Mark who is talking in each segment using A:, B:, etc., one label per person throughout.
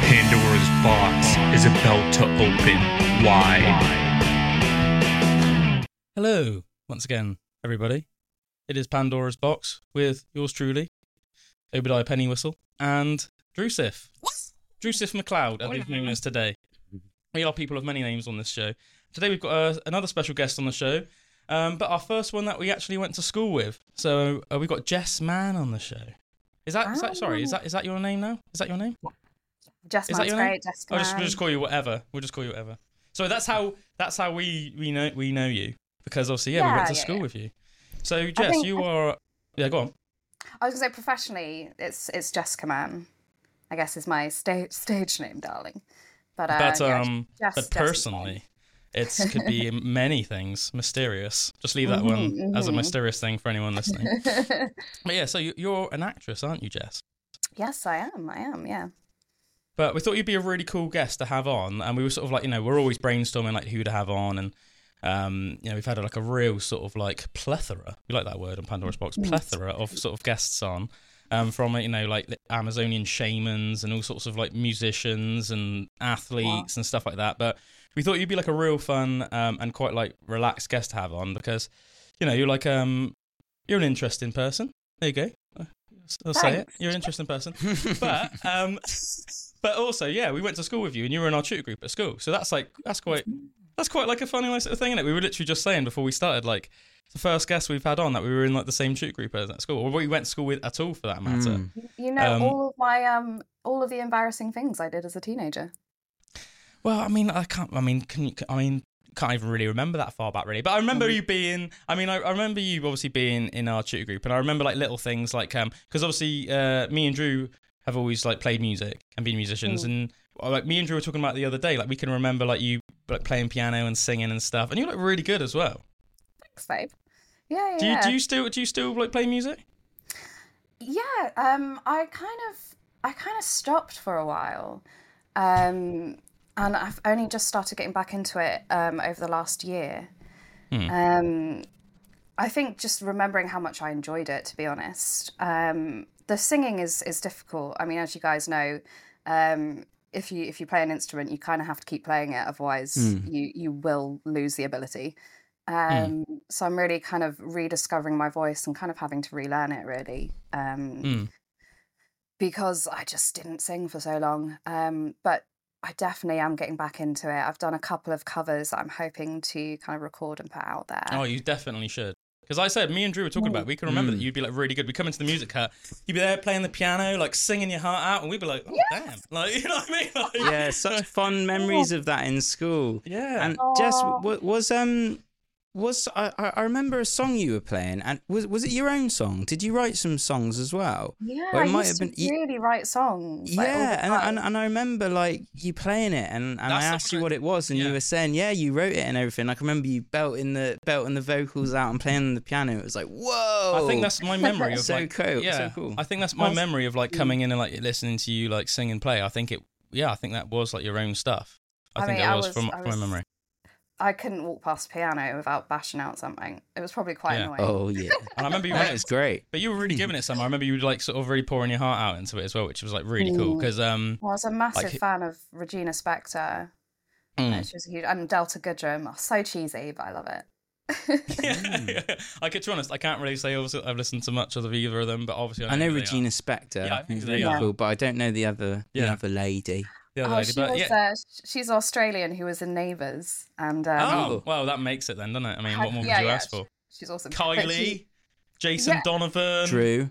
A: Pandora's box is about to open wide.
B: Hello, once again, everybody. It is Pandora's Box with yours truly, Obadiah Pennywhistle, and Drusif. Drusif McLeod, as we've known as today. We are people of many names on this show. Today we've got uh, another special guest on the show, um, but our first one that we actually went to school with. So uh, we've got Jess Mann on the show. Is that, is that sorry? Is that is that your name now? Is that your name?
C: Just
B: Is that
C: Man's
B: your name?
C: great. Just
B: I'll just, we'll
C: Man.
B: just call you whatever. We'll just call you whatever. So that's how that's how we we know we know you because obviously yeah, we went
C: Yeah,
B: to
C: yeah,
B: school
C: yeah.
B: with you. So Jess,
C: think-
B: you are yeah go on.
C: I was gonna say professionally, it's it's Jessica Man. I guess is my stage stage name, darling. But, uh,
B: But
C: yeah,
B: um
C: Jess-
B: but
C: Jess is
B: personally, it's could be many things mysterious. Just leave that one
C: Mhm,
B: as a
C: mhm.
B: mysterious thing for anyone listening.
C: fine.
B: but yeah, so you, you're an actress, aren't you, Jess?
C: yes, I am. I am. Yeah.
B: But we thought you'd be a really cool guest to have on, and we were sort of like, you know, we're always brainstorming like who to have on, and um, you know, we've had like a real sort of like plethora. We like that word on Pandora's box, plethora of sort of guests on, um, from you know like the Amazonian shamans and all sorts of like musicians and athletes and stuff like that. But we thought you'd be like a real fun um, and quite like relaxed guest to have on because, you know, you're like um, you're an interesting person. There you go. Uh, I'll say it.
C: Thanks.
B: You're an interesting person but um, but also, yeah, we went to school with you, and you were in our tutor group at school. So that's like that's quite that's quite like a funny nice little thing, is it? We were literally just saying before we started, like the first guest we've had on that we were in like the same tutor group as at school, or we went to school with at all for that matter.
C: Hmm.
D: Mm.
C: You know
B: Um,
C: all of my um all of the embarrassing things I did as a teenager.
B: Well, I mean, I can't. I mean, can you? I mean, can't even really remember that far back, really. But I
C: Mm.
B: remember you being. I mean, I, I remember you obviously being in our tutor group, and I remember like little things like um, because obviously uh, me and Drew have always like played music and been musicians,
C: Mm.
B: and uh, like me and Drew were talking about the other day, like we can remember like you like playing piano and singing and stuff, and you look really good as well.
C: Thanks, babe. Yeah, yeah.
B: Do you
C: yeah.
B: do you still do you still like play music?
C: Yeah, um, I kind of I kind of stopped for a while, um, and I've only just started getting back into it um, over the last year.
B: Hmm.
C: Um, I think just remembering how much I enjoyed it, to be honest. Um, the singing is is difficult. I mean, as you guys know, um, if you if you play an instrument, you kind of have to keep playing it, otherwise you you will lose the ability. Um, So I'm really kind of rediscovering my voice and kind of having to relearn it, really. Um,
B: Mm.
C: Because I just didn't sing for so long. Um, but I definitely am getting back into it. I've done a couple of covers that I'm hoping to kind of record and put out there.
B: Oh, you definitely should. Because I said, me and Drew were talking about, it. we can
D: Mm.
B: remember that you'd be like really good. We come into the music hut, you'd be there playing the piano, like singing your heart out, and we'd be like, oh, damn. Like, you know what I mean? Like,
D: Yeah, such fun memories of that in school.
B: yeah.
D: And Jess,
C: Aw.
D: was, was um, was I, I I remember a song you were playing, and was was it your own song? Did you write some songs as well?
C: yeah,
D: Or
C: I
D: it might
C: used
D: have
C: to
B: e
D: been- y-
C: really write songs. like, all the
D: yeah,
C: time.
D: and, and and I remember like you playing it, and, and I
B: oh, That's the
D: asked you
B: one I-
D: what it was, and
B: yeah.
D: you were saying, yeah, you wrote it and everything. Like, I remember you belting the belting the vocals out and playing the piano. It was like, whoa!
B: I think that's my memory of
D: So
B: like,
D: cool, so
B: yeah,
D: cool.
B: I think that's my memory of
C: mm.
B: like coming in and like listening to you like sing and play. I think it, yeah, I think that was like your own stuff. I,
C: I
B: think
C: mean,
B: it
C: I
B: was,
C: was-
B: from,
C: I
B: from
C: was-
B: my memory.
C: I couldn't walk past a piano without bashing out something. It was probably quite
B: Yeah.
C: annoying.
D: oh yeah,
B: And I remember you,
D: that was great.
B: but you were really giving it some. I remember you like sort of really pouring your heart out into it as well, which was like really cool. Because um,
C: Well, I was a massive
B: who-
C: fan of Regina Spektor.
B: mm.
C: Uh, She was a huge, and Delta Goodrem. Oh, so cheesy, but I love it.
B: yeah, I could, to be honest, I can't really say. Obviously, I've listened to much of either of them, but obviously, I
D: I
B: know,
D: know
B: who they are.
D: Regina Spektor.
B: Yeah, I think
D: who's
B: they
D: really
C: are.
D: cool, but I don't know the other
B: Yeah.
D: the other lady.
B: The other
C: Oh,
B: lady,
C: she
B: but
C: was,
B: yeah.
C: uh, sh- she's Australian who was in Neighbours, and um,
B: Oh, well, that makes it then, doesn't it? I mean,
C: Had-
B: what more
C: yeah,
B: could you
C: yeah,
B: ask for?
C: she's awesome. But she-
B: Kylie, Jason
C: Yeah.
B: Donovan,
D: Drew.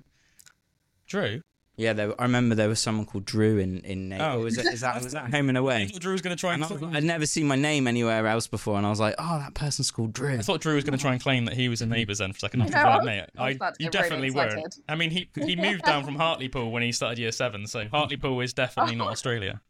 B: Drew.
D: Yeah, there, I remember there was someone called Drew in in.
B: Oh.
D: Oh, was, it, is that was that Home and Away?
B: Drew was going to try and.
D: And I
B: claim-
D: would never seen my name anywhere else before, and I was like, "Oh, that person's called Drew."
B: I thought Drew was going to try and claim that he was in Neighbours then for a second.
C: No,
B: I,
C: I
B: was
C: was-
B: mate,
C: I was
B: I,
C: about to
B: you
C: get really
B: definitely weren't.
C: excited.
B: I mean, he, he moved down from Hartlepool when he started year seven, so Hartlepool is definitely not Australia.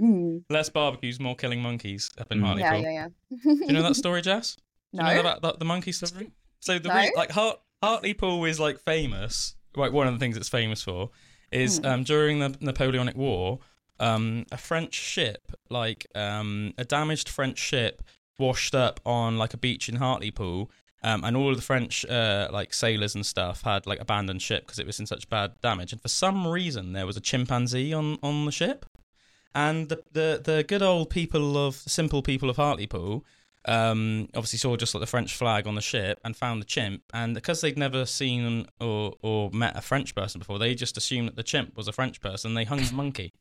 C: Mm.
B: Less barbecues, more killing monkeys up in
D: Mm.
B: Hartlepool.
C: Yeah, yeah, yeah.
B: Do you know that story, Jess? Do you know
C: No.
B: about the, the monkey story? So the
C: No.
B: re- like Hart- Hartlepool is like famous. Like one of the things it's famous for is
C: Hmm.
B: um, during the Napoleonic War, um, a French ship, like um, a damaged French ship, washed up on like a beach in Hartlepool, Um, and all of the French uh, like sailors and stuff had like abandoned ship because it was in such bad damage. And for some reason, there was a chimpanzee on on the ship. And the, the, the good old people of simple people of Hartlepool um, obviously saw just like the French flag on the ship and found the chimp. And because they'd never seen or, or met a French person before, they just assumed that the chimp was a French person. They hung the monkey.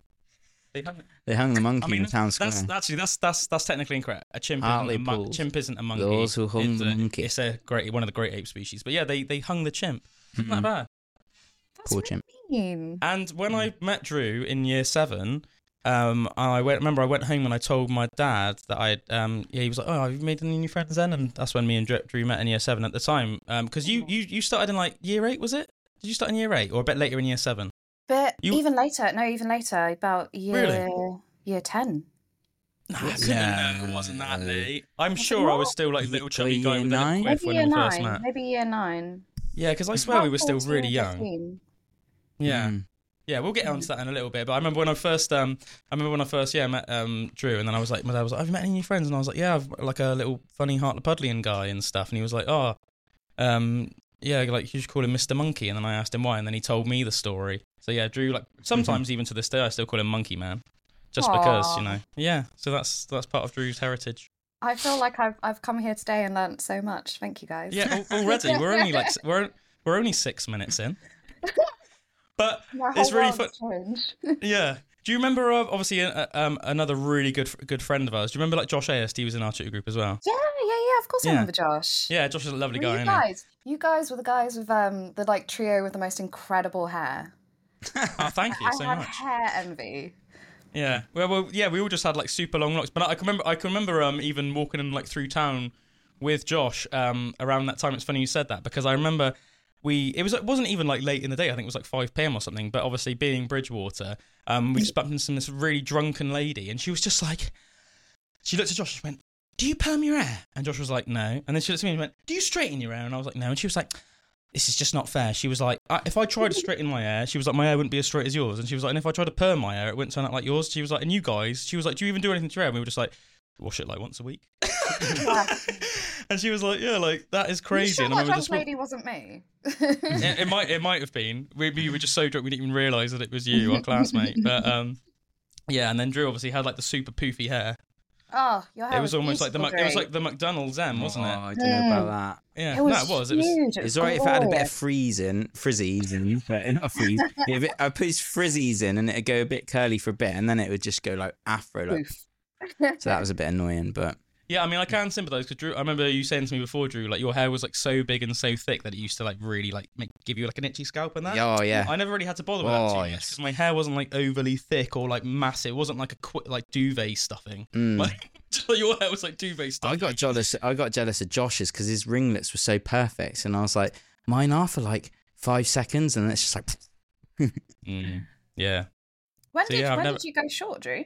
B: They hung.
D: They hung the monkey
B: I mean,
D: in town square.
B: that's actually that's that's that's technically incorrect. A chimp isn't a, mon-
D: Hartlepool.
B: chimp isn't a monkey.
D: Those who hung
B: it's
D: the
B: a,
D: monkey.
B: It's a great one of the great ape species. But yeah, they they hung the chimp. Isn't
D: Mm-hmm.
B: that bad?
C: That's
D: Poor
C: really
D: chimp.
C: mean.
B: And when I
C: Mm.
B: met Drew in year seven, um, I went, remember I went home and I told my dad that I, um, yeah, he was like, oh, have you made any new friends then? And that's when me and Drew- Drew met in year seven at the time. Um, because you, you, you started in like year eight, was it? Did you start in year eight or a bit later in year seven?
C: But
B: You-
C: even later, no, even later, about year year ten.
B: Nah,
D: Yeah. Uh,
B: couldn't know.
D: No.
B: I'm sure I was still like little chubby
D: Year
B: guy with a little
D: nine?
B: quiff
C: Maybe
B: when
C: year
B: we first
C: nine.
B: met.
C: Maybe year nine.
B: Yeah, because I swear we
C: About
B: were still
C: 14
B: really
C: or
B: young.
C: 15.
B: Yeah.
D: Mm.
B: Yeah, we'll get onto that in a little bit. But I remember when I first, um, I remember when I first, yeah, met um, Drew, and then I was like, my dad was like, "Have you met any new friends?" And I was like, "Yeah, I've like a little funny Hartlepudlian guy and stuff." And he was like, "Oh, um, yeah, like you should call him Mister Monkey." And then I asked him why, and then he told me the story. So yeah, Drew, like sometimes even to this day, I still call him Monkey Man, just because you
C: Aw.
B: know. Yeah, so that's that's part of Drew's heritage.
C: I feel like I've I've come here today and learnt so much. Thank you guys.
B: Yeah, al- already we're only like s- we're we're only six minutes in, but
C: My whole
B: it's really fun.
C: world's changed.
B: Yeah. Do you remember? Uh, obviously, uh, um, another really good good friend of ours. Do you remember like Josh ASD was in our tutor group as well?
C: yeah, yeah, yeah. Of course,
B: Yeah.
C: I remember Josh.
B: Yeah, Josh is a lovely
C: Were
B: guy.
C: you
B: Isn't he?
C: guys, you guys were the guys with um the like trio with the most incredible hair.
B: Oh, thank you
C: I
B: so
C: had
B: much.
C: hair envy.
B: Yeah. Well, well, yeah, we all just had like super long locks. But I can remember, I can remember um, even walking in like through town with Josh um, around that time. It's funny you said that because I remember we it was it wasn't even like late in the day. I think it was like five pm or something. But obviously, being Bridgewater, um, we just bumped into this really drunken lady, and she was just like, she looked at Josh and she went, "Do you perm your hair?" And Josh was like, "No." And then she looked at me and went, "Do you straighten your hair?" And I was like, "No." And she was like. This is just not fair. She was like, I, if I tried to straighten my hair, she was like, my hair wouldn't be as straight as yours. And she was like, and if I tried to perm my hair, it wouldn't turn out like yours. She was like, and you guys, she was like, do you even do anything to your hair? And we were just like, wash it like once a week. and she was like, yeah, like that is
C: Are you
B: crazy.
C: Sure
B: and
C: that
B: remember
C: drunk
B: walk-
C: lady wasn't me.
B: it, it might it might have been. We, we were just so drunk we didn't even realise that it was you, our classmate. But um, yeah, and then Drew obviously had like the super poofy hair.
C: oh, your hair
B: it was almost like the Mac-
C: beautiful,
B: it was
C: Drake.
B: like the McDonald's M, wasn't
D: oh,
B: it?
D: I don't know about that.
B: Yeah,
C: It was
B: no, it was. It
C: huge.
B: was.
C: It was,
D: It's alright if it had a bit of
C: glorious.
D: freezing, frizzies in, but not frizz. if it, I put frizzies in and it'd go a bit curly for a bit, and then it would just go like afro. Like, so that was a bit annoying, but
B: Yeah, I mean, I can sympathise because Drew. I remember you saying to me before, Drew, like your hair was like so big and so thick that it used to like really like make, give you like an itchy scalp and that.
D: oh yeah,
B: I never really had to bother with that too
D: Oh,
B: much
D: yes.
B: 'cause my hair wasn't like overly thick or like massive. It wasn't like a quick like duvet stuffing.
D: Mm.
B: Like, your hair was like duvet stuffing.
D: I got jealous. I got jealous of Josh's because his ringlets were so perfect, and I was like, mine are for like five seconds, and then it's just like
B: Mm. Yeah.
C: When
B: So,
C: did
B: yeah, I've
C: when
B: never-
C: did you go short, Drew?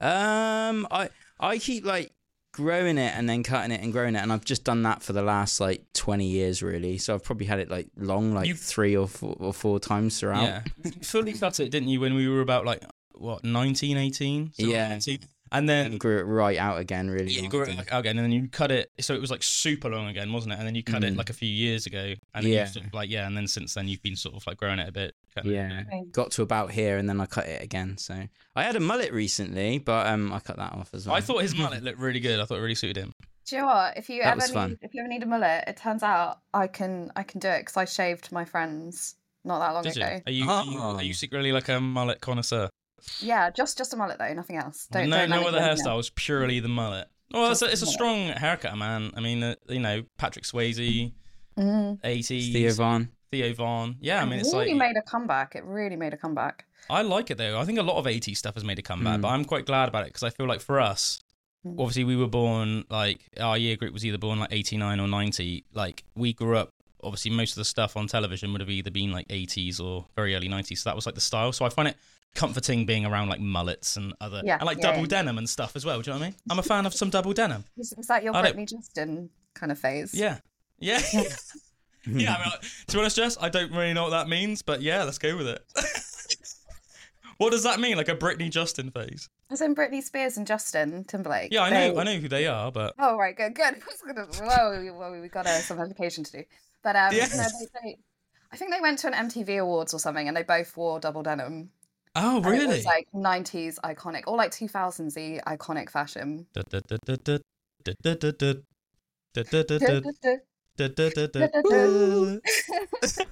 D: Um, I I keep like growing it and then cutting it and growing it, and I've just done that for the last like twenty years, really. So I've probably had it like long, like
B: You-
D: three or four or four times throughout.
B: Yeah. You fully cut it, didn't you, when we were about like, what, 19, 18? So
D: Yeah.
B: 19. And then.
D: And grew it right out again, really.
B: Yeah, you grew it
D: often.
B: like out again, and then you cut it. So it was like super long again, wasn't it? And then you cut it
D: Mm.
B: like a few years ago, and then
D: Yeah.
B: yeah, sort of, like yeah, and then since then you've been sort of like growing it a bit. cutting it a
D: Yeah.
B: bit.
D: Got to about here, and then I cut it again. So I had a mullet recently, but um, I cut that off as well.
B: I thought his mullet looked really good. I thought it really suited him.
C: Do you know what? If you
D: That
C: ever
D: was fun.
C: need, if you ever need a mullet, it turns out I can I can do it because I shaved my friends not that long
B: Did you?
C: ago.
B: Are you, are you are you
D: Oh.
B: secretly like a mullet connoisseur?
C: Yeah, just just a mullet though, nothing else. Don't,
B: no,
C: don't
B: no
C: let it
B: other
C: go in
B: hairstyles, purely the mullet. Well, it's a, it's a strong haircut, man. I mean, uh, you know, Patrick Swayze,
C: there. Mhm.
B: 80s,
D: Theo Vaughn.
B: Theo Vaughn. Yeah, I mean,
C: it
B: it's
C: really
B: like
C: made a comeback. It really made a comeback.
B: I like it though. I think a lot of 80s stuff has made a comeback,
C: Hmm.
D: Mm.
B: but I'm quite glad about it because I feel like for us,
C: Mm.
B: obviously we were born like our year group was either born like 89 or 90. Like we grew up, obviously most of the stuff on television would have either been like 80s or very early 90s. So that was like the style. So I find it comforting being around like mullets and other
C: Yeah,
B: and like
C: yeah,
B: double
C: yeah.
B: denim and stuff as well. Do you know what I mean? I'm a fan of some double denim.
C: Is, is that your
B: I don't-
C: Britney Justin kind of phase?
B: Yeah. Yeah. yeah, I mean, I- to be honest, Jess, I don't really know what that means, but yeah, let's go with it. What does that mean? Like a Britney Justin phase?
C: As in Britney Spears and Justin Timberlake.
B: Yeah, I know,
C: They-
B: I know who they are, but
C: Oh right, good, good. I was gonna- Whoa, we- whoa, we got uh, some education to do. But um,
B: Yes.
C: no, they, they, I think they went to an MTV Awards or something, and they both wore double denim.
B: oh,
C: And it
B: really?
C: was like '90s iconic or like 2000s iconic fashion.
B: Du- du- du- du- du- du- du- du- du- du- du- du- du-
C: I
B: du- du- du-
C: du-
B: du-
C: du-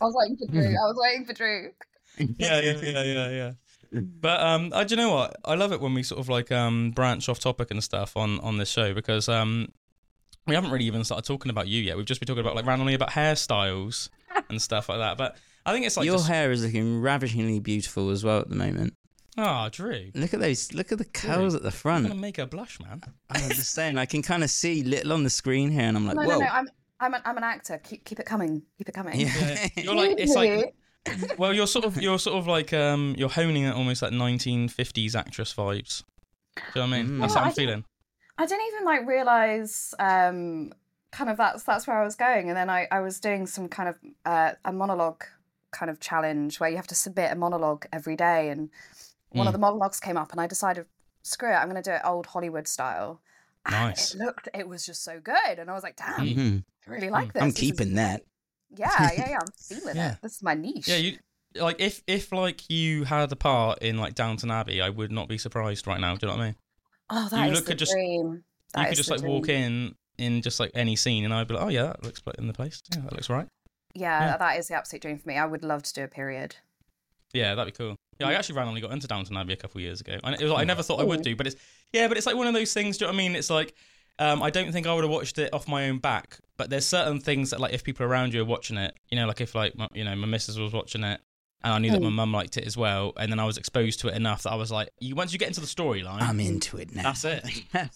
C: was waiting for
B: Mm.
C: Drew. I was waiting for Drew.
B: yeah, yeah, yeah, yeah, yeah. But um, I, do you know what? I love it when we sort of like um branch off topic and stuff on on this show because um we haven't really even started talking about you yet. We've just been talking about like randomly about hairstyles and stuff like that. But I think it's like
D: Your
B: just,
D: hair is looking ravishingly beautiful as well at the moment.
B: oh, Drew,
D: Look at those. Look at the curls at the
B: I'm
D: front.
B: gonna make her blush, man.
D: I was just saying, I can kind of see little on the screen here, and I'm like,
C: No, no,
D: whoa.
C: no. I'm I'm an, I'm an actor. Keep keep it coming. Keep it coming.
D: Yeah.
B: You're like it's like
C: Really?
B: well, you're sort of you're sort of like um you're honing at almost like 1950s actress vibes. Do you know what I mean?
D: Mm.
B: That's
C: Oh,
B: how I'm
C: I don't-
B: feeling.
C: I didn't even like realize um kind of that's that's where I was going and then I I was doing some kind of uh, a monologue kind of challenge where you have to submit a monologue every day and one
B: Mm.
C: of the monologues came up and I decided screw it I'm going to do it old Hollywood style. And
B: Nice. Mm.
C: It looked it was just so good and I was like damn
D: Mhm.
C: I really like this.
D: I'm
C: This is-
D: keeping that.
C: Yeah, yeah, yeah, I'm feeling
B: Yeah.
C: it. This is my niche.
B: Yeah, you like if if like you had a part in like Downton Abbey, I would not be surprised right now. Do you know what I mean?
C: oh, that
B: you
C: is
B: look
C: the
B: at just-
C: dream. That
B: you could
C: is
B: just
C: the
B: like walk
C: dream.
B: in in just like any scene, and I'd be like, oh yeah, that looks pla- in the place. Yeah, that looks right.
C: Yeah,
B: Yeah.
C: that is the absolute dream for me. I would love to do a period.
B: Yeah, that'd be cool. Yeah, I actually randomly got into Downton Abbey a couple of years ago, and it was like, I never thought I would do, but it's yeah, but it's like one of those things. Do you know what I mean? It's like um, I don't think I would have watched it off my own back, but there's certain things that like if people around you are watching it, you know, like if like my, you know my missus was watching it. And I knew that my mum liked it as well, and then I was exposed to it enough that I was like, "You once you get into the storyline,
D: I'm into it now.
B: That's it.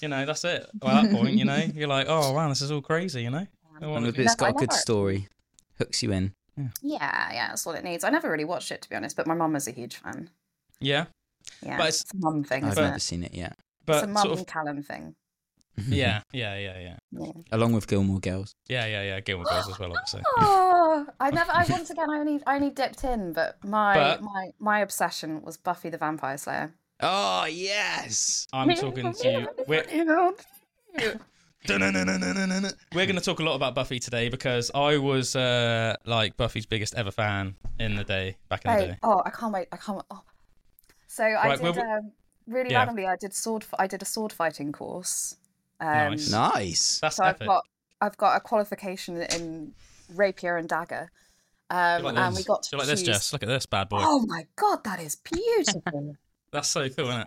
B: you know, that's it. By that point, you know, you're like, oh wow, this is all crazy. You know,
D: And if
C: it-
D: it's got a
C: I
D: good
C: never-
D: story, hooks you in.
C: Yeah, yeah, that's what it needs. I never really watched it to be honest, but my mum was a huge fan.
B: yeah,
C: Yeah,
B: But it's-
C: it's, a mum thing,
D: I've
C: isn't
D: never
C: it?
D: seen it yet.
C: It's a
B: but
C: mum
B: sort of,
C: Callum thing.
B: yeah, yeah, yeah, yeah,
C: Yeah.
D: Along with Gilmore Girls.
B: yeah, yeah, yeah. Gilmore Girls as well, obviously.
C: Oh, I never. I once again, I only, I only dipped in, but my,
B: But-
C: my, my obsession was Buffy the Vampire Slayer.
D: Oh yes.
B: I'm talking to you. We're, we're going to talk a lot about Buffy today because I was uh, like Buffy's biggest ever fan in the day back in the
C: Hey,
B: day.
C: oh, I can't wait. I can't. wait. Oh. So I
B: Right,
C: did
B: well,
C: um, really
B: yeah.
C: randomly. I did sword. I did a sword fighting course. Um,
B: Nice.
D: Nice.
B: That's
C: So I've
B: epic.
C: got I've got a qualification in rapier and dagger. Um,
B: You're like
C: and
B: this.
C: we got to
B: You're like this,
C: choose-
B: Jess. Look at this bad boy.
C: Oh my god, that is beautiful.
B: That's so cool, isn't it?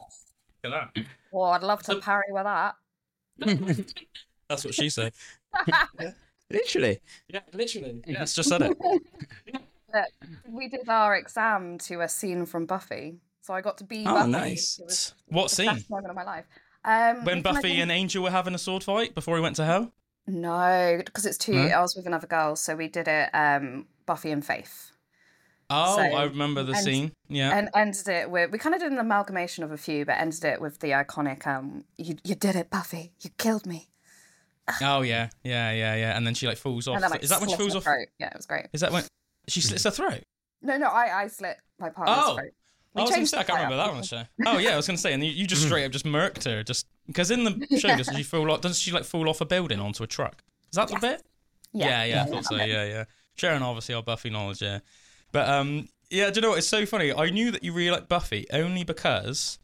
B: Look at that.
C: oh, I'd love to
B: So-
C: parry with that.
B: That's what she said.
D: Literally.
B: Yeah, literally. Yes, just said it.
C: But we did our exam to a scene from Buffy, so I got to be
D: Oh
C: Buffy.
D: nice.
C: It was
B: What
C: the
B: scene?
C: best moment of my life. Um,
B: When
C: can I
B: Buffy
C: think-
B: and Angel were having a sword fight before he went to hell?
C: no, because it's two.
B: No?
C: I was with another girl, so we did it. Um, Buffy and Faith.
B: Oh,
C: So-
B: I remember the
C: and-
B: scene. Yeah.
C: and ended it with we kind of did an amalgamation of a few, but ended it with the iconic um you you did it, Buffy, you killed me.
B: oh yeah, yeah, yeah, yeah. And then she like falls off.
C: And then like
B: is that when she
C: slit
B: falls
C: her
B: off?
C: Throat. Yeah, it was great.
B: Is that when she slits her throat?
C: No, no, I I slit my partner's
B: Oh.
C: throat.
B: I was gonna
C: changed
B: say
C: the
B: I can't
C: play
B: remember that
C: up.
B: one. Shay. Oh yeah, I was gonna say, and you, you just straight up just murked her, just because in the show doesn't she fall off? Doesn't she like fall off a building onto a truck? Is that the bit? Yeah, yeah, I thought so.
C: that bit.
B: Yeah, yeah. Sharon, obviously, our Buffy knowledge, yeah. But um, yeah, do you know what? It's so funny. I knew that you really liked Buffy only because,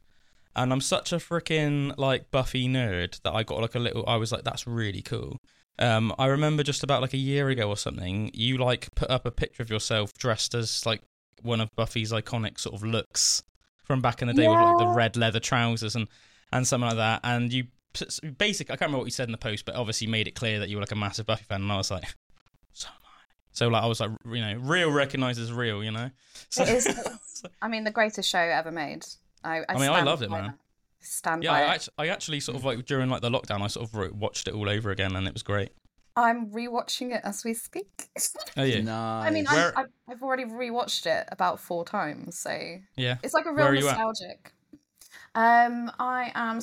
B: and I'm such a freaking like Buffy nerd that I got like a little. I was like, that's really cool. Um, I remember just about like a year ago or something, you like put up a picture of yourself dressed as like one of Buffy's iconic sort of looks from back in the day with like the
C: Yeah.
B: red leather trousers and and something like that. And you basically, I can't remember what you said in the post, but obviously made it clear that you were like a massive Buffy fan, and I was like, so am I. So like, I was like, you know, real recognizes real, you know. So,
C: It is- I mean, the greatest show ever made. I I,
B: I mean, I
C: stand
B: loved it,
C: by
B: man.
C: that. Stand
B: yeah, I
C: by it.
B: actually, I actually sort of like during like the lockdown, I sort of wrote, watched it all over again, and it was great.
C: I'm rewatching it as we speak.
B: Oh yeah,
D: Nice.
C: I mean,
B: Where-
C: I, I've, I've already rewatched it about four times, so
B: yeah.
C: It's like a
B: Where
C: real
B: are you at?
C: nostalgic. Um, I am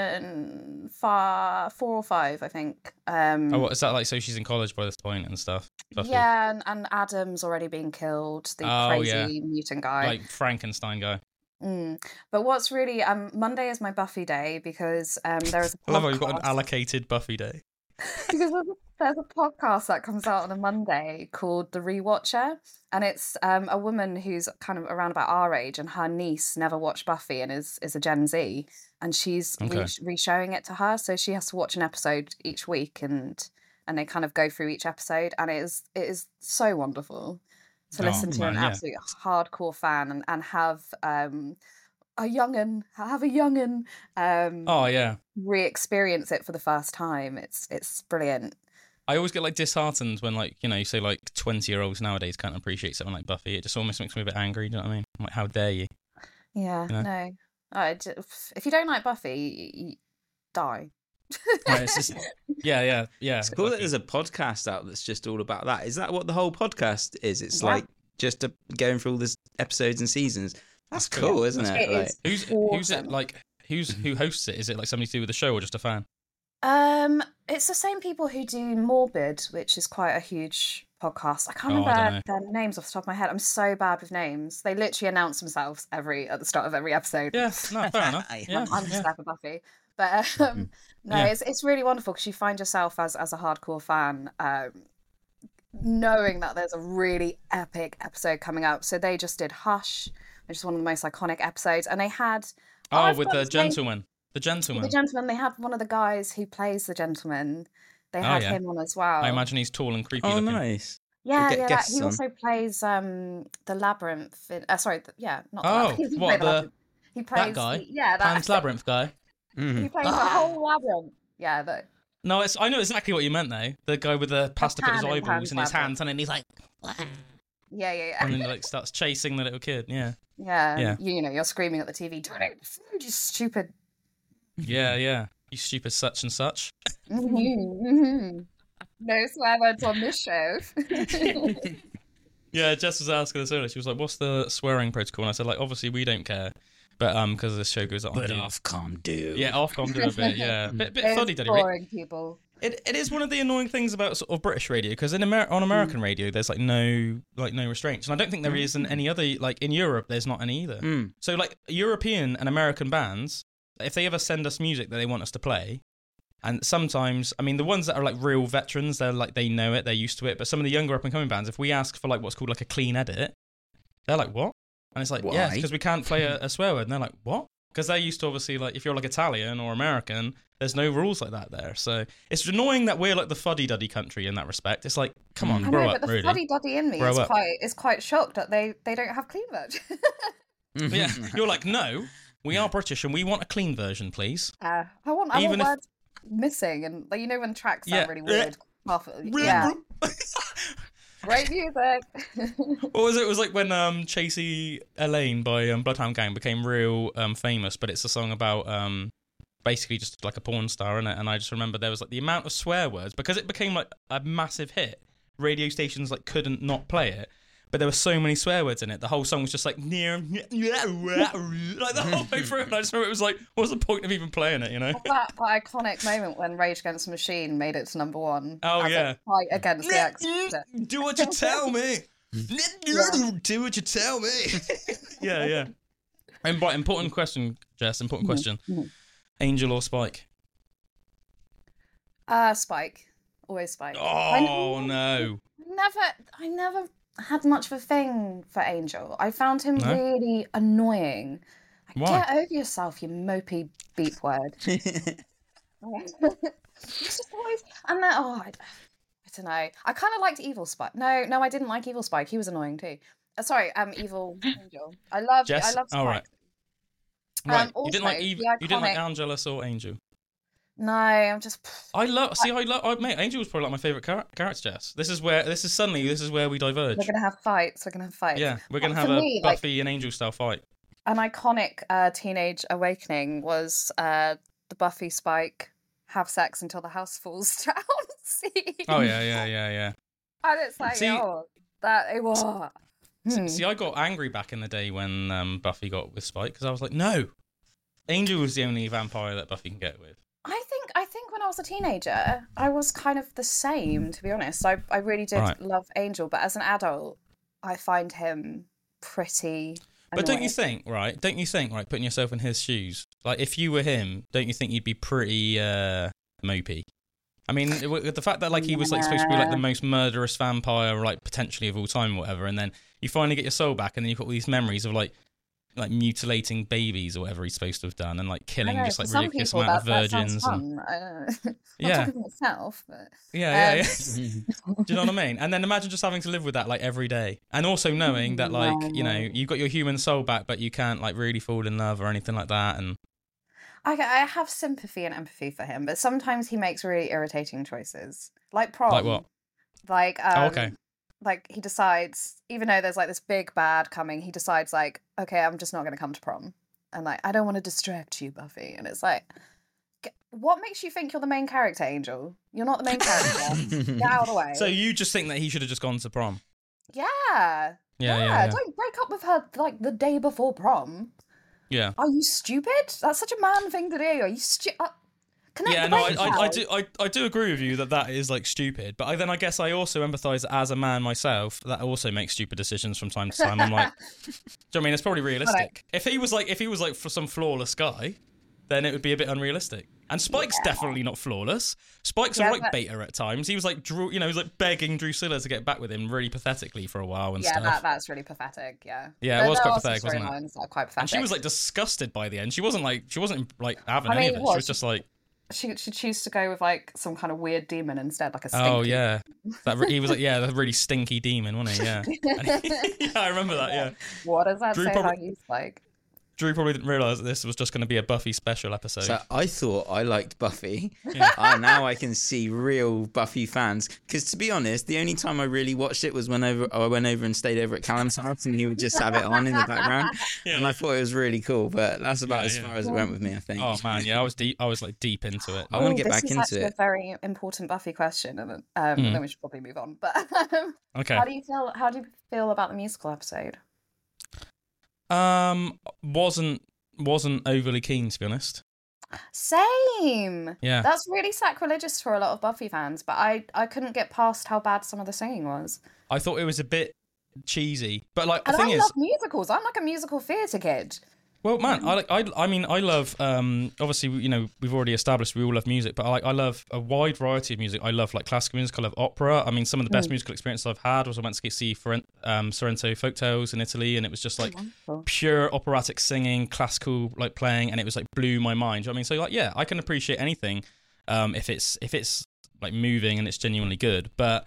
C: season far four or five, I think. Um,
B: Oh, what is that like? So she's in college by this point and stuff. Buffy.
C: yeah, and, and Adam's already been killed. The
B: Oh, yeah.
C: crazy mutant guy.
B: Like Frankenstein guy.
C: Mm. But what's really um Monday is my Buffy day because um there is a
B: I love how you've got an
C: podcast-
B: allocated Buffy day.
C: because there's a- there's a podcast that comes out on a Monday called The Rewatcher, and it's um, a woman who's kind of around about our age, and her niece never watched Buffy and is is a Gen Z, and she's re-
B: Okay.
C: re-showing it to her, so she has to watch an episode each week, and and they kind of go through each episode, and it is it is so wonderful to
B: Oh,
C: listen to
B: man,
C: an
B: yeah.
C: absolute hardcore fan and and have um a youngin have a youngin um
B: Oh yeah.
C: re-experience it for the first time. It's it's brilliant.
B: I always get like disheartened when like you know you say like twenty year olds nowadays can't appreciate something like Buffy. It just almost makes me a bit angry. Do you know what I mean? I'm like, how dare you?
C: Yeah,
B: Yeah.
C: no. I d- f- if you don't like Buffy, y- y- die.
D: Right, it's just
B: Yeah, yeah, yeah.
D: it's cool that
B: Buffy.
D: there's a podcast out that's just all about that. Is that what the whole podcast is? It's
C: Yeah.
D: like just a, going through all the episodes and seasons.
B: That's
D: That's cool,
B: cool.
D: isn't it?
C: It
D: Like,
C: is
B: who's who's it
C: awesome.
B: like? Who's who hosts it? Is it like somebody to do with the show or just a fan?
C: Um, it's the same people who do Morbid, which is quite a huge podcast. I can't
B: Oh, I
C: remember
B: don't
C: their names off the top of my head. I'm so bad with names. They literally announce themselves every at the start of every episode.
B: Yeah, no, fair enough.
D: I'm-
B: Yeah,
C: I'm
B: yeah. Mm-hmm.
C: just there for Buffy. But um, no,
B: Yeah.
C: it's it's really wonderful because you find yourself as as a hardcore fan, um, knowing that there's a really epic episode coming up. So they just did Hush, which is one of the most iconic episodes, and they had
B: Oh,
C: I've
B: with
C: got
B: the
C: his name-
B: gentleman. The gentleman.
C: the gentleman. They had one of the guys who plays the gentleman. They had
B: Oh, yeah.
C: him on as well.
B: I imagine he's tall and creepy
D: oh,
B: looking.
D: nice.
C: Yeah,
D: get
C: yeah. That,
D: guests
C: he
D: on.
C: also plays um the labyrinth. In, uh, sorry, the, yeah, not the
B: Oh,
C: labyrinth. He doesn't play
B: what, the-
C: labyrinth. he plays
B: guy?
C: the- yeah, that
B: Pan's Labyrinth guy.
D: Mhm.
B: Hmm. Mm-hmm.
C: he plays
B: Ah.
C: the whole labyrinth. Yeah, the,
B: No, it's, I know exactly what you meant though. The guy with the pasta put his
C: pan in
B: eyeballs
C: Pan's
B: in his
C: Labyrinth.
B: hands and then he's like,
C: yeah, yeah, yeah.
B: and then like starts chasing the little kid. Yeah,
C: Yeah,
B: Yeah.
C: You, you know, you're screaming at the TV, don't eat the food, you stupid.
B: yeah, yeah. You stupid such and such.
C: Mhm, mhm. No swear words on this show.
B: Yeah, Jess was asking us earlier. She was like, "What's the swearing protocol?" And I said, "Like, obviously we don't care, but um, because this show goes on."
D: But off, calm dude.
B: Yeah, off come to a bit. Yeah, bit, bit
C: Those
B: fuddy duddy.
C: boring people.
B: It it is one of the annoying things about sort of British radio because in Amer- on American radio there's like no like no restraints, and I don't think there is in any other like in Europe there's not any either.
D: Mm.
B: So like European and American bands, if they ever send us music that they want us to play, and sometimes I mean the ones that are like real veterans, they're like they know it, they're used to it. But some of the younger up and coming bands, if we ask for like what's called like a clean edit, they're like what? And it's like yeah,
D: Why?
B: because we can't play a, a swear word, and they're like what? Because they're used to obviously like if you're like Italian or American, there's no rules like that there. So it's annoying that we're like the fuddy duddy country in that respect. It's like come on,
C: I
B: Mm, grow
C: know,
B: up,
C: but the
B: really.
C: fuddy duddy in me
B: Grow
C: is
B: up.
C: quite is quite shocked that they, they don't have clean version.
D: mm-hmm.
B: yeah, you're like no. We are British and we want a clean version, please.
C: uh, I want
B: Ah.
C: I
B: Even
C: want
B: if-
C: words missing and like, you know when tracks sound
B: Yeah.
C: really weird. Half, yeah, great music.
B: What was it? It was like when um, Chasey Elaine by um, Bloodhound Gang became real um, famous, but it's a song about um, basically just like a porn star in it. And I just remember there was like the amount of swear words because it became like a massive hit. Radio stations like couldn't not play it, but there were so many swear words in it. The whole song was just like near, like the whole way through. And I just remember it was like, what's the point of even playing it? You know?
C: that, that iconic moment when Rage Against the Machine made it to number one.
B: Oh,
C: as a
B: yeah.
C: fight against the accident.
B: Do what you tell me. Do what you tell me. yeah, yeah. And but important question, Jess.
C: Mm-hmm.
B: Important question. Angel or Spike?
C: Uh, Spike, always Spike. I
B: Oh no.
C: never, I never had much of a thing for Angel. I found him
B: No?
C: really annoying. Like,
B: Why?
C: Get over yourself, you mopey beep word. It's just always, and then oh, I, I don't know. I kind of liked Evil Spike. No, no, I didn't like Evil Spike. He was annoying too. Uh, sorry, um, Evil Angel. I love, I
B: Jess.
C: love Spike.
B: all right.
C: Um,
B: Right. you didn't like
C: also,
B: Eve,
C: the
B: you didn't like
C: iconic-
B: Angelus or Angel.
C: No, I'm just.
B: I love. See, I love. I, mate, Angel was probably like my favorite char- character. Jess. This is where. This is suddenly. This is where we diverge.
C: We're gonna have fights. We're gonna have fights.
B: Yeah, we're gonna
C: But
B: have
C: for
B: a
C: me, like-
B: Buffy and Angel style fight.
C: An iconic uh, teenage awakening was uh, the Buffy Spike have sex until the house falls down scene.
B: Oh yeah, yeah, yeah, yeah.
C: and it's like
B: See-
C: oh that it was. Hmm.
B: See, I got angry back in the day when um, Buffy got with Spike because I was like, no, Angel was the only vampire that Buffy can get with.
C: I think I think when I was a teenager, I was kind of the same. To be honest, I I really did
B: Right.
C: love Angel, but as an adult, I find him pretty
B: But don't you
C: anyway.
B: think, right? Don't you think, right? Putting yourself in his shoes, like if you were him, don't you think you'd be pretty uh, mopey? I mean, w- with the fact that like he was like supposed to be like the most murderous vampire, like potentially of all time, or whatever, and then you finally get your soul back, and then you've got all these memories of like like mutilating babies or whatever he's supposed to have done, and like
C: I
B: killing
C: know,
B: just
C: for
B: like
C: some
B: ridiculous
C: people,
B: amount
C: that-
B: of
C: that sounds
B: virgins. and,
C: fun. I don't know.
B: Yeah.
C: I'm talking for myself, but
B: yeah, yeah,
C: Um,
B: yeah. Do you know what I mean? And then imagine just having to live with that like every day, and also knowing that like you know
C: Wow.
B: you've got your human soul back, but you can't like really fall in love or anything like that. And
C: I, I have sympathy and empathy for him, but sometimes he makes really irritating choices, like prom.
B: Like what?
C: Like um,
B: Oh, okay.
C: Like he decides, even though there's like this big bad coming, he decides like, okay, I'm just not going to come to prom, and like I don't want to distract you, Buffy. And it's like, "G- what makes you think you're the main character, Angel? You're not the main character. Get out of the way.
B: so you just think that he should have just gone to prom?
C: yeah.
B: Yeah, yeah, yeah.
C: Don't break up with her like the day before prom.
B: Yeah.
C: Are you stupid? That's such a man thing to do. Are you stupid? Uh, connect
B: Yeah,
C: the
B: no, I,
C: dots,
B: I, I
C: pal.
B: do, I, I do agree with you that that is like stupid. But I, then I guess I also empathise that as a man myself. That I also makes stupid decisions from time to time. I'm like, do you know what I mean? It's probably realistic. If he was like, if he was like for some flawless guy, then it would be a bit unrealistic. And Spike's definitely not flawless. Spike's
C: Yeah,
B: a right
C: but-
B: beta at times. He was like, Drew, you know, he was like begging Drusilla to get back with him really pathetically for a while and
C: Yeah,
B: stuff.
C: that, that's really pathetic. Yeah.
B: Yeah, it
C: There-
B: was
C: there
B: quite
C: are some
B: pathetic, wasn't it?
C: storylines that are quite pathetic.
B: and she was like disgusted by the end. She wasn't like, she wasn't like having
C: I
B: any
C: mean,
B: of it.
C: it was.
B: She was just like,
C: she she chose to go with like some kind of weird demon instead, like a stinky.
B: Oh yeah, that re- he was like yeah, the really stinky demon, wasn't he? Yeah, yeah, I remember that. Yeah,
C: What does that
B: Drew
C: say
B: probably-
C: about you, Spike?
B: Drew probably didn't realize that this was just going to be a Buffy special episode.
D: So I thought I liked Buffy. Ah, now I can see real Buffy fans. Because to be honest, the only time I really watched it was whenever I went over and stayed over at Callum's house, and he would just have it on in the background. And I thought it was really cool, but that's about
B: Yeah,
D: as
B: yeah.
D: far as it went with me. I think.
B: oh man, yeah, I was deep. I was like deep into it. Hmm.
D: I want to get
C: this
D: back
C: is
D: into
C: actually
D: it.
C: a very important Buffy question, and um, then we should probably move on. But um,
B: Okay.
C: how do you feel? How do you feel about the musical episode?
B: Um, wasn't wasn't overly keen to be honest.
C: Same.
B: Yeah.
C: That's really sacrilegious for a lot of Buffy fans, but I I couldn't get past how bad some of the singing was. I
B: I thought it was a bit cheesy, but like the
C: and I
B: thing is,
C: love musicals. I'm like a musical theatre kid.
B: Well, man, I like. I, I mean, I love. Um, obviously, you know, we've already established we all love music, but I like. I love a wide variety of music. I love like classical music. I love opera. I mean, some of the best musical experiences I've had was I went to see Foren- um, Sorrento folktales in Italy, and it was just like pure operatic singing, classical like playing, and it was like blew my mind. Do you know what I mean, so like, yeah, I can appreciate anything um, if it's if it's like moving and it's genuinely good, but.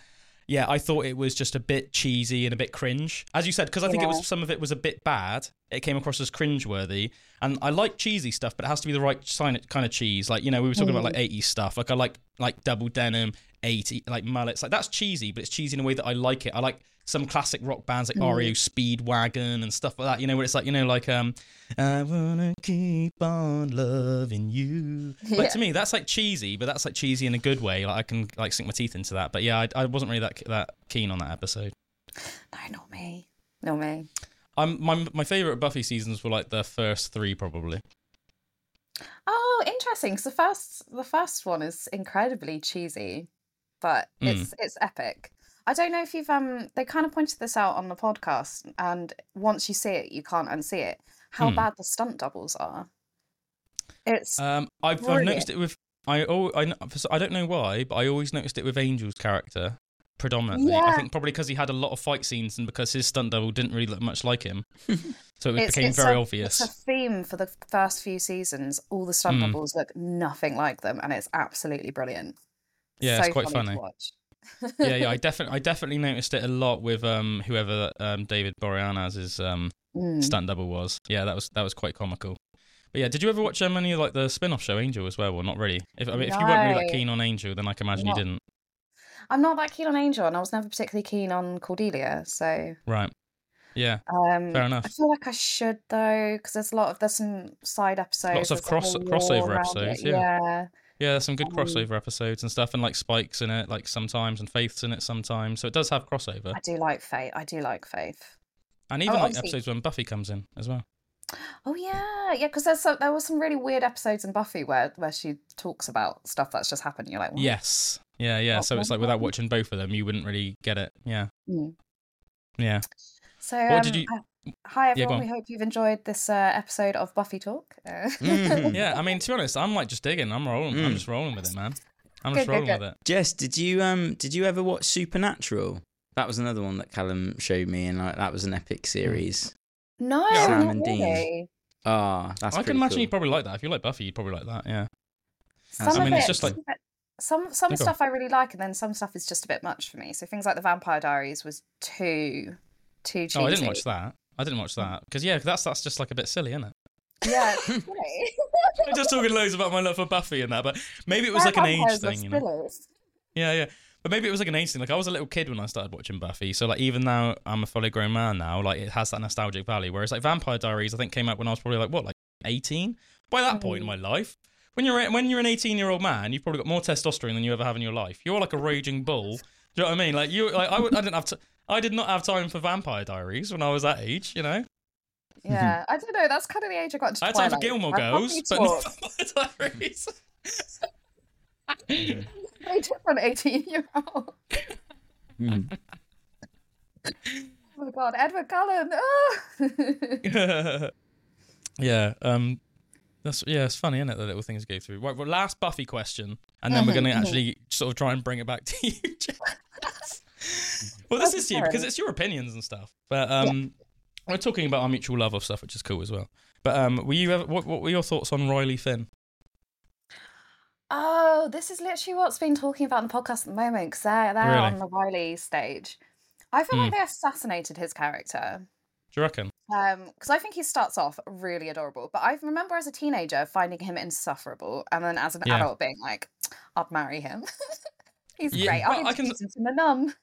B: Yeah, I thought it was just a bit cheesy and a bit cringe, as you said, because I think it was some of it was a bit bad. It came across as cringeworthy, and I like cheesy stuff, but it has to be the right sign kind of cheese. Like you know, we were talking about like '80s stuff. Like I like like double denim, '80 like mullets. Like that's cheesy, but it's cheesy in a way that I like it. I like some classic rock bands like REO Speedwagon and stuff like that. You know, where it's like you know, like um, I wanna keep on loving you. Like
C: Yeah.
B: to me, that's like cheesy, but that's like cheesy in a good way. Like I can like sink my teeth into that. But yeah, I, I wasn't really that that keen on that episode.
C: No, not me. Not me.
B: I'm my my favorite Buffy seasons were like the first three probably.
C: Oh, interesting. 'cause the first the first one is incredibly cheesy, but
B: Hmm.
C: it's it's epic. I don't know if you've um they kind of pointed this out on the podcast, and once you see it, you can't unsee it.
B: Hmm.
C: How bad the stunt doubles are. It's
B: Um, I've, I've
C: Brilliant.
B: noticed it with I al- I kn- for s- I don't know why, but I always noticed it with Angel's character predominantly. I
C: Yeah.
B: think probably because he had a lot of fight scenes and because his stunt double didn't really look much like him, so it became very
C: a,
B: obvious. Hmm.
C: It's a theme for the first few seasons. All the stunt doubles look nothing like them, and it's absolutely brilliant.
B: Yeah,
C: so
B: it's quite funny.
C: funny. To watch.
B: yeah, yeah, I definitely, I definitely noticed it a lot with um whoever um David Boreanaz is um
C: Mm.
B: stunt double was. Yeah, that was that was quite comical. But yeah, did you ever watch um, any of like the spin-off show Angel as well? Well, not really. If I mean, if you weren't really that
C: No.
B: keen on Angel, then I can imagine
C: Not-
B: you didn't.
C: I'm not that keen on Angel, and I was never particularly keen on Cordelia. So
B: Right. Yeah.
C: um,
B: Fair enough.
C: I feel like I should though, because there's a lot of there's some side
B: Lots
C: episodes,
B: of
C: there's a whole
B: cross-
C: lore
B: crossover
C: around
B: episodes,
C: it,
B: yeah.
C: yeah.
B: Yeah, there's some
C: Um,
B: good crossover episodes and stuff, and like Spike's in it, like sometimes, and Faith's in it sometimes. So it does have crossover,
C: I do like Faith. I do like Faith.
B: and even
C: Oh,
B: like
C: obviously-
B: episodes when Buffy comes in as well.
C: Oh yeah, yeah. Because there's some, there were some really weird episodes in Buffy where where she talks about stuff that's just happened. and You're like, what? Oh.
B: Yes. Yeah, yeah.
C: Not
B: So it's
C: one
B: like without
C: button. Hmm.
B: watching both of them, you wouldn't really get it. Yeah.
C: Mm.
B: Yeah.
C: So
B: What did
C: um,
B: you-
C: I- Hi
B: Yeah, go
C: everyone.
B: on.
C: we hope you've enjoyed this uh, episode of Buffy Talk. Uh,
D: Mhm.
B: Yeah, I mean, to be honest, I'm like just digging. I'm rolling. I'm
D: Mm.
B: just rolling with it, man. I'm
C: Good,
B: just
C: good,
B: rolling
C: good.
B: with it.
D: Jess, did you um did you ever watch Supernatural? That was another one that Callum showed me, and like that was an epic series.
C: no,
B: Yeah,
D: Sam
C: not
D: and Dean.
C: really.
D: Ah, that's
B: I can
D: pretty
B: imagine
D: cool.
B: you'd probably like that. If you like Buffy, you'd probably like that. Yeah.
C: Some
D: I
C: of
D: mean,
C: it,
D: it's just
B: like-
C: some some
B: Yeah, go on.
C: stuff I really like, and then some stuff is just a bit much for me. So things like the Vampire Diaries was too too cheesy.
B: Oh, I didn't watch that. I didn't watch that because yeah, that's that's just like a bit silly, isn't it?
C: Yeah, it's silly.
B: I'm just talking loads about my love for Buffy and that, but maybe it was
C: Their
B: like an age
C: vampires are
B: thing, you know?
C: silly.
B: Yeah, yeah. But maybe it was like an age thing. Like I was a little kid when I started watching Buffy, so like even now I'm a fully grown man now. Like it has that nostalgic value. Whereas like Vampire Diaries, I think came out when I was probably like what, like 18. By that
C: Mm.
B: point in my life, when you're a- when you're an 18 year old man, you've probably got more testosterone than you ever have in your life. You're like a raging bull. Do you know what I mean? Like you, like I, would, I didn't have to. I did not have time for Vampire Diaries when I was that age. You know,
C: Yeah, I don't know. That's kind of the age I got into.
B: I had time for
C: Twilight.
B: Gilmore
C: I'm happy
B: Girls,
C: to
B: but
C: talk.
B: not Vampire Diaries.
C: very different 18 year old.
B: Hmm.
D: Mm.
C: Oh my god, Edward Cullen. Oh.
B: yeah. Um. That's yeah. It's funny, isn't it? The little things go through. Right. Well, last Buffy question, and then we're going to actually sort of try and bring it back to you, Jess. well, this
C: Okay,
B: is to you because
C: sorry.
B: it's your opinions and stuff. But um, we're talking about our mutual love of stuff, which is cool as well. But um, were you ever, what, what were your thoughts on Riley Finn?
C: oh, this is literally what's been talking about in the podcast at the moment because they're, they're
B: Really? Hmm.
C: on the Wiley stage. I feel like they assassinated his character.
B: Do you reckon?
C: Because I think he starts off really adorable, but I remember as a teenager finding him insufferable, and then as an
B: Yeah.
C: adult being like, I'd marry him. He's
B: Yeah,
C: great.
B: well,
C: I'll
B: I can-
C: introduce him to my mum.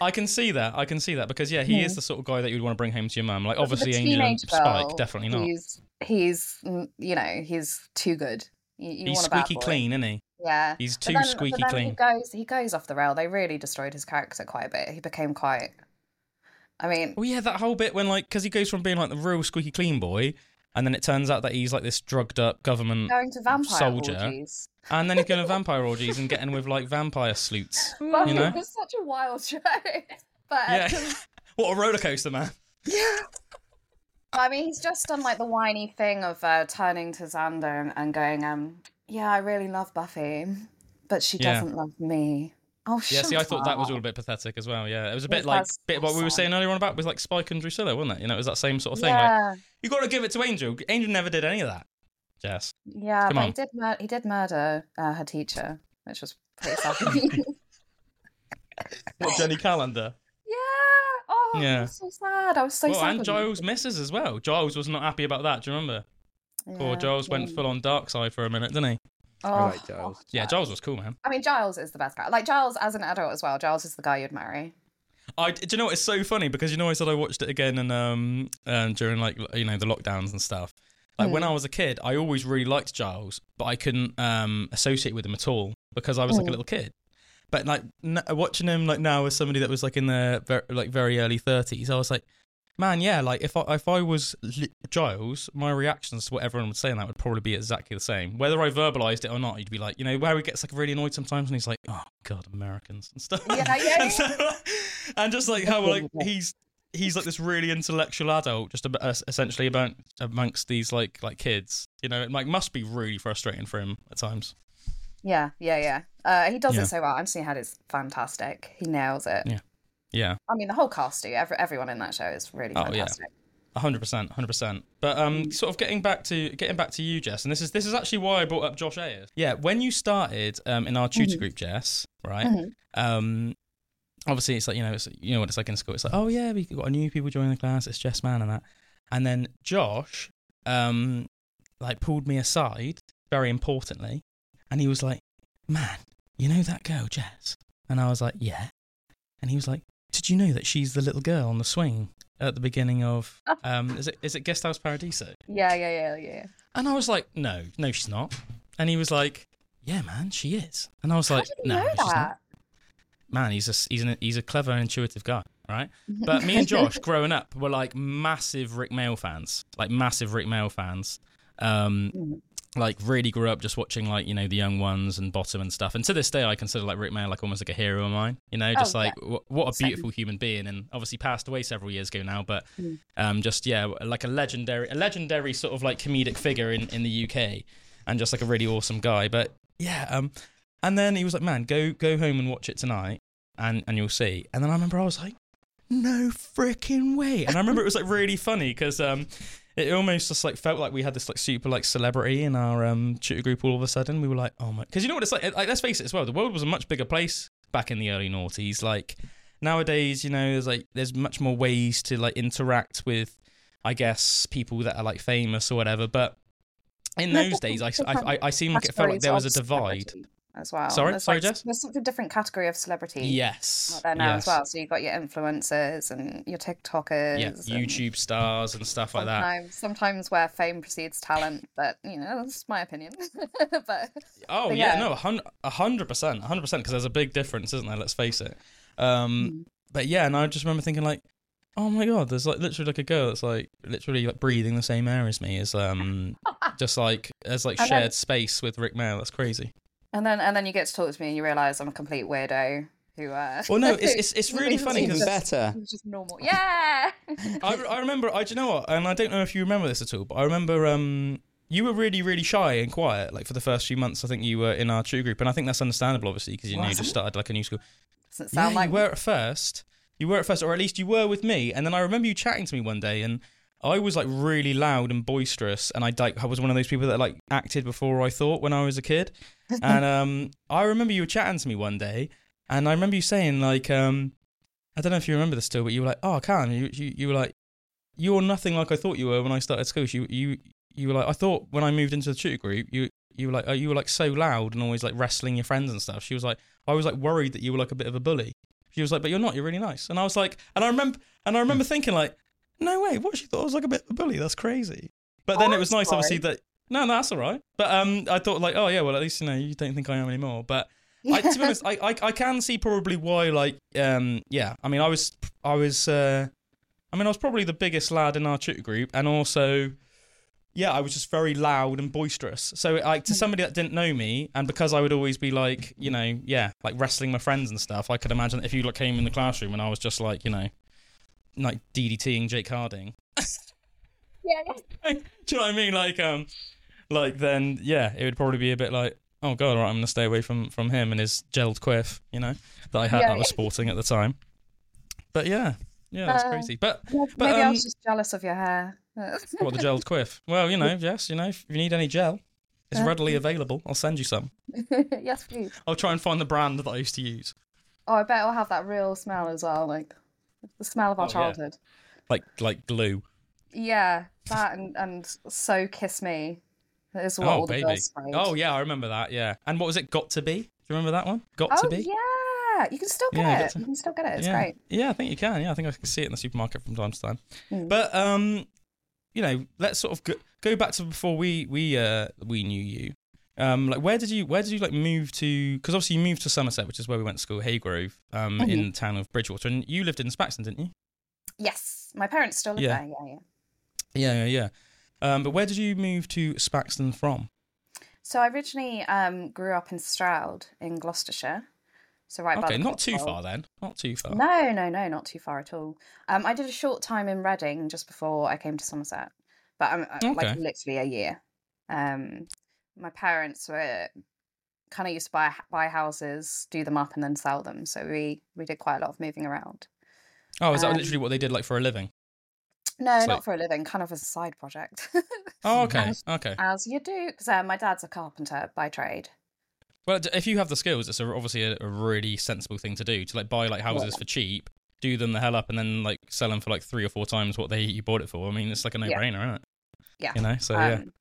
B: I can see that. I can see that because yeah, he is
C: Yeah.
B: the sort of guy that you'd want to bring home to your mum. Like
C: But for the
B: obviously Angel and
C: teenage
B: Spike,
C: girl,
B: definitely not.
C: He's he's mm, you know he's too good. You, you
B: He's
C: want a bad
B: squeaky
C: boy.
B: clean, isn't he?
C: Yeah,
B: He's
C: But
B: too
C: then- but
B: squeaky
C: then
B: clean.
C: He goes he goes off the rail. They really destroyed his character quite a bit. He became quite. I mean,
B: Oh yeah, that whole bit when like because he goes from being like the real squeaky clean boy, and then it turns out that he's like this drugged up government,
C: going to vampire
B: soldier.
C: orgies.
B: and then he's going to vampire orgies and getting with like vampire sleuts.
C: Well,
B: You know?
C: it was such a wild show. But
B: Yeah,
C: um,
B: what a roller coaster, man.
C: I mean, he's just done like the whiny thing of uh, turning to Xander and, and going, um, "Yeah, I really love Buffy, but she
B: Yeah.
C: doesn't love me." Oh,
B: Yeah, see, I thought that was
C: all.
B: all a bit pathetic as well. Yeah, it was a
C: Yes,
B: bit like
C: that's-
B: bit what we were
C: that's
B: saying earlier on about with like Spike and Drusilla, wasn't it? You know, it was that same sort of thing. Like
C: Yeah,
B: you got to give it to Angel. Angel never did any of that. Jess.
C: yeah,
B: Come
C: but
B: on.
C: he did mur- he did murder uh, her teacher, which was pretty shocking. yeah.
B: What Jenny Calendar?
C: Oh,
B: Yeah.
C: yeah. so sad. I was so
B: well,
C: sad.
B: and
C: for them.
B: Giles misses as well. Giles was not happy about that. Do you remember? Poor
C: Yeah,
B: Giles went
C: yeah.
B: full on dark side for a minute, didn't he?
D: I like
C: Oh,
D: Giles.
B: Yeah, Giles was cool, man.
C: I mean, Giles is the best guy. Like Giles as an adult as well. Giles is the guy you'd marry.
B: I do you know what? It's so funny because you know I said I watched it again and um, um during like l- you know the lockdowns and stuff. Like
C: Hmm.
B: when I was a kid, I always really liked Giles, but I couldn't um associate with him at all because I was
C: Hmm.
B: like a little kid. But like n- watching him like now as somebody that was like in their ver- like very early thirties, I was like, man, yeah. Like if I if I was li- Giles, my reactions to what everyone would say on that would probably be exactly the same. Whether I verbalized it or not, you'd be like, you know, where he gets like really annoyed sometimes, and he's like, oh god, Americans and stuff.
C: Yeah, yeah,
B: and, so, and just like how like he's he's like this really intellectual adult, just ab- es- essentially about amongst these like like kids. You know, it like must be really frustrating for him at times.
C: Yeah, yeah, yeah. Uh, he does
B: Yeah.
C: it so well. Anthony Head is fantastic. He nails it.
B: Yeah. Yeah,
C: I mean, the whole cast do. Every, everyone in that show is really
B: Oh, yeah.
C: fantastic.
B: hundred percent, hundred percent. But um, sort of getting back to getting back to you, Jess, and this is this is actually why I brought up Josh Ayers. Yeah, when you started um in our tutor group, Jess, right? Um. Obviously, it's like you know, it's you know what it's like in school. It's like, oh yeah, we got new people joining the class. It's Jess Man and that, and then Josh, um, like pulled me aside very importantly and he was like man you know that girl jess and i was like yeah and he was like did you know that she's the little girl on the swing at the beginning of
C: Oh.
B: um is it is it guest house paradiso
C: Yeah, yeah, yeah, yeah.
B: and i was like no no she's not and he was like yeah man she is and i was
C: How
B: like
C: did you
B: no
C: know
B: she's not
C: that?
B: man, he's a he's an, he's a clever and intuitive guy, right?
C: Mm-hmm.
B: But me and Josh, growing up, were like massive Rick Mail fans, like massive Rick Mail fans. Um,
C: Mm-hmm.
B: like really grew up just watching like you know the young ones and bottom and stuff and to this day i consider like rick mayer like almost like a hero of mine you know just
C: Oh, yeah.
B: like wh- what a beautiful human being and obviously passed away several years ago now but
C: Mm.
B: um just yeah like a legendary a legendary sort of like comedic figure in in the uk and just like a really awesome guy but yeah um and then he was like man go go home and watch it tonight and and you'll see and then i remember i was like no freaking way and i remember it was like really funny because um it almost just like felt like we had this like super like celebrity in our um tutor group all of a sudden we were like oh my because you know what it's like, like let's face it as well the world was a much bigger place back in the early noughties like nowadays you know there's like there's much more ways to like interact with i guess people that are like famous or whatever but in
C: No,
B: those days I,
C: different
B: I i seem like it felt like
C: categories
B: there was a
C: of
B: divide
C: celebrity as well.
B: Sorry?
C: there's
B: Sorry,
C: like,
B: Jess?
C: There's such a different category of celebrity.
B: yes
C: out there now
B: yes.
C: as well. So you got your influencers and your TikTokers.
B: yeah
C: and
B: youtube stars and stuff like that
C: Sometimes, sometimes where fame precedes talent, but you know that's my opinion. but
B: Oh
C: But
B: yeah,
C: yeah.
B: no, a hun- a hundred percent, a hundred percent. Because there's a big difference, isn't there? Let's face it.
C: Hmm.
B: Um, but yeah, and I just remember thinking like, oh my god, there's like literally like a girl that's like literally like breathing the same air as me is um just like there's like
C: I know.
B: shared space with Rick Mayer. That's crazy.
C: and then and then you get to talk to me and you realise I'm a complete weirdo. Who? Uh,
B: Well, no, it's- it's- it's really funny
D: Even
B: 'cause-
D: better.
C: It's just normal. Yeah.
B: I, I remember. I do you know what, and I don't know if you remember this at all, but I remember um you were really really shy and quiet like for the first few months. I think you were in our true group, and I think that's understandable, obviously, because you know you just started like a new school.
C: Doesn't sound
B: yeah,
C: like
B: you were at first. You were at first, or at least you were with me. And then I remember you chatting to me one day, and I was like really loud and boisterous, and I like I was one of those people that like acted before I thought when I was a kid. And um, I remember you were chatting to me one day, and I remember you saying like um, I don't know if you remember this still, but you were like, "Oh, Callum, you you, you were like, you're nothing like I thought you were when I started school. You you you were like, I thought when I moved into the tutor group, you you were like, oh, you were like so loud and always like wrestling your friends and stuff. She was like, I was like worried that you were like a bit of a bully. She was like, but you're not. You're really nice. And I was like, and I remember and I
C: Hmm.
B: remember thinking like, no way, what she thought I was like a bit of a bully. That's crazy. But then
C: Oh,
B: it was
C: I'm
B: nice, obviously that. No, no, that's all right. But um, I thought like, oh yeah, well at least you know you don't think I am anymore. But I, to be honest, I, I I can see probably why like um yeah. I mean, I was I was uh, I mean, I was probably the biggest lad in our tutor group, and also yeah, I was just very loud and boisterous. So like to somebody that didn't know me, and because I would always be like you know yeah like wrestling my friends and stuff, I could imagine if you like came in the classroom and I was just like you know like DDTing Jake Harding.
C: Yeah.
B: Do you know what I mean? Like, um, like then, yeah, it would probably be a bit like, oh god, all right, I'm gonna stay away from from him and his gelled quiff, you know, that I had
C: Yeah.
B: that I was sporting at the time. But yeah, yeah, that's
C: Uh,
B: crazy. But but
C: Maybe I
B: um,
C: was just jealous of your hair.
B: what the gelled quiff? Well, you know, yes, you know, if you need any gel, it's
C: Uh,
B: readily available. I'll send you some.
C: yes, please.
B: I'll try and find the brand that I used to use,
C: Oh, I bet it'll have that real smell as well, like the smell of our
B: Oh, yeah.
C: childhood.
B: like like glue.
C: Yeah, that and, and so kiss me is what
B: oh
C: all the
B: baby.
C: girls sprayed.
B: Oh yeah, I remember that. Yeah. And what was it? Got to be? Do you remember that one? Got
C: Oh,
B: to be.
C: yeah, you can still get
B: Yeah,
C: it.
B: that's a-
C: You can still get it. It's
B: yeah.
C: great.
B: Yeah, I think you can. Yeah, I think I can see it in the supermarket from time to time.
C: Mm.
B: But um, you know, let's sort of go, go back to before we we uh we knew you. Um, like where did you where did you like move to? Because obviously you moved to Somerset, which is where we went to school, Haygrove, um,
C: Mm-hmm.
B: in the town of Bridgewater, and you lived in Spaxton, didn't you?
C: Yes, my parents still live
B: Yeah.
C: there. Yeah, yeah.
B: Yeah, yeah, yeah. Um, but where did you move to Spaxton from?
C: So I originally um, grew up in Stroud in Gloucestershire. So right by
B: Okay,
C: the
B: not too
C: Cotswolds.
B: far then. Not too far.
C: No, no, no, not too far at all. Um, I did a short time in Reading just before I came to Somerset, but I'm uh, like
B: Okay.
C: literally a year. Um, my parents were kind of used to buy buy houses, do them up, and then sell them. So we we did quite a lot of moving around.
B: Oh, is that
C: Um,
B: literally what they did like for a living?
C: No,
B: So-
C: not for a living, kind of as a side project,
B: Oh, okay,
C: as-
B: okay.
C: as you do. Because uh, my dad's a carpenter by trade.
B: Well, d- if you have the skills, it's a, obviously a, a really sensible thing to do to like buy like houses for cheap, do them the hell up, and then like sell them for like three or four times what they you bought it for. I mean, it's like a no
C: Yeah.
B: brainer, isn't it?
C: Yeah.
B: You know, so yeah.
C: Um,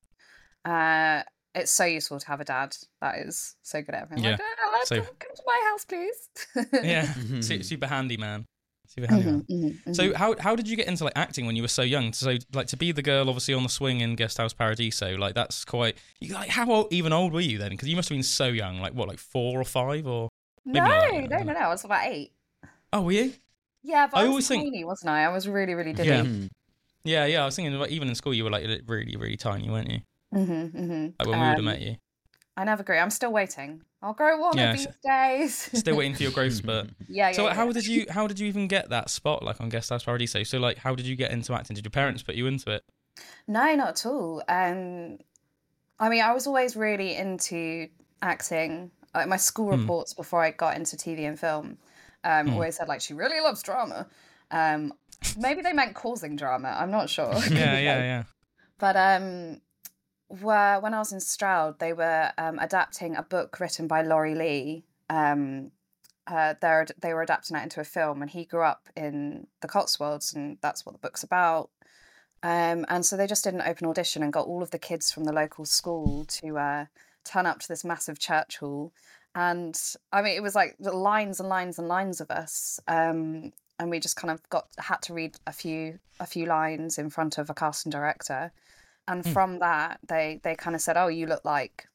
C: uh, it's so useful to have a dad that is so good at everything. Like, "Oh, lad,
B: So-
C: come, come to my house, please.
B: yeah, Su- super handy man, super handy
C: Mm-hmm.
B: man. So how how did you get into like acting when you were so young? So like to be the girl obviously on the swing in Guest House Paradiso, like that's quite. You, like how old, even old were you then? Because you must have been so young, like what, like four or five or? maybe
C: no,
B: not like that,
C: no,
B: no.
C: no, no. I was about eight.
B: Oh, were you?
C: Yeah, but
B: I
C: I, was
B: always think-
C: tiny, wasn't I? I was really, really diddy.
B: Yeah. Yeah, yeah. I was thinking like, even in school you were like really really tiny, weren't you?
C: Mm-hmm, mm-hmm.
B: Like when we would have met you.
C: I never agree. I'm still waiting. I'll grow one
B: Yeah,
C: of these
B: s-
C: days.
B: Still waiting for your growth spurt.
C: yeah, yeah.
B: So
C: yeah.
B: how did you how did you even get that spot like on Guest House Paradiso? So like how did you get into acting? Did your parents put you into it?
C: No, not at all. Um, I mean, I was always really into acting. Like my school
B: Hmm.
C: reports before I got into TV and film um, always said like she really loves drama. Um, maybe they meant causing drama. I'm not sure.
B: Yeah, yeah, yeah.
C: But um, where, when I was in Stroud, they were um, adapting a book written by Laurie Lee. Um, uh, they're, they were adapting that into a film, and he grew up in the Cotswolds, and that's what the book's about. Um, and so they just did an open audition and got all of the kids from the local school to uh, turn up to this massive church hall. And I mean, it was like the lines and lines and lines of us. Um, and we just kind of got had to read a few a few lines in front of a casting director. And from that, they they kind of said, "Oh, you look like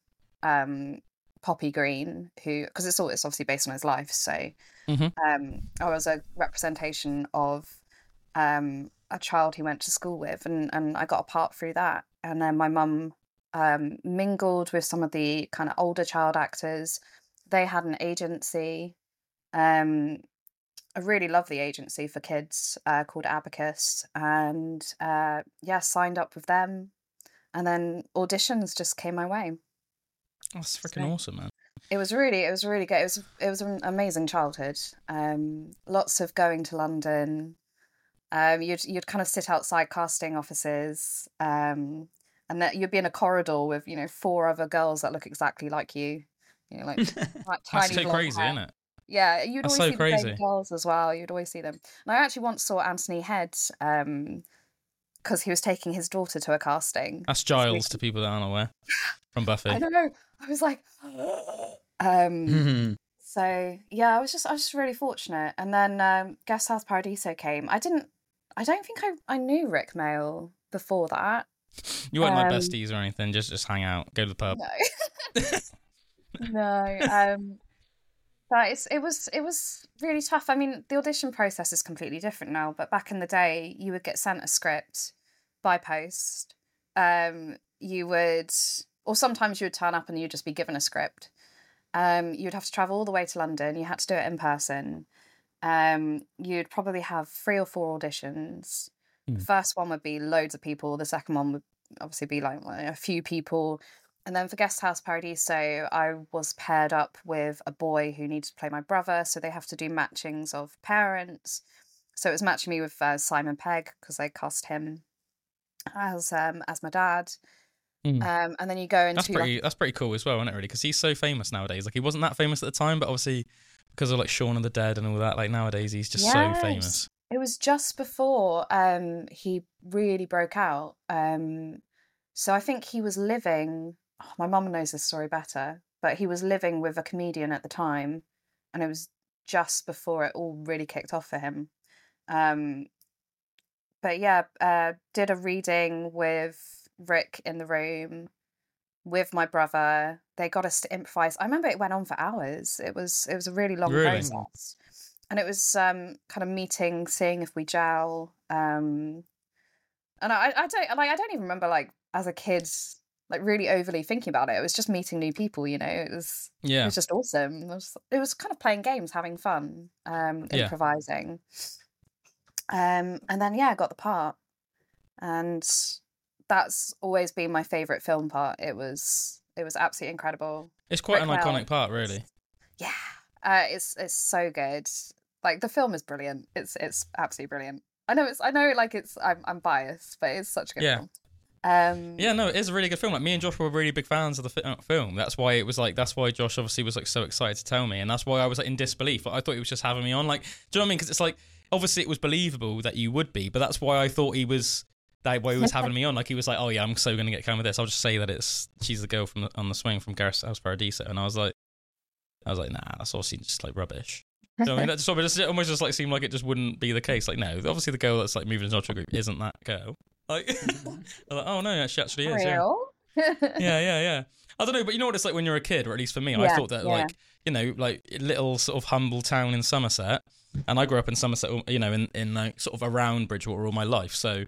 C: um, Poppy Green, who because it's all it's obviously based on his life. So
B: Mhm.
C: um, I was a representation of um, a child he went to school with, and and I got a part through that. And then my mum um, mingled with some of the kind of older child actors. They had an agency, um, a really lovely agency for kids uh, called Abacus, and uh, yeah, signed up with them. And then auditions just came my way.
B: That's freaking awesome, man.
C: It was really, it was really good. It was, it was an amazing childhood. Um, lots of going to London. Um, you'd you'd kind of sit outside casting offices, um, and that you'd be in a corridor with you know four other girls that look exactly like you. You know, like like
B: That's
C: tiny.
B: so
C: blonde
B: crazy,
C: hair.
B: isn't it?
C: Yeah, you'd
B: That's
C: always
B: so
C: see the
B: crazy.
C: same girls as well. You'd always see them. And I actually once saw Anthony Head um, because he was taking his daughter to a casting.
B: That's Giles to people that aren't aware from Buffy.
C: I don't know. I was like,
D: Hmm.
C: um. So yeah, I was just I was just really fortunate. And then um, Guest House Paradiso came. I didn't. I don't think I I knew Rick Mail before that.
B: You weren't like
C: Um,
B: besties or anything. Just just hang out, go to the pub.
C: No. no. Um. But it's, it was it was really tough. I mean, the audition process is completely different now. But back in the day, you would get sent a script by post. Um, you would, or sometimes you would turn up and you'd just be given a script. Um, you'd have to travel all the way to London. You had to do it in person. Um, you'd probably have three or four auditions.
B: Mm.
C: The first one would be loads of people. The second one would obviously be like a few people. And then for Guest House Paradiso, I was paired up with a boy who needed to play my brother. So they have to do matchings of parents. So it was matching me with uh, Simon Pegg because I cast him as um, as my dad.
B: Mm.
C: Um, and then you go into
B: That's
C: like,
B: pretty. That's pretty cool as well, isn't it? Really, because he's so famous nowadays. Like he wasn't that famous at the time, but obviously because of like Shaun of the Dead and all that. Like nowadays, he's just so
C: Yes.
B: famous.
C: It was just before um he really broke out. Um so I think he was living oh, my mum knows this story better, but he was living with a comedian at the time and it was just before it all really kicked off for him. Um but yeah, uh did a reading with Rick in the room with my brother. They got us to improvise. I remember it went on for hours. It was it was a really long
B: Really?
C: process and it was um kind of meeting seeing if we gel um and i i don't like i don't even remember like as a kid like really overly thinking about it it was just meeting new people you know it was it
B: Yeah,
C: was just awesome it was, it was kind of playing games having fun um
B: Yeah.
C: improvising um and then yeah i got the part and that's always been my favorite film part it was it was absolutely incredible
B: it's quite an
C: Rick Mail.
B: iconic part, really.
C: yeah, uh, it's it's so good. Like the film is brilliant. It's it's absolutely brilliant. I know it's I know like it's I'm I'm biased, but it's such a good
B: Yeah.
C: film. Um,
B: Yeah, no, it is a really good film. Like me and Josh were really big fans of the fi- uh, film. That's why it was like that's why Josh obviously was like so excited to tell me, and that's why I was like in disbelief. Like, I thought he was just having me on. Like, do you know what I mean? Because it's like obviously it was believable that you would be, but that's why I thought he was that why he was having me on. Like he was like, oh yeah, I'm so gonna get kind with this. I'll just say that it's she's the girl from the, on the swing from Gareth's House Paradiso, and I was like, I was like, nah, that's obviously just like rubbish. Do you know what I mean, that's sort of just, it almost just like seemed like it just wouldn't be the case. Like, no, obviously the girl that's like moving to the Ultra group isn't that girl. Like, I was like, oh no, she actually is. Yeah
C: real.
B: yeah, yeah, yeah. I don't know, but you know what it's like when you're a kid, or at least for me, I
C: Yeah,
B: thought that
C: yeah.
B: like you know, like little sort of humble town in Somerset, and I grew up in Somerset, you know, in in like sort of around Bridgewater all my life. So,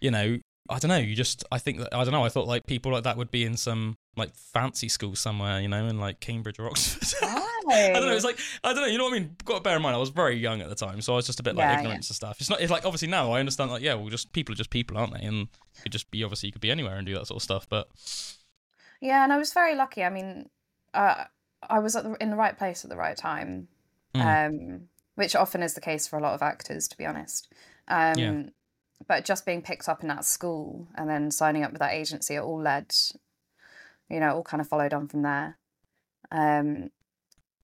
B: you know, I don't know. You just, I think that I don't know. I thought like people like that would be in some like fancy school somewhere, you know, in like Cambridge or Oxford.
C: Oh.
B: I don't know. It's like I don't know. You know what I mean? Got to bear in mind, I was very young at the time, so I was just a bit like
C: Yeah,
B: ignorant to stuff. It's not. It's like obviously now I understand. Like yeah, well, just people are just people, aren't they? And you could just be obviously you could be anywhere and do that sort of stuff. But
C: Yeah, and I was very lucky. I mean, uh, I was at the, in the right place at the right time,
B: Mm.
C: um, which often is the case for a lot of actors, to be honest. Um,
B: Yeah.
C: But just being picked up in that school and then signing up with that agency, it all led, you know, it all kind of followed on from there. Um,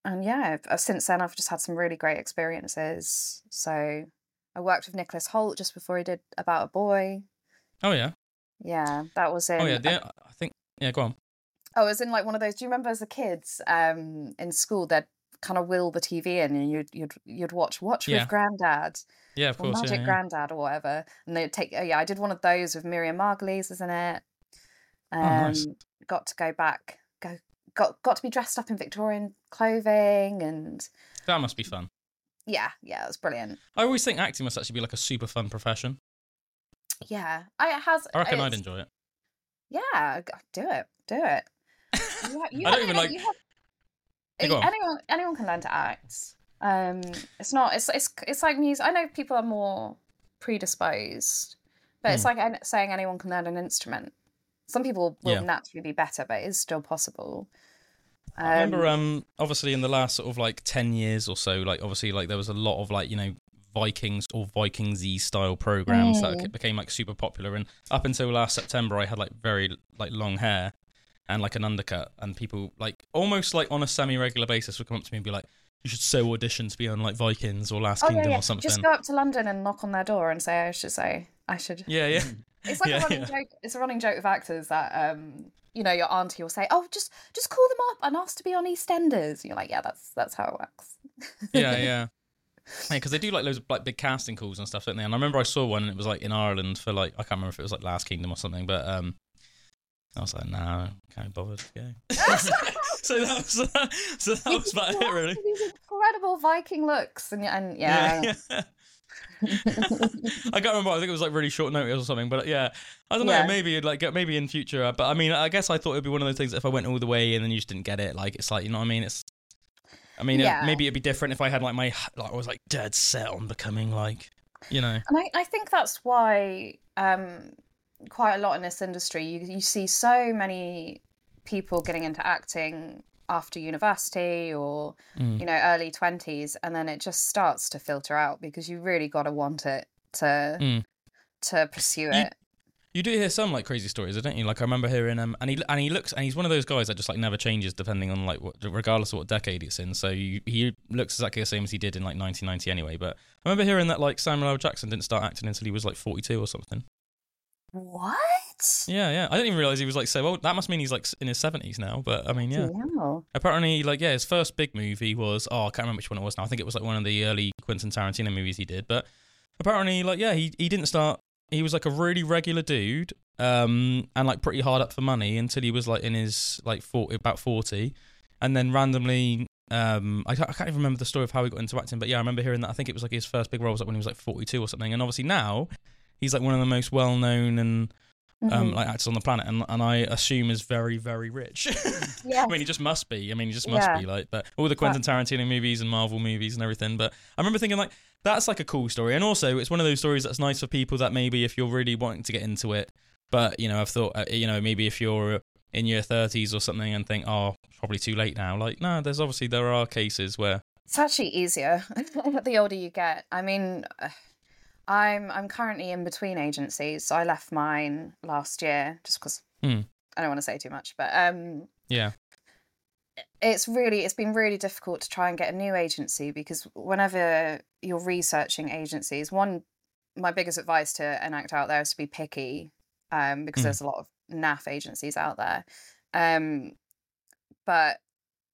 C: and yeah, I've- uh, since then I've just had some really great experiences. So I worked with Nicholas Holt just before he did About a Boy.
B: oh yeah,
C: Yeah, that was in
B: oh yeah.
C: Um, I
B: The, I think yeah. Go on.
C: Oh, it was in like one of those. Do you remember as a kids um, in school they'd kind of wheel the TV in and you'd you'd you'd watch Watch
B: Yeah.
C: with Grandad
B: Yeah, of
C: or
B: course.
C: Magic
B: yeah, yeah.
C: Grandad or whatever, and they'd take. Oh yeah, I did one of those with Miriam Margolyes, isn't it? Um,
B: Oh, nice.
C: Got to go back. Go got got to be dressed up in Victorian clothing and
B: That must be fun.
C: yeah, yeah, it was brilliant.
B: I always think acting must actually be like a super fun profession.
C: Yeah, I it has.
B: I reckon I'd
C: Uh, it's-
B: enjoy it.
C: Yeah, g- do it, do it. You ha- you
B: I
C: have
B: don't even
C: it,
B: like-
C: you have- eh,
B: Yeah, go on.
C: anyone anyone can learn to act. Um, it's not. It's it's it's like music. I know people are more predisposed, but
B: Hmm.
C: it's like an- saying anyone can learn an instrument. Some people will
B: Yeah.
C: naturally be better, but it is still possible. Um,
B: I remember, um, obviously, in the last sort of like ten years or so, like obviously, like there was a lot of like you know Vikings or Vikingsy style programs
C: Mm.
B: that that became like super popular. And up until last September, I had like very like long hair and like an undercut, and people like almost like on a semi-regular basis would come up to me and be like, "You should so audition to be on like Vikings or Last
C: oh yeah,
B: Kingdom
C: yeah.
B: or something."
C: Just go up to London and knock on their door and say, "I should say, I should."
B: yeah, yeah,
C: It's like
B: Yeah,
C: a running
B: yeah.
C: joke. It's a running joke with actors that um, you know, your auntie will say, "Oh, just just call them up and ask to be on EastEnders." And you're like, "Yeah, that's that's how it works."
B: yeah, yeah. Yeah, because they do like loads of like big casting calls and stuff, don't they? And I remember I saw one, and it was like in Ireland for like I can't remember if it was like Last Kingdom or something, but um, I was like, nah, can't be bothered. Yeah. so that was so that
C: You
B: was
C: just
B: about
C: go
B: it,
C: out
B: really.
C: with These incredible Viking looks, and and yeah,
B: Yeah. yeah. I can't remember. I think it was like really short notice or something. But uh, yeah, I don't know.
C: Yeah.
B: Maybe like get- maybe in future. uh, But I mean, I guess I thought it'd be one of those things. That if I went all the way and then you just didn't get it, like it's like you know what I mean. It's I mean, it-
C: Yeah.
B: maybe it'd be different if I had like my like I was like dead set on becoming like you know.
C: and I, I think that's why um, quite a lot in this industry you you see so many people getting into acting after university or
B: Mm.
C: you know early twenties, and then it just starts to filter out because you really got to want it to
B: Mm.
C: to pursue
B: You-
C: it.
B: You do hear some like crazy stories, don't you? Like I remember hearing um, and he and he looks and he's one of those guys that just like never changes depending on like what, regardless of what decade it's in. So you, he looks exactly the same as he did in like 1990 anyway. But I remember hearing that like Samuel L. Jackson didn't start acting until he was like 42 or something.
C: What?
B: Yeah, yeah. I didn't even realize he was like so old. That must mean he's like s- in his 70s now. But I mean, yeah.
C: Wow.
B: Apparently, like yeah, his first big movie was oh I can't remember which one it was now. I think it was like one of the early Quentin Tarantino movies he did. But apparently, like yeah, he he didn't start. He was like a really regular dude, um, and like pretty hard up for money until he was like in his like 40, about forty, and then randomly. Um, I can't, I can't even remember the story of how he got into acting, but yeah, I remember hearing that. I think it was like his first big role was like when he was like 42 or something, and obviously now he's like one of the most well-known and um,
C: Mhm.
B: like actors on the planet, and and I assume is very very rich.
C: yeah.
B: I mean, he just must be. I mean, he just must
C: Yeah.
B: be like that. All the Quentin Tarantino movies and Marvel movies and everything. But I remember thinking like that's like a cool story, and also it's one of those stories that's nice for people that maybe if you're really wanting to get into it, but you know, I've thought uh, you know maybe if you're in your 30s or something and think oh probably too late now. Like no, there's obviously there are cases where
C: It's actually easier the older you get. I mean, uh, I'm I'm currently in between agencies. So I left mine last year just because
B: Hmm.
C: I don't want to say too much, but um,
B: yeah
C: it's really it's been really difficult to try and get a new agency because whenever you're researching agencies, one my biggest advice to an actor out there is to be picky um, because
B: Hmm.
C: there's a lot of naff agencies out there. Um, but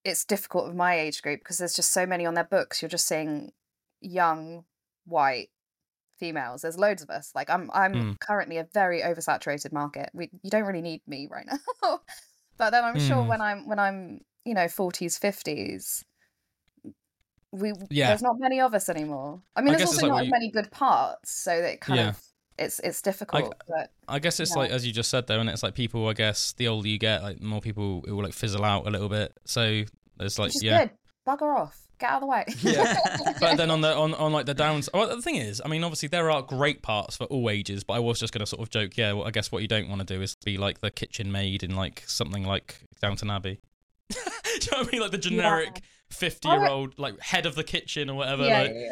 C: it's difficult with my age group because there's just so many on their books. You're just seeing young white females. There's loads of us. Like I'm I'm
B: Mm.
C: currently a very oversaturated market. We you don't really need me right now. but then I'm sure
B: Mm.
C: when I'm when I'm, you know, 40s, 50s we
B: Yeah.
C: there's not many of us anymore. I mean
B: I
C: there's
B: guess it's
C: also
B: like what
C: not as
B: you-
C: many good parts, so that it kind
B: Yeah. uh,
C: of it's it's difficult. but
B: I guess it's like as you just said though, and it's like people. I guess the older you get, like more people it will like fizzle out a little bit. So it's like
C: which is
B: yeah.
C: good. Bugger off. Get out of the way.
D: Yeah.
B: But then on the on, on like the downs. Well, the thing is, I mean, obviously there are great parts for all ages. But I was just gonna sort of joke. Yeah, well, I guess what you don't want to do is be like the kitchen maid in like something like Downton Abbey. do you know what I mean? Like the generic fifty-year-old like head of the kitchen or whatever.
C: yeah,
B: like,
C: yeah, yeah.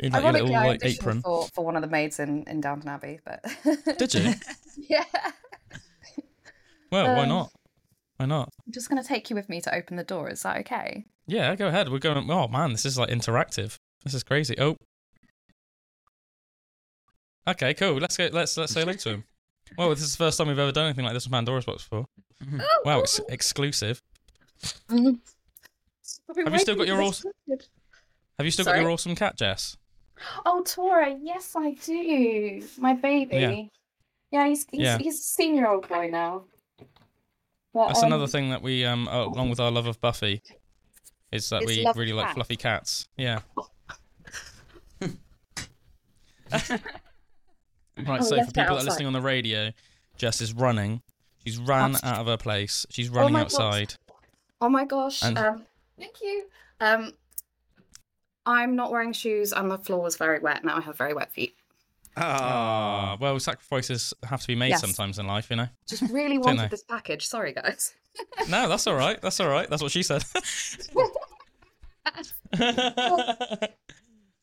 B: In like your
C: Ironically,
B: little
C: I
B: like
C: auditioned
B: apron.
C: for, for one of the maids in, in Downton Abbey, but
B: Did you?
C: yeah, I'm
B: Well, why
C: Um,
B: not? Why not?
C: just gonna take you with me to open the door. Is that okay?
B: Yeah, go ahead. We're going. Oh man, this is like interactive. This is crazy. Oh. Okay, cool. Let's go. Let's let's say hello to him. Well, this is the first time we've ever done anything like this with Pandora's box before. Wow, it's exclusive. Have you still got your awesome? Have you still got
C: Sorry?
B: your awesome cat, Jess?
C: Oh, Tora, yes, I do. My baby. Yeah, he's, he's,
B: Yeah.
C: he's a senior old boy now. But,
B: That's
C: um,
B: another thing that we, um, uh, along with our love of Buffy, is that
C: It's
B: we
C: love
B: really like
C: cats.
B: fluffy cats. Yeah. right.
C: Oh,
B: so for people
C: left it
B: that are
C: outside.
B: listening on the radio, Jess is running. She's ran out of her place. She's running
C: my God.
B: outside.
C: Oh my gosh.
B: And-
C: Um, thank you. Um, I'm not wearing shoes and the floor was very wet. Now I have very wet feet.
D: Ah,
B: Ah, well, sacrifices have to be made
C: Yes.
B: sometimes in life, you know.
C: Just really
B: Don't know.
C: wanted this package. Sorry, guys.
B: No, that's all right. That's all right. That's what she said.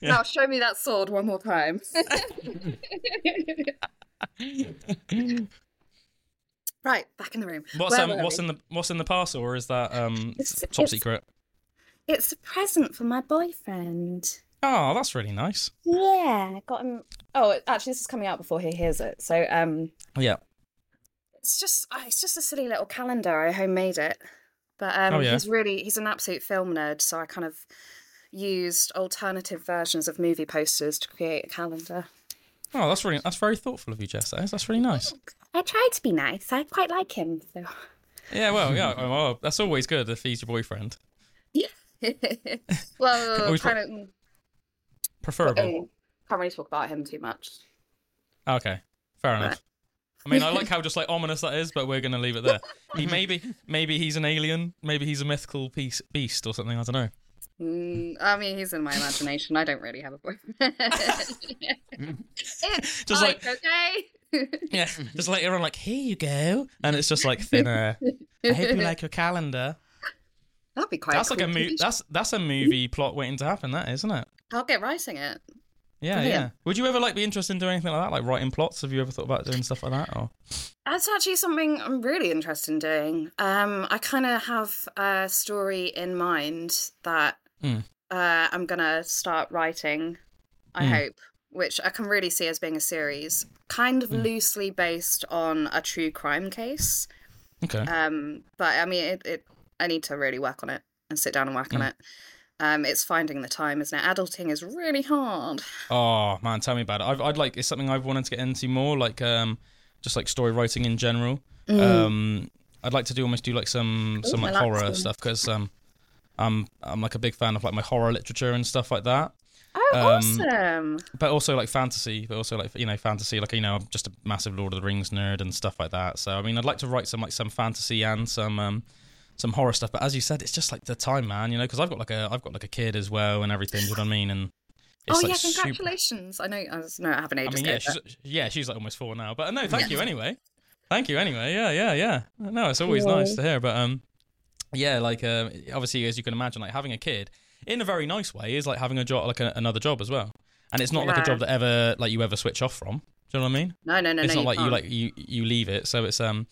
B: Yeah.
C: Now show me that sword one more time. right, back in the room.
B: what's
C: Where
B: um,
C: were
B: what's
C: we?
B: in the what's in the parcel, or is that um
C: It's-
B: top
C: it's-
B: secret?
C: It's a present for my boyfriend.
B: Oh, that's really nice.
C: Yeah, I got him. Oh, actually, this is coming out before he hears it. So, um,
B: Yeah.
C: it's just oh, it's just a silly little calendar. I homemade it, but um,
B: Oh, yeah.
C: he's really he's an absolute film nerd. So I kind of used alternative versions of movie posters to create a calendar.
B: Oh, that's really that's very thoughtful of you, Jess. That is. That's really nice.
C: I try to be nice. I quite like him. So.
B: Yeah. Well, yeah. oh, Well, that's always good if he's your boyfriend,
C: well,
B: Always
C: kind of.
B: preferable.
C: um, Can't really talk about him too much.
B: Okay. Fair enough. I mean, I like how just like ominous that is, but we're gonna leave it there. He maybe maybe he's an alien, maybe he's a mythical piece, beast or something. I don't know.
C: Mm, I mean, he's in my imagination. I don't really have a boyfriend. it's
B: Just like-
C: okay.
B: Yeah. Just later on, like here you go, and it's just like thinner. I hope you like your calendar.
C: That'd be quite.
B: That's like a
C: cool.
B: movie. That's that's a movie plot waiting to happen. That isn't it?
C: I'll get writing it.
B: Yeah,
C: Brilliant.
B: yeah. Would you ever like be interested in doing anything like that, like writing plots? Have you ever thought about doing stuff like that? Or
C: That's actually something I'm really interested in doing. Um, I kind of have a story in mind that
B: Hmm.
C: uh, I'm gonna start writing. I
B: Hmm.
C: hope, which I can really see as being a series, kind of
B: Hmm.
C: loosely based on a true crime case.
B: okay,
C: Um, but I mean, it, it. I need to really work on it and sit down and work
B: Hmm.
C: on it. Um, it's finding the time, isn't it? Adulting is really hard.
B: Oh man, tell me about it. I've, I'd like it's something I've wanted to get into more, like um, just like story writing in general. Um, I'd like to do almost do like some some
C: I
B: like
C: like
B: horror
C: some.
B: stuff because um, I'm I'm like a big fan of like my horror literature and stuff like that.
C: Oh,
B: Um,
C: awesome!
B: But also like fantasy, but also like you know fantasy. Like you know I'm just a massive Lord of the Rings nerd and stuff like that. So I mean I'd like to write some like some fantasy and some um some horror stuff. But as you said, it's just like the time, man. You know because I've got like a I've got like a kid as well and everything. Do you know what I mean? And
C: Oh
B: it's like
C: yeah,
B: super-
C: congratulations! I know. I was, no, I have an age.
B: I mean, yeah, she's, yeah, she's like almost four now. But uh, no, thank you anyway. Thank you anyway. Yeah, yeah, yeah. No, it's always nice to hear. But um, yeah, like um, obviously as you can imagine, like having a kid in a very nice way is like having a job, like a, another job as well. And it's not like a
C: Yeah.
B: job that ever like you ever switch off from. Do you know what I mean?
C: No, no, no,
B: it's
C: no.
B: not like you like you you leave it. So it's um,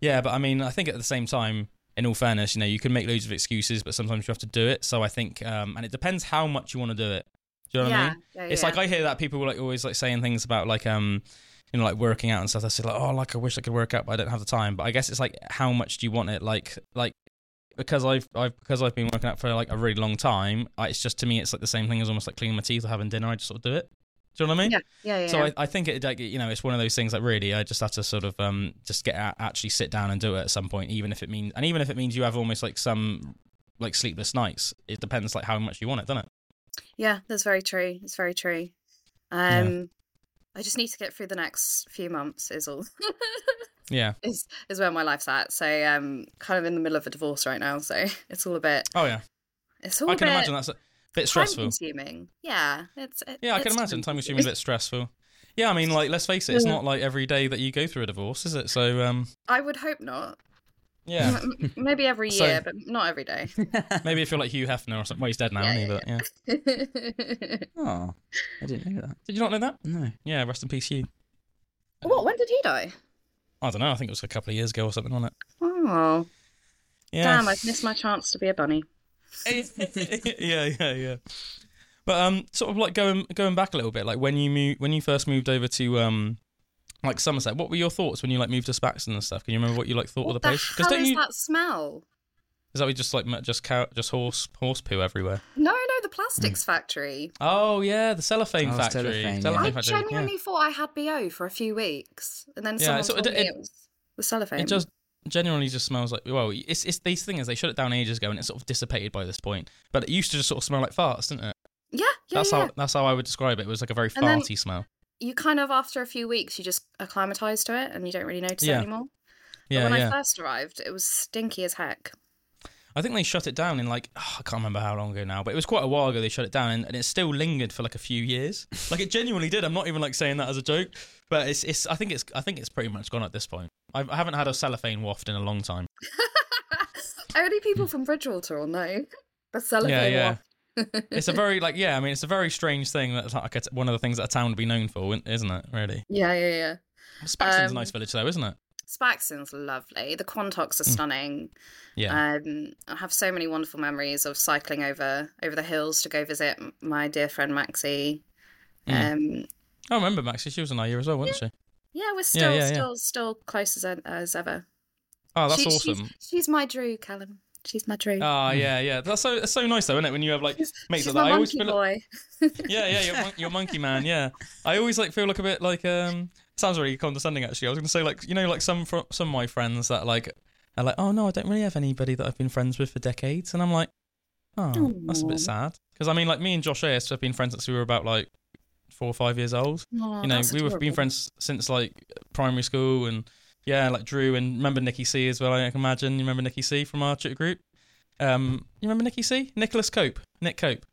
B: yeah. But I mean, I think at the same time. In all fairness, you know, you can make loads of excuses, but sometimes you have to do it. So I think, um, and it depends how much you want to do it. Do you know what I mean? It's like I hear that people like always like saying things about like um you know like working out and stuff. They say like oh like I wish I could work out but I don't have the time. But I guess it's like how much do you want it? Like like because I've I've because I've been working out for like a really long time. I, it's just to me it's like the same thing as almost like cleaning my teeth or having dinner. I just sort of do it. Do you know what I mean?
C: yeah, yeah, yeah.
B: So
C: yeah.
B: I, I think it like you know it's one of those things that really I just have to sort of um just get out, actually sit down and do it at some point even if it means and even if it means you have almost like some like sleepless nights it depends like how much you want it doesn't it
C: Yeah, that's very true. It's very true.
B: Yeah.
C: Um, I just need to get through the next few months. Is all
B: Yeah.
C: is is where my life's at. So um, kind of in the middle of a divorce right now. So it's all a bit.
B: Oh yeah.
C: It's all.
B: I
C: a
B: can
C: bit
B: imagine that's a bit stressful.
C: Consuming. Yeah. It's. it-
B: Yeah, I can
C: it's
B: imagine time consuming, a bit stressful. Yeah, I mean, like, let's face it, it's not like every day that you go through a divorce, is it? So, um,
C: I would hope not.
B: yeah,
C: M- m- Maybe every
B: So-
C: year, but not every day.
B: maybe if you're like Hugh Hefner or something. Well, he's dead now,
C: Yeah,
B: isn't he?
C: yeah,
B: But yeah,
D: Oh, I didn't know that.
B: did you not know that?
D: No.
B: Yeah, rest in peace, Hugh.
C: what? When did he die?
B: I don't know. I think it was a couple of years ago or something on it.
C: Oh,
B: Yeah,
C: damn! I've missed my chance to be a bunny.
B: yeah, yeah, yeah. But um, sort of like going going back a little bit, like when you mo- when you first moved over to um, like Somerset, what were your thoughts when you like moved to Spaxton and stuff? Can you remember what you like thought
C: What
B: of the
C: the
B: place?
C: hell
B: don't
C: is
B: you
C: that smell?
B: is that we just like met- just cow just horse horse poo everywhere?
C: No, no, the plastics factory.
B: Oh yeah, the cellophane
D: Oh, it's
B: factory.
D: cellophane, yeah.
B: factory,
C: I
B: Hmm. yeah.
C: genuinely thought I had BO for a few weeks, and then
B: Yeah,
C: someone
B: so it-
C: told me
B: it-
C: it, was the cellophane.
B: It just genuinely just smells like well, it's it's these things they shut it down ages ago and it's sort of dissipated by this point. But it used to just sort of smell like farts, didn't it?
C: yeah, yeah,
B: That's
C: yeah.
B: how that's how I would describe it. It was like a very
C: And then-
B: farty smell.
C: You kind of after a few weeks, you just acclimatise to it, and you don't really notice
B: Yeah.
C: it anymore.
B: Yeah,
C: but when
B: yeah.
C: I first arrived, it was stinky as heck.
B: I think they shut it down in like oh, I can't remember how long ago now, but it was quite a while ago they shut it down, and, and it still lingered for like a few years. Like it genuinely did. I'm not even like saying that as a joke, but it's it's I think it's I think it's pretty much gone at this point. I've, I haven't had a cellophane waft in a long time.
C: Only people from Bridgewater will know the cellophane.
B: Yeah, yeah.
C: one.
B: it's a very like yeah, I mean it's a very strange thing that's like a t- one of the things that a town would be known for, isn't it? Really,
C: yeah, yeah, yeah.
B: Spaxton's a
C: Um,
B: nice village though, isn't it?
C: Spaxton's lovely. The Quantox are stunning.
B: Mm. Yeah,
C: Um, I have so many wonderful memories of cycling over over the hills to go visit m- my dear friend Maxie.
B: Mm.
C: Um,
B: I remember Maxie. She was in our year as well, wasn't she?
C: yeah, we're still
B: yeah, yeah.
C: still still close as, e- as ever.
B: Oh, that's
C: She-
B: awesome.
C: She's, she's my Drew, Callum. She's my Drew.
B: Oh yeah, yeah. That's so that's so nice though, isn't it? When you have like mates
C: she's
B: like
C: my
B: that. I always
C: monkey
B: feel like,
C: boy.
B: yeah, yeah. Your, mon- your monkey man. Yeah, I always like feel like a bit like um. Sounds really condescending actually. I was gonna say like you know like some fr- some of my friends that like are like oh no I don't really have anybody that I've been friends with for decades and I'm like oh that's a
C: Aw.
B: bit sad because I mean like me and Josh Ayres have been friends since we were about like four or five years old.
C: Aw,
B: you know,
C: Oh, that's
B: we were been
C: adorable.
B: friends since like primary school, and yeah, like Drew and remember Nikki C as well. I can imagine you remember Nikki C from our chat group. Um, you remember Nikki C? Nicholas Cope, Nick Cope.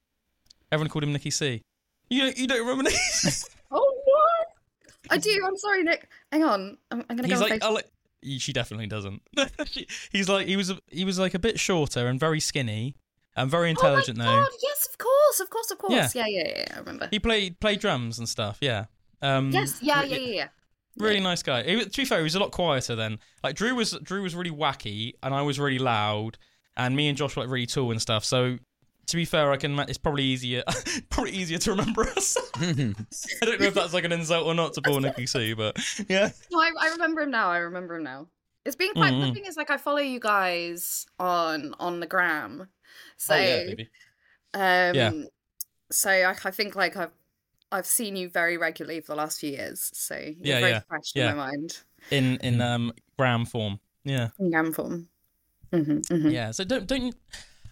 B: Everyone called him Nikki C. You don't, you don't remember? Nick?
C: Oh no! I do. I'm sorry, Nick. Hang on. I'm, I'm gonna go
B: he's
C: on
B: like,
C: Facebook.
B: I'll let- she definitely doesn't. She- he's like, he was, a- he was like a bit shorter and very skinny, and very intelligent
C: oh my
B: though.
C: God, yes, of course, of course, of course. Yeah, yeah, yeah. yeah, I remember.
B: He played played drums and stuff. Yeah. Um,
C: yes, yeah,
B: re-
C: yeah, yeah, yeah.
B: Really nice guy. He, was- to be fair, he was a lot quieter then. Like Drew was Drew was really wacky, and I was really loud, and me and Josh were like really tall and stuff. So to be fair, I can. ma- It's probably easier probably easier to remember us. I don't know if that's like an insult or not to poor Nicky C, but yeah,
C: No, I, I remember him now. I remember him now. It's been quite.
B: Mm,
C: The thing is, like, I follow you guys on on the gram, so
B: oh, yeah, baby.
C: um,
B: Yeah.
C: so I, I think like I've I've seen you very regularly for the last few years. So you're
B: Yeah,
C: very
B: yeah,
C: fresh
B: yeah.
C: in my mind
B: in in um gram form. Yeah,
C: in gram form. hmm hmm
B: yeah. So don't don't.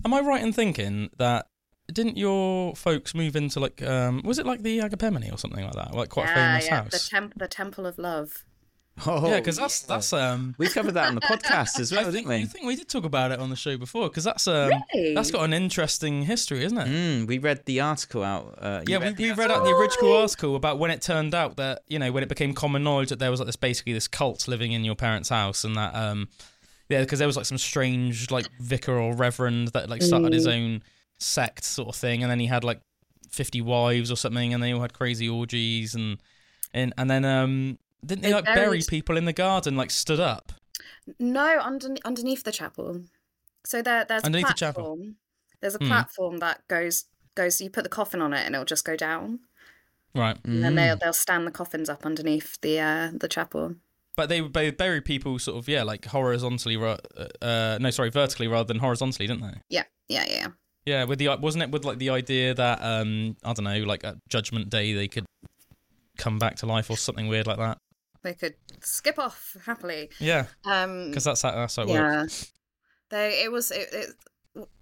B: Am I right in thinking that? Didn't your folks move into like um was it like the Agapemini or something like that? Like quite a famous
C: The
B: house.
C: temp, the temple of love.
D: Oh,
B: yeah, because that's that's um
D: we covered that on the podcast as well, didn't
B: I
D: we?
B: think we did talk about it on the show before because that's um,
C: Really?
B: that's got an interesting history, isn't it?
D: Mm, we read the article out. Uh, you
B: Yeah,
D: read
B: we, we
D: the
B: read out the original article about when it turned out that you know when it became common knowledge that there was like this basically this cult living in your parents' house and that um yeah because there was like some strange like vicar or reverend that like started
D: Mm.
B: his own sect sort of thing and then he had like fifty wives or something and they all had crazy orgies and and and then um didn't they,
C: They
B: like bury
C: buried-
B: people in the garden like stood up
C: No, under, underneath the chapel. So there, there's
B: Underneath
C: a
B: the chapel. Hmm.
C: platform. There's a platform that goes goes. You put the coffin on it, and it'll just go down.
B: right
D: Mm.
C: And then
B: Mm.
C: they'll they'll stand the coffins up underneath the uh, the chapel.
B: But they would bu- bury people sort of yeah, like horizontally. ra- Uh, uh, no, sorry, vertically rather than horizontally, didn't they?
C: Yeah, yeah, yeah.
B: Yeah, with the wasn't it with like the idea that um I don't know, like at Judgment Day they could come back to life or something weird like that.
C: They could skip off happily.
B: Yeah,
C: Um,
B: because that's how, that's how it works.
C: yeah, they. It was it, it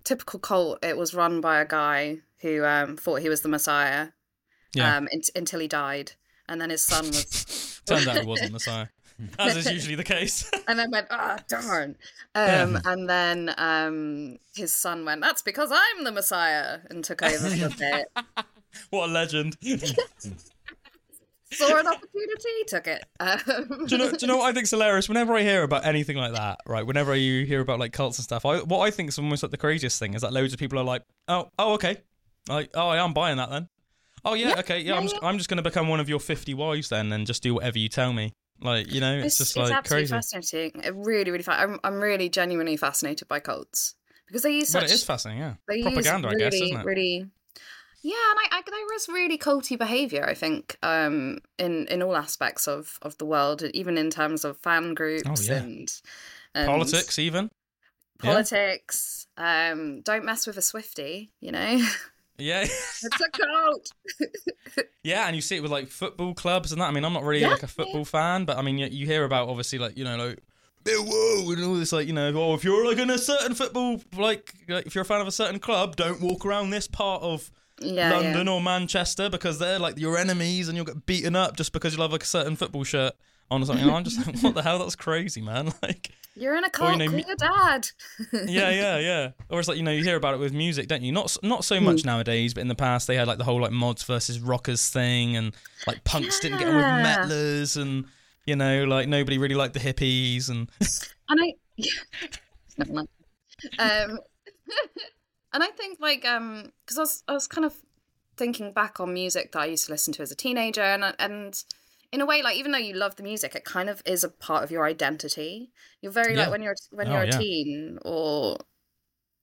C: typical cult. It was run by a guy who um, thought he was the Messiah.
B: Yeah.
C: Um, unt until he died, and then his son was,
B: Turns out he wasn't Messiah, as is usually the case.
C: and then went, ah, darn. Um, and then um, his son went, that's because I'm the Messiah, and took over for a bit.
B: what a legend. do,
C: Saw an opportunity, took it. Um,
B: you know, do you know what I think's hilarious? Whenever I hear about anything like that, right? Whenever you hear about like cults and stuff, I, what I think is almost like the craziest thing is that loads of people are like, oh, oh, okay, like, oh, yeah, I'm buying that then. Oh yeah, okay, yeah, I'm just, I'm just gonna become one of your 50 wives then, and just do whatever you tell me. Like, you know, it's, just like
C: absolutely
B: crazy.
C: fascinating. It really, really. Fa- I'm, I'm really genuinely fascinated by cults because they use
B: But
C: such
B: it is fascinating, yeah.
C: they use
B: Propaganda,
C: really,
B: I guess, isn't it?
C: Really, yeah, and I, I there was really culty behavior. I think um, in in all aspects of of the world, even in terms of fan groups
B: Oh, yeah.
C: and, and
B: Politics, even. yeah.
C: politics. Um, don't mess with a Swifty, you know.
B: Yeah.
C: it's a cult.
B: Yeah, and you see it with like football clubs and that. I mean, I'm not really
C: Yeah,
B: like a football fan, but I mean, you, you hear about obviously like you know like Millwall and all this like you know oh if you're like in a certain football like, like if you're a fan of a certain club, don't walk around this part of
C: Yeah,
B: London or Manchester because they're like your enemies and you'll get beaten up just because you love like a certain football shirt on or something. And I'm just like, what the hell? That's crazy, man. Like.
C: yeah. You're in a
B: Or,
C: cult.
B: you know,
C: call
B: mu-
C: your dad.
B: yeah, yeah, yeah. Or it's like you know you hear about it with music, don't you? Not s- not so much nowadays, but in the past they had like the whole like mods versus rockers thing, and like punks didn't get on with
C: Yeah.
B: metalers, and you know like nobody really liked the hippies, and
C: and I never mind. Um, and I think like um because I was I was kind of thinking back on music that I used to listen to as a teenager, and I- and in a way like even though you love the music, it kind of is a part of your identity. You're very
B: Yeah.
C: like when you're when
B: Oh,
C: you're a
B: yeah.
C: teen or.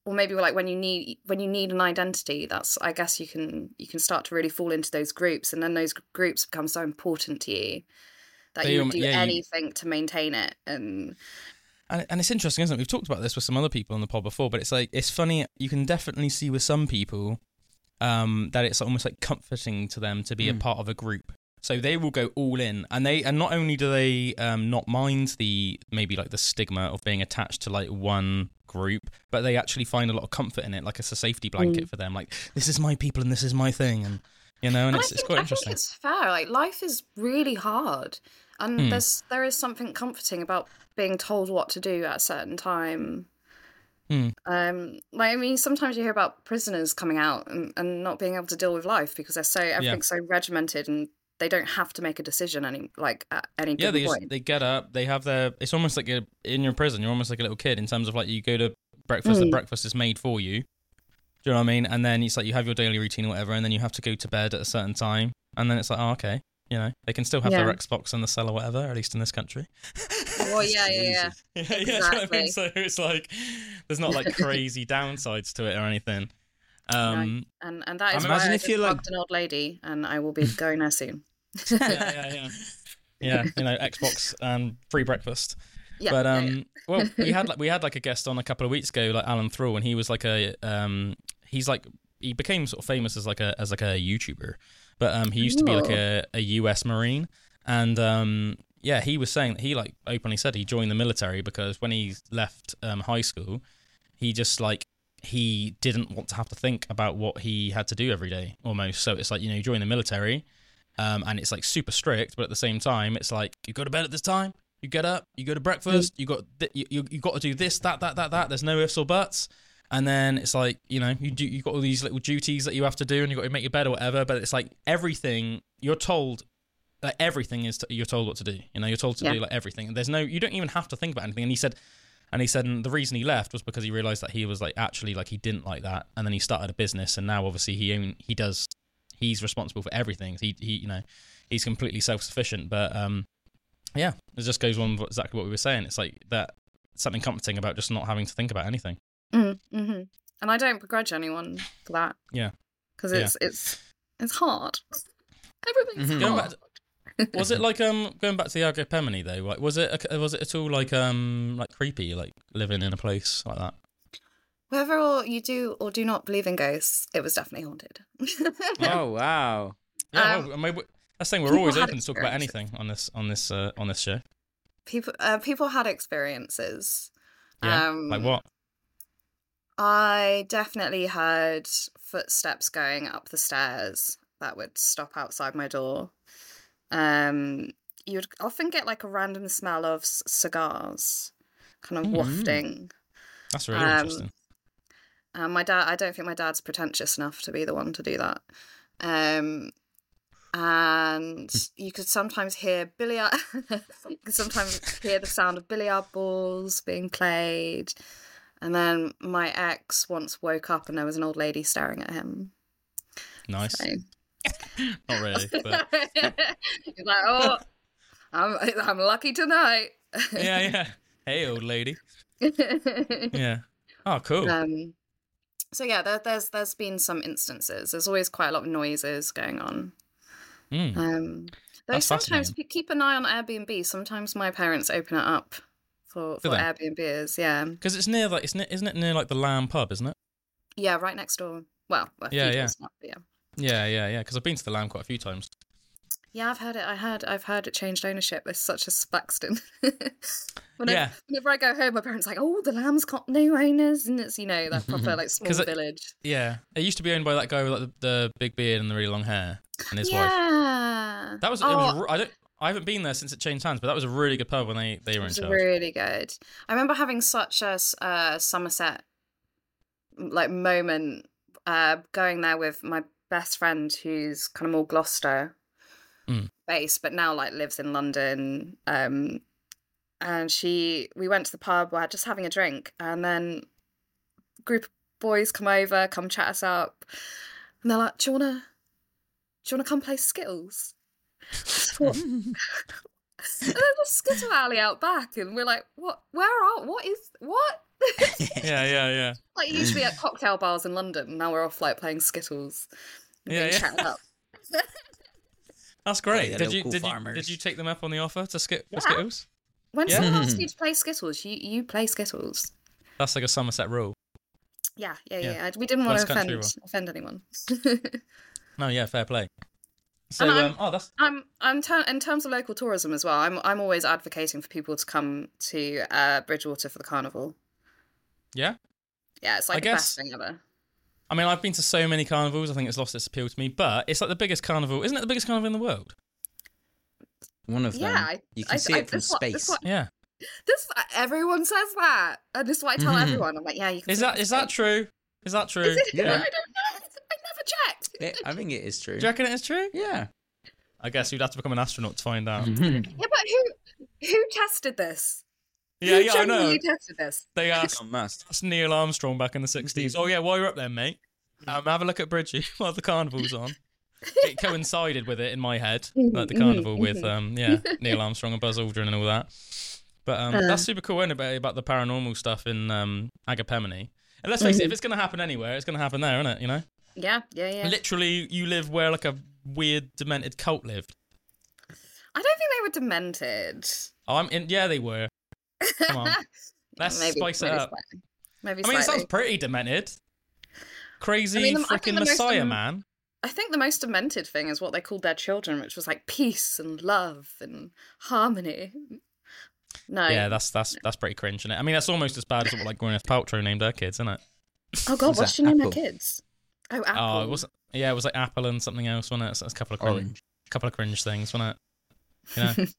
C: Or maybe like when you need when you need an identity, that's I guess you can you can start to really fall into those groups, and then those groups become so important to you that
B: They
C: you would
B: almo-
C: do
B: yeah, you-
C: anything to maintain it. And
B: And, and it's interesting, isn't it? We've talked about this with some other people on the pod before, but it's like it's funny. You can definitely see with some people um, that it's almost like comforting to them to be
C: Hmm.
B: a part of a group. So they will go all in, and they and not only do they um, not mind the maybe like the stigma of being attached to like one group, but they actually find a lot of comfort in it. Like it's a safety
C: Hmm.
B: blanket for them. Like this is my people and this is my thing, and you know, and, it's,
C: I
B: it's
C: think,
B: quite
C: I
B: interesting.
C: think it's fair. Like life is really hard, and
B: Hmm.
C: there's there is something comforting about being told what to do at a certain time.
B: Hmm.
C: Um, like I mean, sometimes you hear about prisoners coming out and, and not being able to deal with life because they're so everything's so regimented and they don't have to make a decision any like at any
B: yeah,
C: given
B: they just,
C: point.
B: they get up. They have their. It's almost like a, in your prison. You're almost like a little kid in terms of like you go to breakfast.
C: Hmm.
B: The breakfast is made for you. Do you know what I mean? And then it's like you have your daily routine or whatever, and then you have to go to bed at a certain time. And then it's like, oh, okay, you know, they can still have their
C: Yeah.
B: Xbox in the cell or whatever, at least in this country.
C: well, yeah, yeah, yeah.
B: yeah, yeah. do you know what I mean?
C: Exactly.
B: So it's like there's not like crazy downsides to it or anything. Um,
C: And and that is
B: I'm-
C: why
D: Imagine
C: I
D: if you're,
C: just
D: like-
C: bugged an old lady, and I will be going there soon.
B: yeah, yeah, yeah. Yeah, you know, Xbox and free breakfast.
C: Yeah,
B: but
C: yeah,
B: um,
C: yeah.
B: well, we had like we had like a guest on a couple of weeks ago, like Alan Thrall, and he was like a um, he's like he became sort of famous as like a as like a YouTuber, but um, he used to be like a, a U.S. Marine, and um, yeah, he was saying that he like openly said he joined the military because when he left um, high school, he just like he didn't want to have to think about what he had to do every day almost. So it's like you know you join the military, um, and it's like super strict, but at the same time, it's like you go to bed at this time, you get up, you go to breakfast, you got th- you, you you got to do this, that, that, that, that. There's no ifs or buts, and then it's like you know you do you got all these little duties that you have to do, and you got to make your bed or whatever. But it's like everything you're told. Like everything is, to, you're told what to do. You know, you're told to
C: Yeah.
B: do like everything. And there's no, you don't even have to think about anything. And he said, and he said, and the reason he left was because he realized that he was like actually like he didn't like that, and then he started a business, and now obviously he own, he does he's responsible for everything. He he you know he's completely self sufficient. But um, yeah, it just goes on with exactly what we were saying. It's like that something comforting about just not having to think about anything.
C: Mm-hmm. And I don't begrudge anyone for that.
B: Yeah.
C: Because
B: Yeah. Mm-hmm.
C: it's it's it's hard. Everything's
B: Going back
C: hard.
B: to- was it like um going back to the Agapemini though? Like was it a, was it at all like um like creepy like living in a place like that?
C: Whether or you do or do not believe in ghosts, it was definitely haunted.
D: Oh wow.
B: Yeah,
C: Um,
B: well, I mean, we- that's the thing. We're
C: people
B: always
C: had
B: open to talk about
C: experiences.
B: anything on this on this uh, on this show.
C: people uh, people had experiences.
B: Yeah,
C: Um,
B: like what?
C: I definitely heard footsteps going up the stairs that would stop outside my door. um, you would often get like a random smell of c- cigars kind
B: Mm.
C: of wafting.
B: That's really
C: Um,
B: interesting.
C: Um, my dad, I don't think my dad's pretentious enough to be the one to do that. Um, and you could sometimes hear billiard, you could sometimes hear the sound of billiard balls being played. And then my ex once woke up and there was an old lady staring at him.
B: Nice.
C: So-
B: Not really, but
C: He's like, oh, I'm, I'm lucky tonight.
B: yeah, yeah. Hey, old lady. Yeah. Oh, cool.
C: um, so yeah, there, there's there's been some instances. There's always quite a lot of noises going on.
B: Mm.
C: Um, though
B: That's
C: sometimes
B: fascinating.
C: pe- keep an eye on Airbnb. Sometimes my parents open it up for
B: Do
C: for
B: they?
C: Airbnbs. Yeah,
B: Because it's near like isn't it, isn't it near like the Lamb Pub, isn't it?
C: yeah, right next door. Well, a few
B: Yeah, yeah.
C: doors up, but yeah.
B: Yeah, yeah, yeah. Because I've been to the Lamb quite a few times.
C: Yeah, I've heard it. I heard. I've heard it changed ownership. It's such a Spaxton. whenever,
B: Yeah.
C: whenever I go home, my parents are like, "Oh, the lamb's got new owners," and it's you know that proper like small
B: 'Cause it-
C: village.
B: Yeah, it used to be owned by that guy with like the, the big beard and the really long hair and his wife.
C: Yeah, Oh,
B: That was, it was re- I don't I haven't been there since it changed hands, but that was a really good pub when they they were in
C: It's
B: charge.
C: really good. I remember having such a s- uh, Somerset like moment uh, going there with my best friend, who's kind of more Gloucester
B: Mm.
C: based, but now like lives in London. Um, and she, we went to the pub. We're just having a drink, and then group of boys come over, come chat us up, and they're like, "Do you wanna, do you wanna come play Skittles?" and there's a skittle alley out back, and we're like, "What? Where are? What is? What?"
B: Yeah, yeah, yeah.
C: like usually at cocktail bars in London. Now we're off like playing skittles. and
B: Yeah,
C: being
B: yeah.
C: chatted up.
B: That's great.
D: they're
B: did you
D: local
B: did you
D: farmers.
B: did you take them up on the offer to skip
C: Yeah.
B: for Skittles?
C: When
B: Yeah.
C: someone asks you to play skittles, you you play skittles.
B: That's like a Somerset rule.
C: Yeah, yeah, yeah.
B: Yeah.
C: I- We didn't want
B: West
C: to offend
B: Country
C: offend anyone.
B: No, yeah, fair play. So
C: And I'm-
B: um, oh, that's
C: I'm I'm ter- in terms of local tourism as well. I'm I'm always advocating for people to come to uh, Bridgewater for the carnival.
B: yeah.
C: Yeah, it's
B: I
C: like the
B: guess-
C: best thing ever.
B: I mean, I've been to so many carnivals. I think it's lost its appeal to me. But it's like the biggest carnival, isn't it? The biggest carnival in the world.
D: One of them.
C: Yeah, I-
D: you can
C: I-
D: see
C: I-
D: it from
C: that's what- that's
D: space.
C: what-
B: Yeah.
C: This uh, everyone says that, and this is what I tell everyone. I'm like, yeah, you
B: Mm-hmm.
C: can.
B: Is
C: see
B: that
C: it
B: is that
C: from
B: true? Is that true?
C: space. Is it?
D: Yeah.
C: I don't know. I never checked.
D: Yeah, I think it is true.
B: Do you reckon it is true?
D: Yeah.
B: I guess you'd have to become an astronaut to find
D: Mm-hmm.
B: out.
C: Yeah, but who who tested this?
B: yeah,
C: who
B: yeah, I know.
C: genuinely tested this?
B: They asked,
D: Elon Musk.
B: asked Neil Armstrong back in the 60s. Oh, yeah, while you're up there, mate, um, have a look at Bridgie while the carnival's on. It coincided with it in my head,
C: Mm-hmm,
B: like the carnival with, um, yeah, Neil Armstrong and Buzz Aldrin and all that. But um,
C: Uh.
B: that's super cool, isn't it, about, about the paranormal stuff in um, Agapemini? And let's face
C: Mm-hmm.
B: it, if it's going to happen anywhere, it's going to happen there, isn't it? You know?
C: Yeah, yeah, yeah.
B: Literally, you live where like a weird, demented cult lived.
C: I don't think they were demented.
B: Oh, I'm in, yeah, they were. Come on. Let's
C: maybe,
B: spice
C: maybe
B: it up.
C: Slightly. Maybe
B: I mean, it
C: slightly.
B: sounds pretty demented. Crazy
C: I mean, the- I think
B: freaking
C: the most
B: messiah,
C: dem-
B: man.
C: I think the most demented thing is what they called their children, which was like peace and love and harmony. No.
B: Yeah, that's that's that's pretty cringe, is it? I mean, that's almost as bad as what like Gwyneth Paltrow named her kids, isn't it?
C: oh God,
D: was
C: what's
D: that
C: she name her
D: apple?
C: kids? Oh, Apple.
B: Oh, it wasn't. Yeah, it was like Apple and something else, wasn't it? It's, it's a couple of cringe,
D: Orange.
B: couple of cringe things, wasn't it? You know,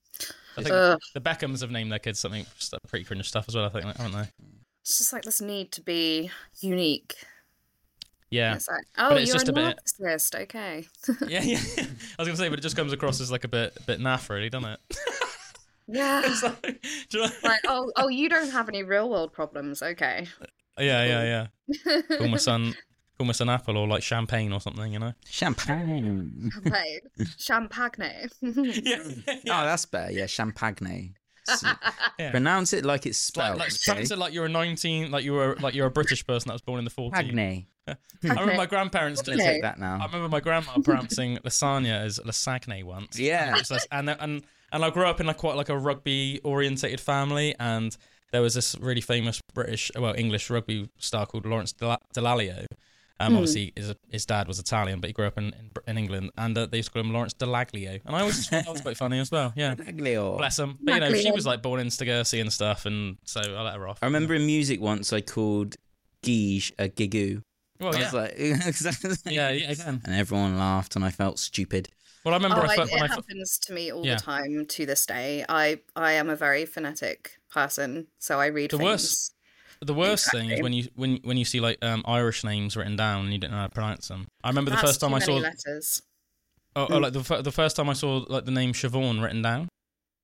B: I think
C: Ugh.
B: the Beckhams have named their kids something s- pretty cringe stuff as well. I think, like, haven't they?
C: It's just like this need to be unique.
B: Yeah,
C: It's like, oh,
B: it's
C: you're
B: just
C: a
B: a bit-
C: narcissist. Okay.
B: yeah, yeah. I was gonna say, but it just comes across as like a bit, bit naff, really, doesn't it?
C: Yeah.
B: It's like, do you know-
C: like, oh, oh, you don't have any real world problems. Okay.
B: yeah, yeah, yeah. Call my son, call my son Apple or like champagne or something, you know.
D: Champagne.
C: Wait, champagne.
B: Yeah,
D: Oh, that's better. Yeah, champagne. So-
B: Yeah.
D: Pronounce it like it's
B: like,
D: spelled.
B: like,
D: Oh, okay?
B: sounds it like you're a 19, like you were, like you're a British person that was born in the 40s.
D: Pagne.
B: I remember my grandparents.
D: Let's
B: Did,
C: Okay.
D: take that
B: I
D: now.
B: remember my grandma pronouncing lasagna as lasagne once.
D: Yeah.
B: And, it was like- and and and I grew up in like quite like a rugby orientated family, and there was this really famous British, well English rugby star called Lawrence Del- Delalio. Um, obviously his, his dad was Italian, but he grew up in in, Br- in England, and uh, they used to call him Lawrence Delaglio, and I always just thought that was quite funny as well. Yeah.
D: Paglio.
B: Bless him. But you know, she
C: Exactly.
B: was like born in Stagercy and stuff, and so I let her off.
D: I remember in music once I called Gige a gigoo.
B: Well, Oh,
D: I
B: yeah.
D: was like, 'cause I was like-
B: yeah, yeah, again.
D: and everyone laughed and I felt stupid.
B: Well, I remember
C: oh,
B: I,
C: I,
B: felt
C: it
B: when I fir-
C: happens to me all
B: Yeah.
C: the time to this day. I I am a very phonetic person, so I read
B: The
C: things.
B: worst- the worst thing is when you when when you see like um, Irish names written down and you don't know how to pronounce them. I remember the
C: That's
B: first time
C: too
B: I
C: many
B: saw
C: letters.
B: oh, oh, like the, fir- the first time I saw like the name Siobhan written down,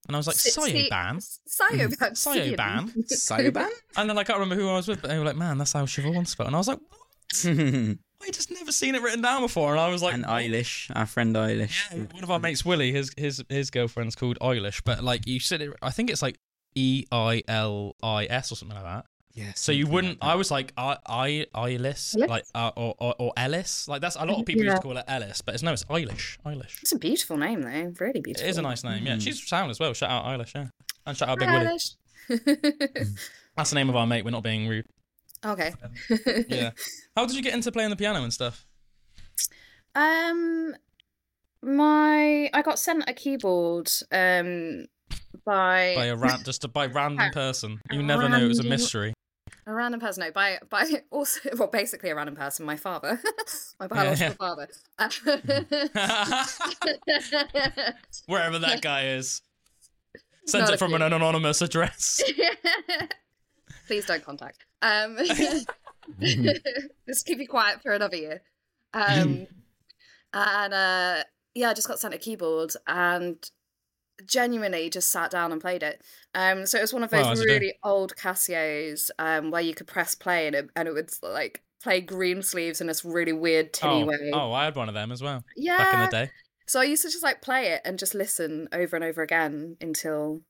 B: and I was like Mm-hmm.
C: Si- si-
B: Sioban,
C: Sioban.
B: Sioban,
D: Sayoban?
B: and then I can't remember who I was with, but they were like, man, that's how Siobhan's spelled, and I was like, what? I just never seen it written down before, and I was like,
D: and Eilish, our friend Eilish.
B: Yeah, one of our mates, Willie, his his his girlfriend's called Eilish, but like you said, it, I think it's like E I L I S or something like that.
D: Yeah,
B: So you
D: something
B: wouldn't.
D: like
B: I was like I I Eilish, like uh, or, or or Ellis. Like that's a lot of people used to call it Ellis, but it's no, it's Eilish. Eilish.
C: It's a beautiful name, though. Really
B: It
C: beautiful.
B: is a nice name. Yeah,
D: Mm.
B: she's sound as well. Shout out Eilish. Yeah, and shout out Big Willie.
C: Eilish.
B: That's the name of our mate. We're not being rude.
C: okay.
B: Mm. Um, Yeah. How did you get into playing the piano and stuff?
C: Um, my I got sent a keyboard. Um, by
B: By a ran- just a, by random person. You never know. It was a
C: Random-
B: mystery.
C: A random person, no, by by also well, basically a random person, my father, my biological father. Uh,
B: Wherever that guy is. Sent
C: Not
B: it
C: a
B: from an anonymous address.
C: Please don't contact. Um, just keep you quiet for another year. Um, and uh, yeah, I just got sent a keyboard and genuinely just sat down and played it. Um, so it was one of those
B: Wow, as you do.
C: really old Casios um, where you could press play and it, and it would like play green sleeves in this really weird tinny
B: Oh,
C: way.
B: oh, I had one of them as well
C: yeah.
B: back in the day.
C: So I used to just like play it and just listen over and over again until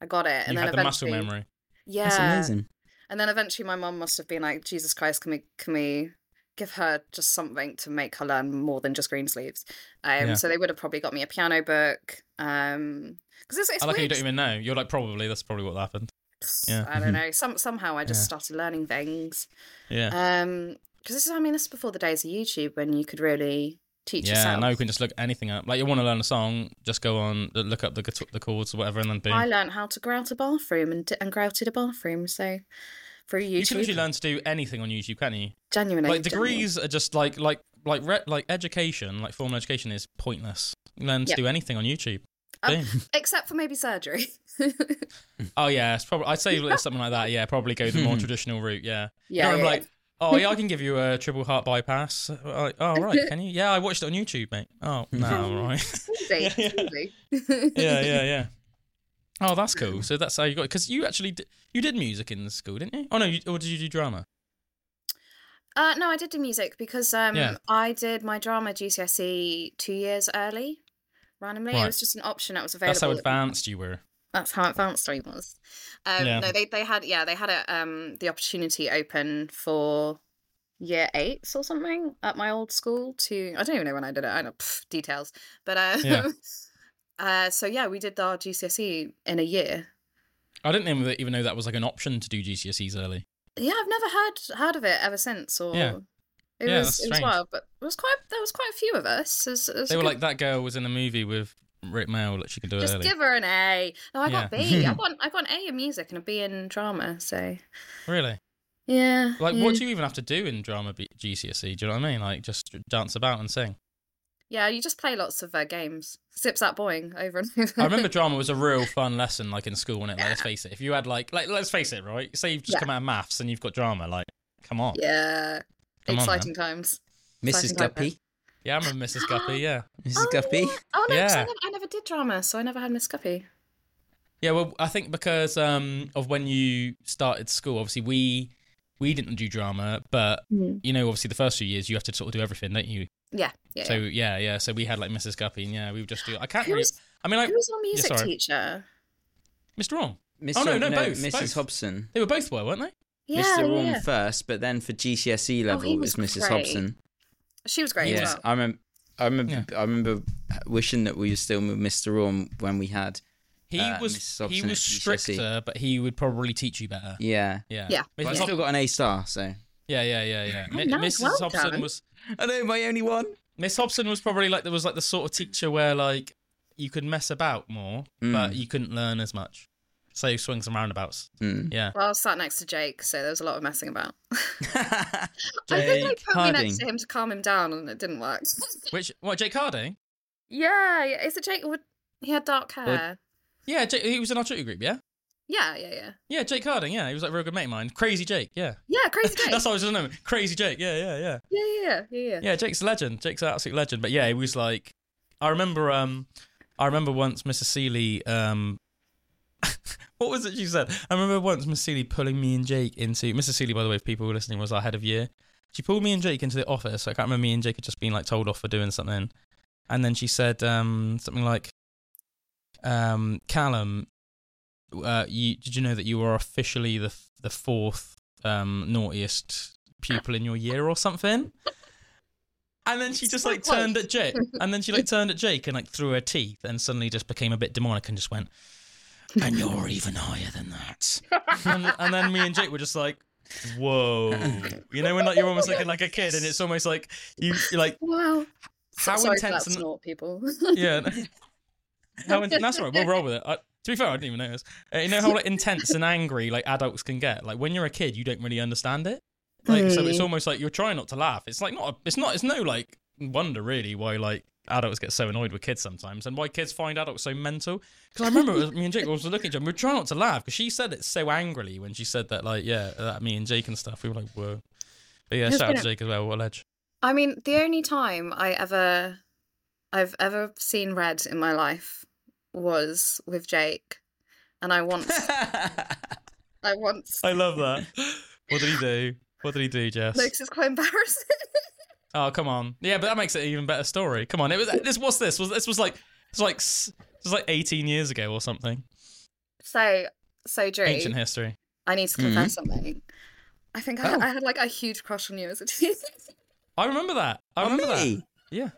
C: I got it. And
B: you
C: then
B: had the muscle
C: eventually,
B: memory.
C: Yeah.
D: That's amazing.
C: And then eventually my mum must have been like, Jesus Christ, can we can we give her just something to make her learn more than just green sleeves? Um
B: Yeah.
C: so they would have probably got me a piano book. Um because it's, it's
B: I like how you
C: weird.
B: don't even know. You're like, probably that's probably what happened. yeah. mm-hmm.
C: I don't know. Some somehow I just
B: Yeah.
C: started learning things.
B: Yeah.
C: Um because this is I mean this is before the days of YouTube when you could really teach
B: yeah.
C: yourself.
B: Now you can just look anything up. Like you want to learn a song, just go on, l- look up the guitar, the chords or whatever, and then boom.
C: I learned how to grout a bathroom and and grouted a bathroom. So through
B: you can
C: YouTube,
B: literally learn to do anything on YouTube, can you?
C: genuinely
B: Like
C: genuinely.
B: degrees are just like like like re- like education, like formal education is pointless. Learn to
C: Yep.
B: do anything on YouTube.
C: Um,
B: Boom.
C: except for maybe surgery.
B: oh yeah, it's probably I'd say something like that. Yeah, probably go the more traditional route. Yeah.
C: yeah,
B: no, I'm
C: yeah,
B: like, oh yeah, I can give you a triple heart bypass. Uh, Like, oh right, can you? Yeah, I watched it on YouTube, mate. Oh no, all right.
C: yeah.
B: yeah,
C: Easy, easy.
B: yeah, yeah, yeah. Oh, that's cool. So that's how you got because you actually d- you did music in school, didn't you? Oh no, you, or did you do drama?
C: Uh, no, I did do music because um,
B: Yeah.
C: I did my drama GCSE E two years early. Randomly,
B: Right.
C: it was just an option that was available.
B: That's how advanced you were.
C: That's how advanced I was. Um,
B: Yeah.
C: No, they they had yeah they had a, um the opportunity open for year eights or something at my old school to I don't even know when I did it. I don't pff, details, but um,
B: Yeah.
C: uh, so yeah, we did our GCSE E in a year.
B: I didn't even even know that was like an option to do GCSEs early.
C: Yeah, I've never heard heard of it ever since. Or
B: Yeah.
C: it
B: Yeah,
C: was
B: that's
C: it was
B: strange.
C: wild, but it was quite there was quite a few of us. It was- it was
B: They
C: a
B: were
C: good-
B: like that girl was in a movie with Rick Mail that she could do it
C: just
B: early.
C: give her an A. No, I got
B: Yeah.
C: B. I got I got an A in music and a B in drama. So
B: really?
C: yeah,
B: Like,
C: yeah.
B: what do you even have to do in drama B- GCSE? E? Do you know what I mean? Like, just dance about and sing.
C: Yeah, you just play lots of uh, games. Sips that boing over and over.
B: I remember drama was a real fun lesson, like in school, when it. Like, let's face it, if you had like, like, let's face it, right? Say you've just
C: Yeah.
B: come out of maths and you've got drama, like, come on,
C: Yeah,
B: come on, man.
C: exciting times.
D: Mrs.
C: Something like that.
D: Guppy.
B: yeah, I remember Mrs. Guppy, yeah,
D: Mrs.
C: Oh,
D: Guppy.
C: yeah. Oh no, 'cause I,
B: Yeah.
C: never, I never did drama, so I never had Miss Guppy.
B: yeah. Well, I think because um of when you started school, obviously we we didn't do drama, but you know, obviously the first few years you have to sort of do everything, don't you?
C: Yeah, yeah.
B: So yeah,
C: yeah.
B: yeah. So we had like Mrs. Guppy, and yeah, we would just do. I can't
C: Who
B: really.
C: was-
B: I mean, like
C: Who was our music
B: sorry.
C: teacher?
B: Mr. Wrong.
D: Mrs.
B: Oh, no, no, both,
D: Mrs.
B: both.
D: Hobson.
B: They were both were, weren't they?
C: Yeah,
D: Mr.
C: yeah,
D: Orme
C: yeah. Oh,
D: first, but then for GCSE E level it
C: was
D: was Mrs.
C: great.
D: Hobson.
C: She was great. as
D: Yes,
C: well.
D: I remember. I remember. I remember wishing that we were still with Mr. Orme when we had.
B: He
D: Uh,
B: was
D: Mrs. Hobson
B: he
D: at
B: was
D: GCSE.
B: stricter, but he would probably teach you better.
D: E. Yeah,
B: Yeah.
C: Yeah. Oh,
B: Mrs.
D: but I
B: Hob-
D: still got an A star. So
B: Yeah, yeah, yeah, yeah. Mi-
C: nice,
B: Mrs.
C: well
B: Hobson
C: done.
B: was
D: I know my only one.
B: Miss Hobson was probably like there was like the sort of teacher where like you could mess about more,
D: Hmm.
B: but you couldn't learn as much. So you swing some roundabouts.
D: Mm.
B: Yeah.
C: Well, I was sat next to Jake, so there was a lot of messing about. I think they
D: Jake
C: put me next
D: Harding.
C: to him to calm him down, and it didn't work.
B: Which what Jake Harding?
C: Yeah, yeah. Is it Jake? Wood? He had dark hair.
B: Yeah, Jake, he was in our tutor group, yeah?
C: yeah, yeah, yeah.
B: Yeah, Jake Harding, yeah. He was like a real good mate of mine. Crazy Jake, yeah.
C: Yeah, crazy Jake.
B: That's what I was just naming. Crazy Jake, yeah, yeah, yeah.
C: yeah, yeah, yeah, yeah, yeah.
B: Yeah, Jake's a legend. Jake's an absolute legend. But yeah, he was like, I remember, um, I remember once Mrs. Seeley, um, what was it she said? I remember once Mrs. Seeley pulling me and Jake into Mrs. Seeley. By the way, if people were listening, was our head of year. She pulled me and Jake into the office. I can't remember me and Jake had just been like told off for doing something, and then she said um, something like, um, "Callum, uh, you, did you know that you are officially the the fourth um, naughtiest pupil in your year or something?" And then she just like
C: Quite.
B: turned at Jake, and then she like turned at Jake and like threw her teeth, and suddenly just became a bit demonic and just went, "And you're even higher than that." and, and then me and Jake were just like, "Whoa!" You know when like you're almost looking like a kid, and it's almost like you you're like
C: Wow. So-
B: how
C: Sorry
B: intense
C: for that
B: and
C: snort, people.
B: yeah. no. How in- that's all right. We'll roll with it. I, to be fair, I didn't even notice. Uh, you know how like intense and angry like adults can get. Like when you're a kid, you don't really understand it. Like so, it's almost like you're trying not to laugh. It's like not. A, it's not. It's no like wonder really why like adults get so annoyed with kids sometimes and why kids find adults so mental. Because I remember it was, me and Jake were also looking at each other. We were trying not to laugh because she said it so angrily when she said that. Like yeah, that me and Jake and stuff. We were like whoa. But yeah,
C: Who's
B: shout out to
C: gonna-
B: Jake as well. What a ledge.
C: I mean, the only time I ever, I've ever seen red in my life was with Jake, and I once, I once,
B: I love that. What did he do? What did he do, Jess?
C: no, 'cause it's quite embarrassing.
B: Oh, come on. Yeah, but that makes it an even better story. Come on. It was this what's this? Was this was like it's like s- it was like 18 years ago or something.
C: so, so Drew,
B: Ancient history.
C: I need to confess
B: Mm-hmm.
C: something. I think I,
D: Oh.
C: I had like a huge crush on you as a teen.
B: I remember that. I
D: On
B: remember
D: me?
B: that. Yeah.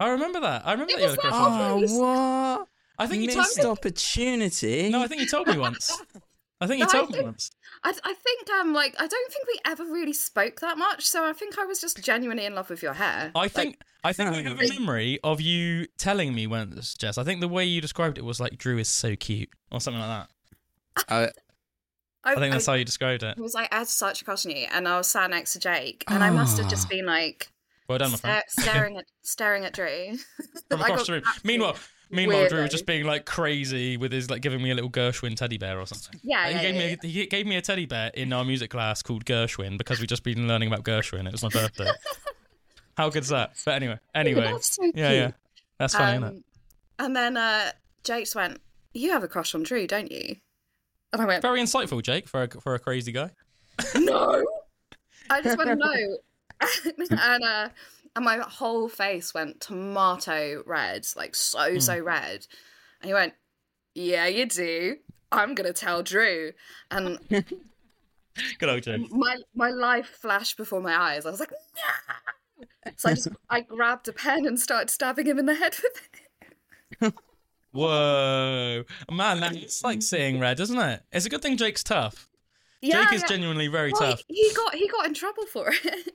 B: I remember that. I remember
C: It
B: that you had a
C: was
B: crush
C: that
B: on me.
C: Oh,
D: Oh, what?
B: I think you told
D: missed
B: me.
D: opportunity.
B: No, I think you told me once. I think you
C: No, I
B: told me
C: think-
B: once.
C: I, I think um like I don't think we ever really spoke that much, so I think I was just genuinely in love with your hair.
B: I think I think I
D: No.
B: have a memory of you telling me once, Jess. I think the way you described it was like Drew is so cute or something like that.
D: I-
B: I think that's how you described it.
C: I was like, I had such a crush on you, and I was sat next to Jake, and I must have just
D: Ah.
C: been like
B: Well done, my friend.
C: sta- staring at staring at Drew.
B: from
C: Uh, I
B: across
C: got
B: the room.
C: absolutely
B: Meanwhile, meanwhile, Drew was
C: weirdo.
B: just being like crazy with his like giving me a little Gershwin teddy bear or something. Like,
C: Yeah, Oh, yeah,
B: he gave
C: yeah,
B: me a, he gave me a teddy bear in our music class called Gershwin because we'd just been learning about Gershwin. It was my birthday. How good's that? But anyway, anyway,
C: That's so
B: yeah, yeah, that's funny, isn't it?
C: Um, and then uh, Jake just went, "You have a crush on Drew, don't you?" And I went,
B: Very insightful, Jake, for a, for a crazy guy.
C: "No." I just went, "No," and uh, and my whole face went tomato red, like
B: Hmm.
C: so so red. And he went, "Yeah, you do." I'm gonna tell Drew, and
B: Good old Jake.
C: my my life flashed before my eyes. I was like, no. So I just I grabbed a pen and started stabbing him in the head with it.
B: Whoa, man, that's like seeing red, isn't it? It's a good thing Jake's tough.
C: Yeah,
B: Jake is
C: yeah.
B: genuinely very
C: Well,
B: tough.
C: he, he got he got in trouble for it.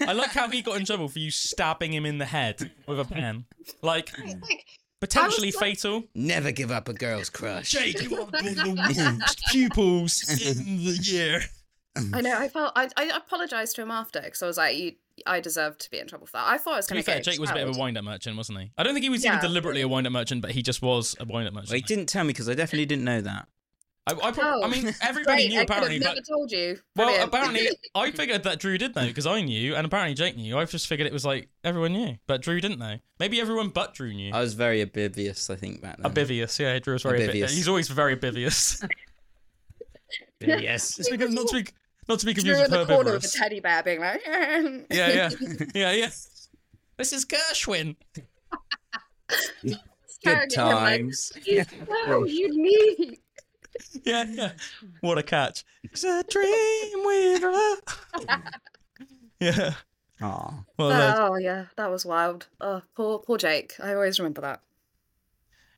B: I like how he got in trouble for you stabbing him in the head with a pen, like
C: like,
B: potentially
C: like-
B: fatal.
D: Never give up a girl's crush.
B: Jake, you are the worst pupils in the year.
C: I know. I felt I, I apologized to him after because I was like, you, I deserve to be in trouble for that. I thought I was
B: To
C: going
B: be fair,
C: get
B: Jake was a bit of a
C: expelled.
B: wind-up merchant, wasn't he? I don't think he was
C: Yeah.
B: even deliberately a wind-up merchant, but he just was a wind-up merchant.
D: Well, he didn't tell me because I definitely didn't know that.
B: I, I, prob- I
C: Oh.
B: mean, everybody
C: Great,
B: knew apparently,
C: I could have
B: but
C: never told you.
B: well,
C: Brilliant.
B: apparently I figured that Drew did know because I knew, and apparently Jake knew. I just figured it was like everyone knew, but Drew didn't know. Maybe everyone but Drew knew.
D: I was very oblivious, I think, back then.
B: Oblivious, yeah, Drew was very oblivious.
D: Oblivious.
B: He's always very oblivious.
D: Yes.
B: It's because- not to be not to be confused
C: Drew
B: with
C: in the corner
B: herbivorous.
C: with a teddy bear, being like,
B: yeah, yeah, yeah, yeah. This is Gershwin.
C: staring
D: Good
C: at him like,
D: times.
C: "You- no, you need.
B: yeah, yeah. What a catch. It's a dream we've Yeah.
D: Aw.
B: Well, uh,
C: Oh yeah, that was wild. Oh, poor poor Jake. I always remember that.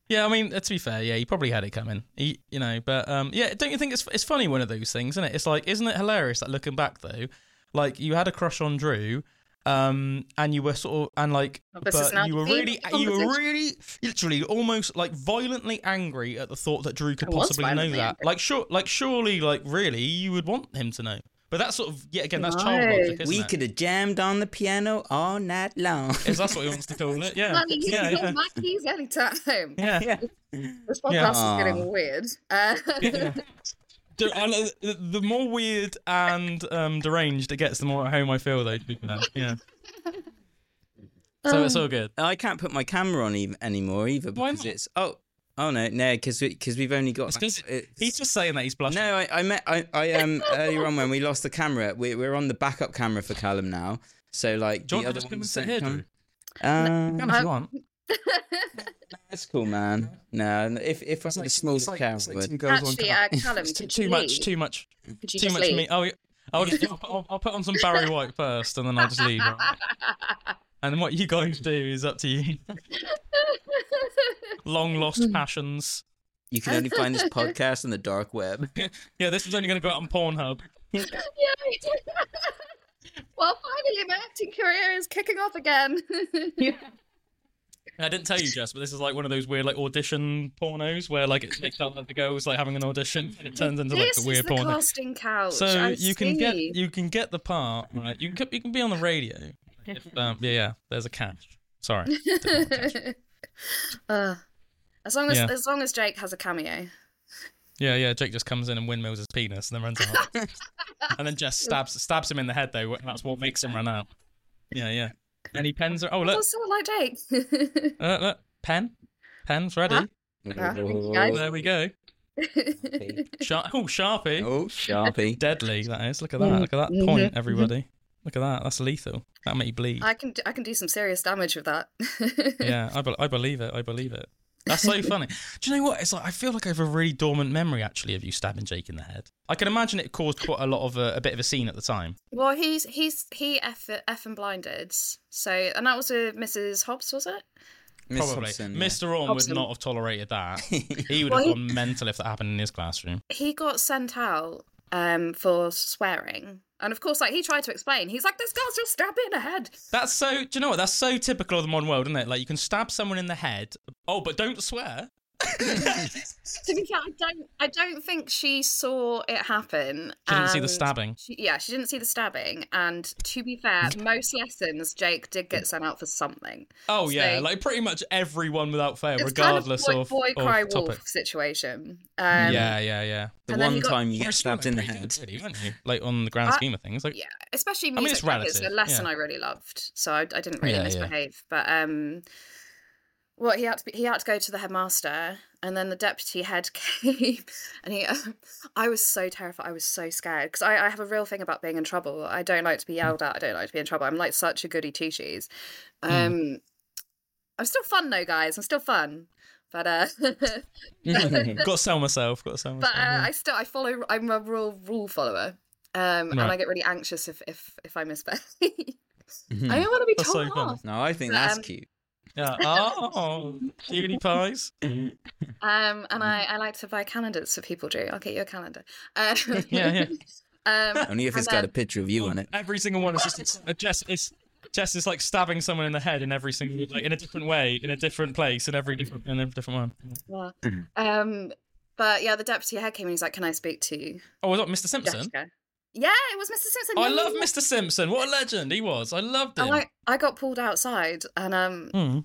B: yeah, I mean, uh, to be fair, yeah, he probably had it coming. He, you know, but um, yeah, don't you think it's it's funny one of those things, isn't it? It's like, isn't it hilarious that looking back though, like you had a crush on Drew, um, and you were sort of and like,
C: This is
B: but
C: now
B: you
C: the
B: were
C: theme of
B: really,
C: the
B: you were
C: conversation.
B: really, literally, almost like violently angry at the thought that Drew could
C: I was
B: possibly know
C: violently
B: that.
C: angry.
B: Like, sure, like surely, like really, you would want him to know. But that's sort of yet again that's child logic, isn't
D: we
B: it?
D: could have jammed on the piano all night long.
B: Is that's what he wants to call it? Yeah,
C: Like, you
B: yeah,
C: can
B: yeah.
C: use my keys anytime.
B: yeah.
D: yeah.
C: This
B: Yeah.
C: podcast is
D: Aw.
C: getting weird. Uh,
B: Do- I lo- the- the more weird and um, deranged it gets, the more at home I feel though. to be fair. Yeah. So it's
C: Um,
B: all good.
D: I can't put my camera on ev- anymore either
B: Why
D: because
B: not?
D: it's oh oh no no because we, cause we've only got
B: It's 'cause
D: it's-
B: He's just saying that he's blushing.
D: No, I, I met I, I um earlier on when we lost the camera. We, we're on the backup camera for Callum now. So like
B: Do you want
D: the
B: to
D: other
B: just come and
D: ones
B: sit
D: don't
B: here,
D: come.
B: Drew?
D: Um,
B: Come if you want.
C: Uh,
D: that's cool, man. No, and if if I was a smaller camera, would-
C: actually, uh, Callum,
B: It's too,
C: could
B: too
C: you
B: much,
C: leave?
B: too much,
C: Could you
B: too
C: just
B: much
C: leave?
B: meat. Oh, yeah. I'll, just, I'll, I'll- I'll put on some Barry White first, and then I'll just leave. alright? And what you guys do is up to you. Long lost passions.
D: you can only find this podcast on the dark web.
B: Yeah, this is only going to go out on Pornhub.
C: Yay. well, finally, my acting career is kicking off again.
B: I didn't tell you, Jess, but this is like one of those weird like audition pornos where like it's mixed up that the girl's like having an audition and it turns into like
C: this
B: the
C: is
B: weird
C: the
B: porno.
C: casting couch.
B: So
C: I
B: you can get
C: see.
B: you can get the part, right? You can you can be on the radio. If, um, yeah, yeah. There's a catch. Sorry.
C: Uh, as long as
B: Yeah.
C: as long as Jake has a cameo.
B: Yeah, yeah. Jake just comes in and windmills his penis and then runs out. and then Jess stabs stabs him in the head though. and That's what makes him run out. Yeah, yeah. And he pens her. Oh look,
C: Also like Jake.
B: uh, look, pen, pen's ready.
C: Huh?
B: There we go. Shar- oh, sharpie.
D: Oh, Sharpie.
B: deadly that is. Look at that. Look at that point, everybody. Look at that. That's lethal. That make you bleed.
C: Mm-hmm. I can I can do some serious damage with that.
B: yeah, I, be- I believe it. I believe it. That's so funny. Do you know what? It's like I feel like I have a really dormant memory actually of you stabbing Jake in the head. I can imagine it caused quite a lot of uh, a bit of a scene at the time.
C: Well, he's he's he f f and blinded. So and that was with Mrs. Hobbs, was it?
D: Miss
B: Probably,
D: Hobson, yeah.
B: Mr. Orme would
C: Hobson.
B: not have tolerated that. He would
C: Well,
B: have
C: he-
B: gone mental if that happened in his classroom.
C: He got sent out um for swearing. And of course, like he tried to explain, he's like, "This girl's just stabbed me in the head."
B: That's so. Do you know what? That's so typical of the modern world, isn't it? Like you can stab someone in the head. Oh, but don't swear.
C: To be fair, I don't, I don't think she saw it happen.
B: She
C: Um,
B: didn't see the
C: and
B: stabbing.
C: She, yeah, she didn't see the stabbing. And to be fair, most lessons Jake did get sent out for something.
B: Oh yeah,
C: So-
B: like pretty much everyone without fail,
C: It's
B: regardless
C: kind of boy,
B: of,
C: boy cry
B: of topic.
C: wolf situation. Um,
B: yeah, yeah, yeah.
D: The
C: and then
D: one
C: you got-
D: time you
B: Well,
D: get
B: it's still,
D: stabbed in the
B: like, pretty
D: head.
B: good, really, weren't you? Like on the grand
C: I-
B: scheme of things, like
C: yeah, especially
B: mean,
C: music.
B: it's
C: like, it's a
B: relative,
C: lesson
B: yeah.
C: I really loved, so I, I didn't really
B: Yeah, yeah.
C: misbehave. But um, well, he had to be, he had to go to the headmaster, and then the deputy head came, and he, I was so terrified. I was so scared because I, I have a real thing about being in trouble. I don't like to be yelled at. I don't like to be in trouble. I'm like such a goody two shoes.
B: Hmm.
C: Um, I'm still fun though, guys. I'm still fun. But uh,
B: got to sell myself, got to sell myself.
C: but uh, I still I follow. I'm a real rule follower, um, and
B: Right.
C: I get really anxious if if if I misbehave. I don't want to
B: Hmm.
C: be
B: That's
C: told
B: so funny.
C: off.
D: No, I think that's
C: Um,
D: cute.
B: yeah. Oh, cutie pies.
C: Um, and
B: Hmm.
C: I I like to buy calendars for people. Drew, I'll get you a calendar. Um,
B: Yeah, yeah.
C: Um,
D: Only if
C: and
D: it's got a
C: then- Oh.
D: picture of you on it.
B: Every single one is just uh, Jess is Jess is like stabbing someone in the head in every single like in a different way, in a different place, in every different in every different one.
C: well,
B: Hmm.
C: um, but yeah, the deputy head came and he's like, "Can I speak to
B: Oh, was that Mr. Simpson?
C: Jessica?" Yeah, it was Mr. Simpson.
B: I
C: yeah,
B: love
C: yeah, yeah.
B: Mr. Simpson. What a legend he was. I loved
C: And
B: him.
C: I, I got pulled outside, and um,
B: Mm.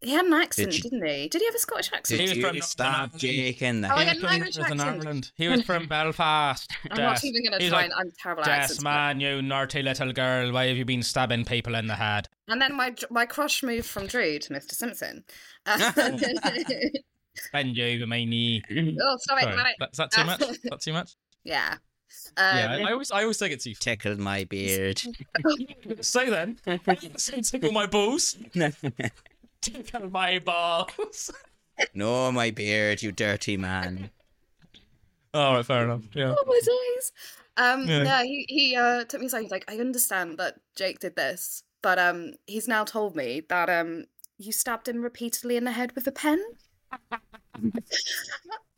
C: he had an accent,
D: you-
C: did not he? Did he have a Scottish accent?
B: was
D: Did
B: from
D: you stab
B: Northern
D: Jake in the
C: Oh, I
D: head?
C: got an Irish
B: He was an
C: accent.
B: Ireland. He was from Belfast.
C: I'm not
B: Jess.
C: even going to
B: He's
C: try.
B: like,
C: and, I'm terrible at accents.
B: Jess, man, you naughty little girl, why have you been stabbing people in the head?
C: And then my my crush moved from Drew to Mr. Simpson. Uh, oh,
B: Bend you over my knee.
C: stop it,
B: Sorry,
C: stop it.
B: that- is that too much? Is that too much?
C: Yeah. Um,
B: Yeah, I, I always, I always take it too
D: Tickled my beard.
B: far. So then, so tickle my balls, tickle my balls.
D: no, my beard, you dirty man.
B: All right, fair enough. Yeah.
C: Oh, my eyes. Um,
B: Yeah.
C: yeah. he, he uh, took me aside. He's like, I understand that Jake did this, but um, he's now told me that um, you stabbed him repeatedly in the head with a pen. and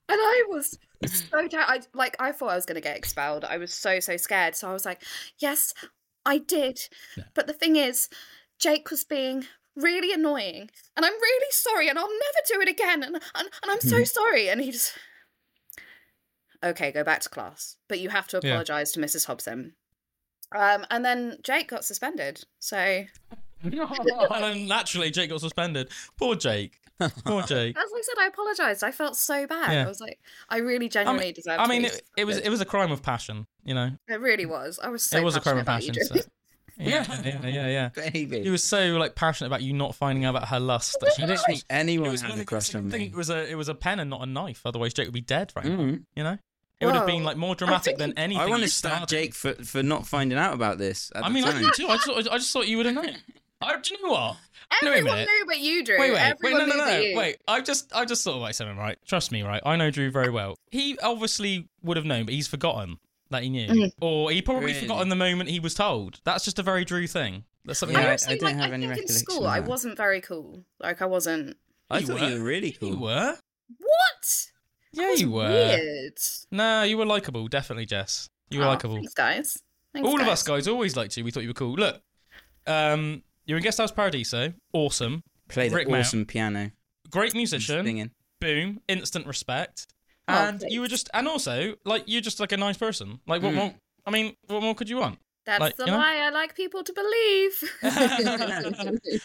C: I was so down. I like, I thought I was going to get expelled. I was so so scared. So I was like, yes, I did. But the thing is, Jake was being really annoying, and I'm really sorry, and I'll never do it again. And and, and I'm so sorry. And he just okay, go back to class. But you have to
B: Yeah.
C: apologize to Mrs. Hobson. Um, and then Jake got suspended. So
B: and then naturally, Jake got suspended. Poor Jake. Poor Jake.
C: As I said, I apologized. I felt so bad.
B: Yeah.
C: I was like, I really genuinely deserve.
B: I mean, it, it was it was a crime of passion. You know,
C: it really was. I was so.
B: it was a crime of passion.
C: passionate about
B: So.
C: you,
B: Yeah, yeah, yeah, yeah.
D: Baby.
B: He was so like passionate about you not findinding out about her lust that she
D: I don't
B: literally.
D: think anyone
B: was
D: had
B: one
D: a
B: of the-
D: crush on
B: I think
D: me.
B: it was a it was a pen and not a knife. Otherwise, Jake would be dead right now.
D: Mm.
B: You know, it would have been
C: Whoa.
B: like more dramatic than anything.
D: I want
B: you
D: to stab
B: started.
D: Jake for, for not finding out about this. At
B: I
D: the
B: mean, I
D: time.
B: did too. I just, I just thought you would have known. I, do you know what?
C: Drew.
B: No, wait a
C: Everyone
B: minute.
C: knew but you, Drew.
B: Wait, wait,
C: Everyone
B: wait, no,
C: knew
B: no,
C: but
B: no,
C: you.
B: wait. I've just, I've just thought about something, right? Trust me, right? I know Drew very well. He obviously would have known, but he's forgotten that he knew,
C: Mm.
B: or he probably
D: Really?
B: forgotten the moment he was told. That's just a very Drew thing. That's something
D: Yeah,
C: I
B: I,
C: also
D: I don't
C: like.
D: have
C: I think
D: any
C: in
D: recollection
C: school
D: of
C: I
D: that.
C: wasn't very cool. Like I wasn't.
D: I
B: You
D: thought
B: were.
D: you were really cool.
B: you were.
C: What?
B: Yeah, you were.
C: Weird.
B: No, you were likable, definitely, Jess. You were
C: Oh,
B: likable.
C: Thanks, guys. Thanks,
B: All of
C: guys.
B: us guys always liked you. We thought you were cool. Look, um, you're in Guest House Paradiso. Awesome.
D: Played
B: Rick
D: an
B: Mount.
D: awesome piano.
B: Great musician.
D: Singing.
B: Boom. Instant respect.
C: Oh,
B: And
C: thanks.
B: you were just, and also, like, you're just like a nice person. Like, what more? I mean, what more could you want?
C: That's
B: like,
C: the
B: you know?
C: lie I like people to believe.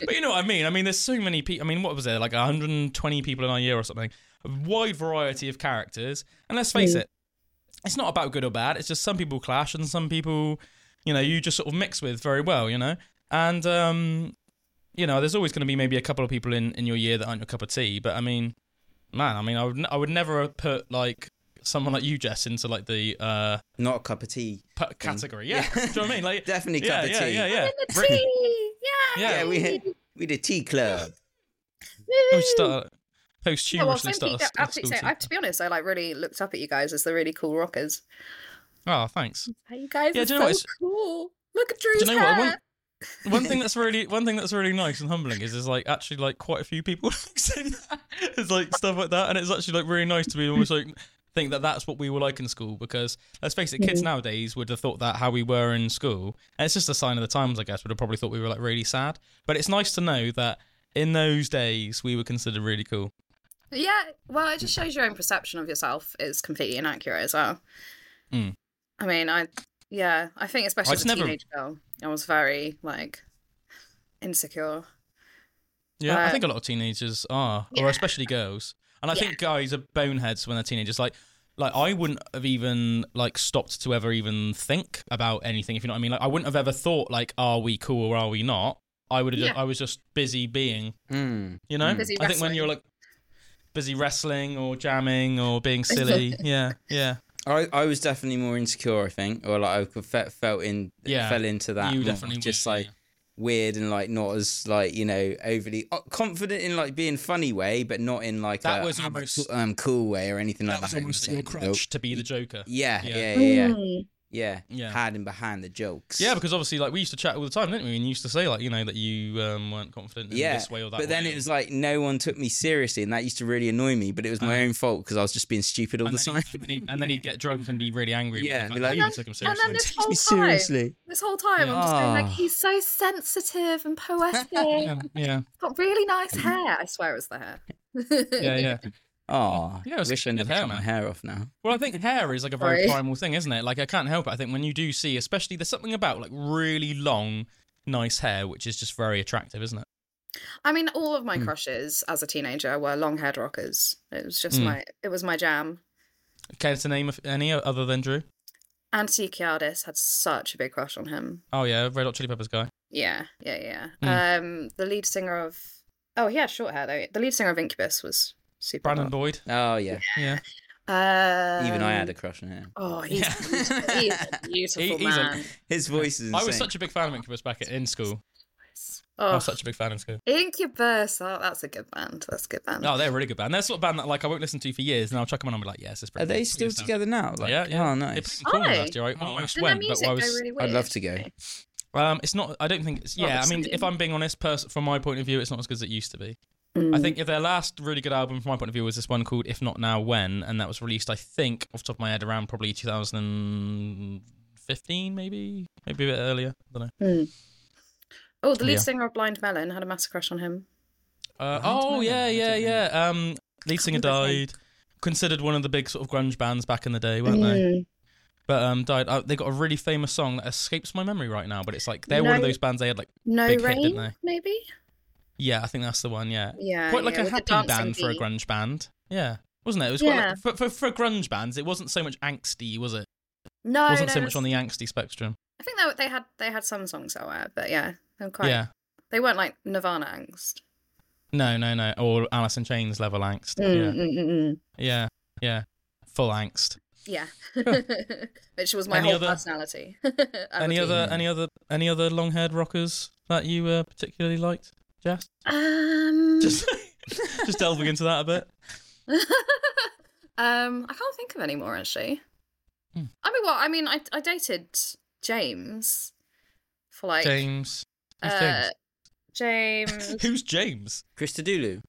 B: But you know what I mean? I mean, there's so many people. I mean, what was there? Like 120 people in our year or something. A wide variety of characters. And let's
D: Hmm.
B: face it, it's not about good or bad. It's just some people clash and some people, you know, you just sort of mix with very well, you know? And, um, you know, there's always going to be maybe a couple of people in, in your year that aren't your cup of tea. But I mean, man, I mean, I would, n- I would never have put like someone like you, Jess, into like the uh,
D: Not a cup of tea.
B: p- category. Yeah. Do you know what I mean? Like,
D: Mm. Definitely
B: yeah,
D: cup of
B: yeah,
D: tea.
B: yeah, yeah.
C: the
B: Rick-
C: tea. Yeah.
B: Yeah,
D: Yeah, we had, we did tea club.
B: Oh, we start posthumously
C: Yeah, well,
B: start
C: same people-
B: a s- a
C: absolutely
B: school
C: same. I, to be honest, I like really looked up at you guys as the really cool rockers.
B: Oh, thanks.
C: Hey, you guys
B: Yeah,
C: are
B: do you
C: so
B: know what, it's-
C: cool. Look at
B: Do
C: Drew's
B: you know what?
C: hair.
B: One, one thing that's really one thing that's really nice and humbling is is like actually like quite a few people say that. It's like stuff like that, and it's actually like really nice to be almost like think that that's what we were like in school because let's face it, kids nowadays would have thought that how we were in school, and it's just a sign of the times, I guess. Would have probably thought we were like really sad, but it's nice to know that in those days we were considered really cool.
C: Yeah, well, it just shows your own perception of yourself is completely inaccurate as well.
B: Mm.
C: I mean, I yeah, I think especially
B: I
C: as a
B: just never-
C: teenage girl, I was very like insecure.
B: Yeah, I
C: Uh,
B: think a lot of teenagers are,
C: yeah.
B: or especially girls. And I
C: Yeah.
B: think guys are boneheads when they're teenagers. Like, like I wouldn't have even like stopped to ever even think about anything. If you know what I mean, like I wouldn't have ever thought like, are we cool or are we not? I would have. Just,
C: Yeah.
B: I was just busy being.
D: Mm.
B: You know,
C: Busy
B: I think when you're like busy wrestling or jamming or being silly. yeah, yeah.
D: I, I was definitely more insecure, I think, or like I fe- felt in
B: Yeah,
D: fell into that.
B: you
D: more,
B: definitely
D: just
B: were,
D: like weird and like not as like you know overly uh, confident in like being funny way, but not in like
B: That
D: a,
B: was
D: I'm a
B: almost-
D: cool, um, cool way or anything like
B: That
D: that.
B: was almost
D: It like,
B: your
D: nope.
B: crutch to be the Joker.
D: Yeah,
B: Yeah.
D: yeah, yeah, yeah, yeah,
B: Yeah.
D: Hiding behind the jokes.
B: Yeah, because obviously, like we used to chat all the time, didn't we? And you used to say, like, you know, that you um, weren't confident in
D: yeah,
B: this way or that.
D: but then
B: way.
D: it was like no one took me seriously, and that used to really annoy me. But it was my own fault because I was just being stupid all the
B: and then
D: time.
B: he- and then he- and then he'd get drunk and be really angry.
D: Yeah,
B: with
D: be
B: the fact
D: like,
B: that you took him
C: Mm. And
B: seriously. Ah.
C: then this whole time,
D: seriously.
C: this whole time, I'm just going like, he's so sensitive and poetic.
B: Yeah, yeah,
C: Got really nice hair. I swear it was the hair.
B: Mm-hmm. yeah, yeah.
D: Oh,
B: Yeah, it was
D: wish I
B: good
D: never
B: hair,
D: cut my
B: man.
D: hair off now.
B: Well, I think hair is like a very
C: Sorry.
B: primal thing, isn't it? Like I can't help it. I think when you do see, especially there's something about like really long, nice hair, which is just very attractive, isn't it?
C: I mean, all of my
B: Mm.
C: crushes as a teenager were long-haired rockers. It was just
B: Mm.
C: my, it was my jam.
B: Care to name any other than Drew?
C: Anthony Kiedis had such a big crush on him.
B: Oh yeah, Red Hot Chili Peppers guy.
C: Yeah, yeah,
B: Mm.
C: yeah. Um, the lead singer of oh he had short hair though. The lead singer of Incubus was super.
B: Brandon
C: hot.
B: Boyd.
D: Oh yeah,
B: Yeah,
C: Um,
D: even I had a crush on him.
C: Oh, he's, beautiful. he's a beautiful
B: He- he's a-
C: man.
D: His voice is.
B: I was
D: insane.
B: such a big fan of Incubus back at, in school. I
C: Oh,
B: was such a big fan in school.
C: Incubus. Oh, that's a good band. That's a good band.
B: Oh, they're a really good band. They're the sort of band that like I won't listen to for years, and I'll chuck them on and be like, yes, it's
D: Are
B: pretty.
D: they
B: good.
D: still
B: Yes, no.
D: together now? Like,
B: yeah, yeah.
D: Oh,
B: They
D: nice.
B: played in Cornwall
C: Aye.
B: last year. I I almost
C: Didn't their
B: went, but I
C: music go
B: was
C: really
D: I'd
C: weird?
D: love to go.
B: Um, it's not. I don't think. It's,
C: Not
B: yeah, I mean,
C: Oh, the
B: if
C: same.
B: I'm being honest, pers- from my point of view, it's not as good as it used to be. I
C: Mm.
B: think if their last really good album, from my point of view, was this one called "If Not Now When," and that was released, I think, off the top of my head, around probably 2015, maybe, maybe a bit earlier. I don't know.
C: Hmm. Oh, the lead
B: Yeah.
C: singer of Blind Melon had a massive crush on him.
B: Uh, oh yeah, yeah, yeah. Um, lead singer
C: remember his
B: died. considered one of the big sort of grunge bands back in the day, weren't
C: Hmm.
B: they? But um, died. Uh, they got a really famous song that escapes my memory right now. But it's like they're one of
C: No.
B: those bands they had like
C: No
B: Big hit,
C: rain,
B: didn't they?
C: maybe.
B: yeah, I think that's the one. Yeah,
C: Yeah,
B: quite like
C: yeah,
B: a
C: with the
B: happy
C: dancing
B: band for a
C: beat.
B: grunge band. Yeah, wasn't it? It was quite
C: Yeah.
B: like, for, for for grunge bands. It wasn't so much angsty, was it?
C: No,
B: It wasn't
C: Oh, no,
B: so much
C: that's-
B: on the angsty spectrum.
C: I think they, they had they had some songs that were, but yeah, they were quite.
B: Yeah,
C: They weren't like Nirvana angst.
B: no, no, no. Or Alice in Chains level angst.
C: Mm, mm, mm, mm.
B: Yeah, yeah, yeah. Full angst.
C: Yeah, which was my
B: Any
C: whole
B: other-
C: personality.
B: any other, any other, any other long-haired rockers that you uh, particularly liked, Jess?
C: Um,
B: Just, just delving into that a bit.
C: um, I can't think of any more actually.
B: Hmm.
C: I mean, well, I mean, I I dated James for like
B: James. Who's
C: uh,
B: James?
C: James.
B: Who's James?
D: Krista Dulu.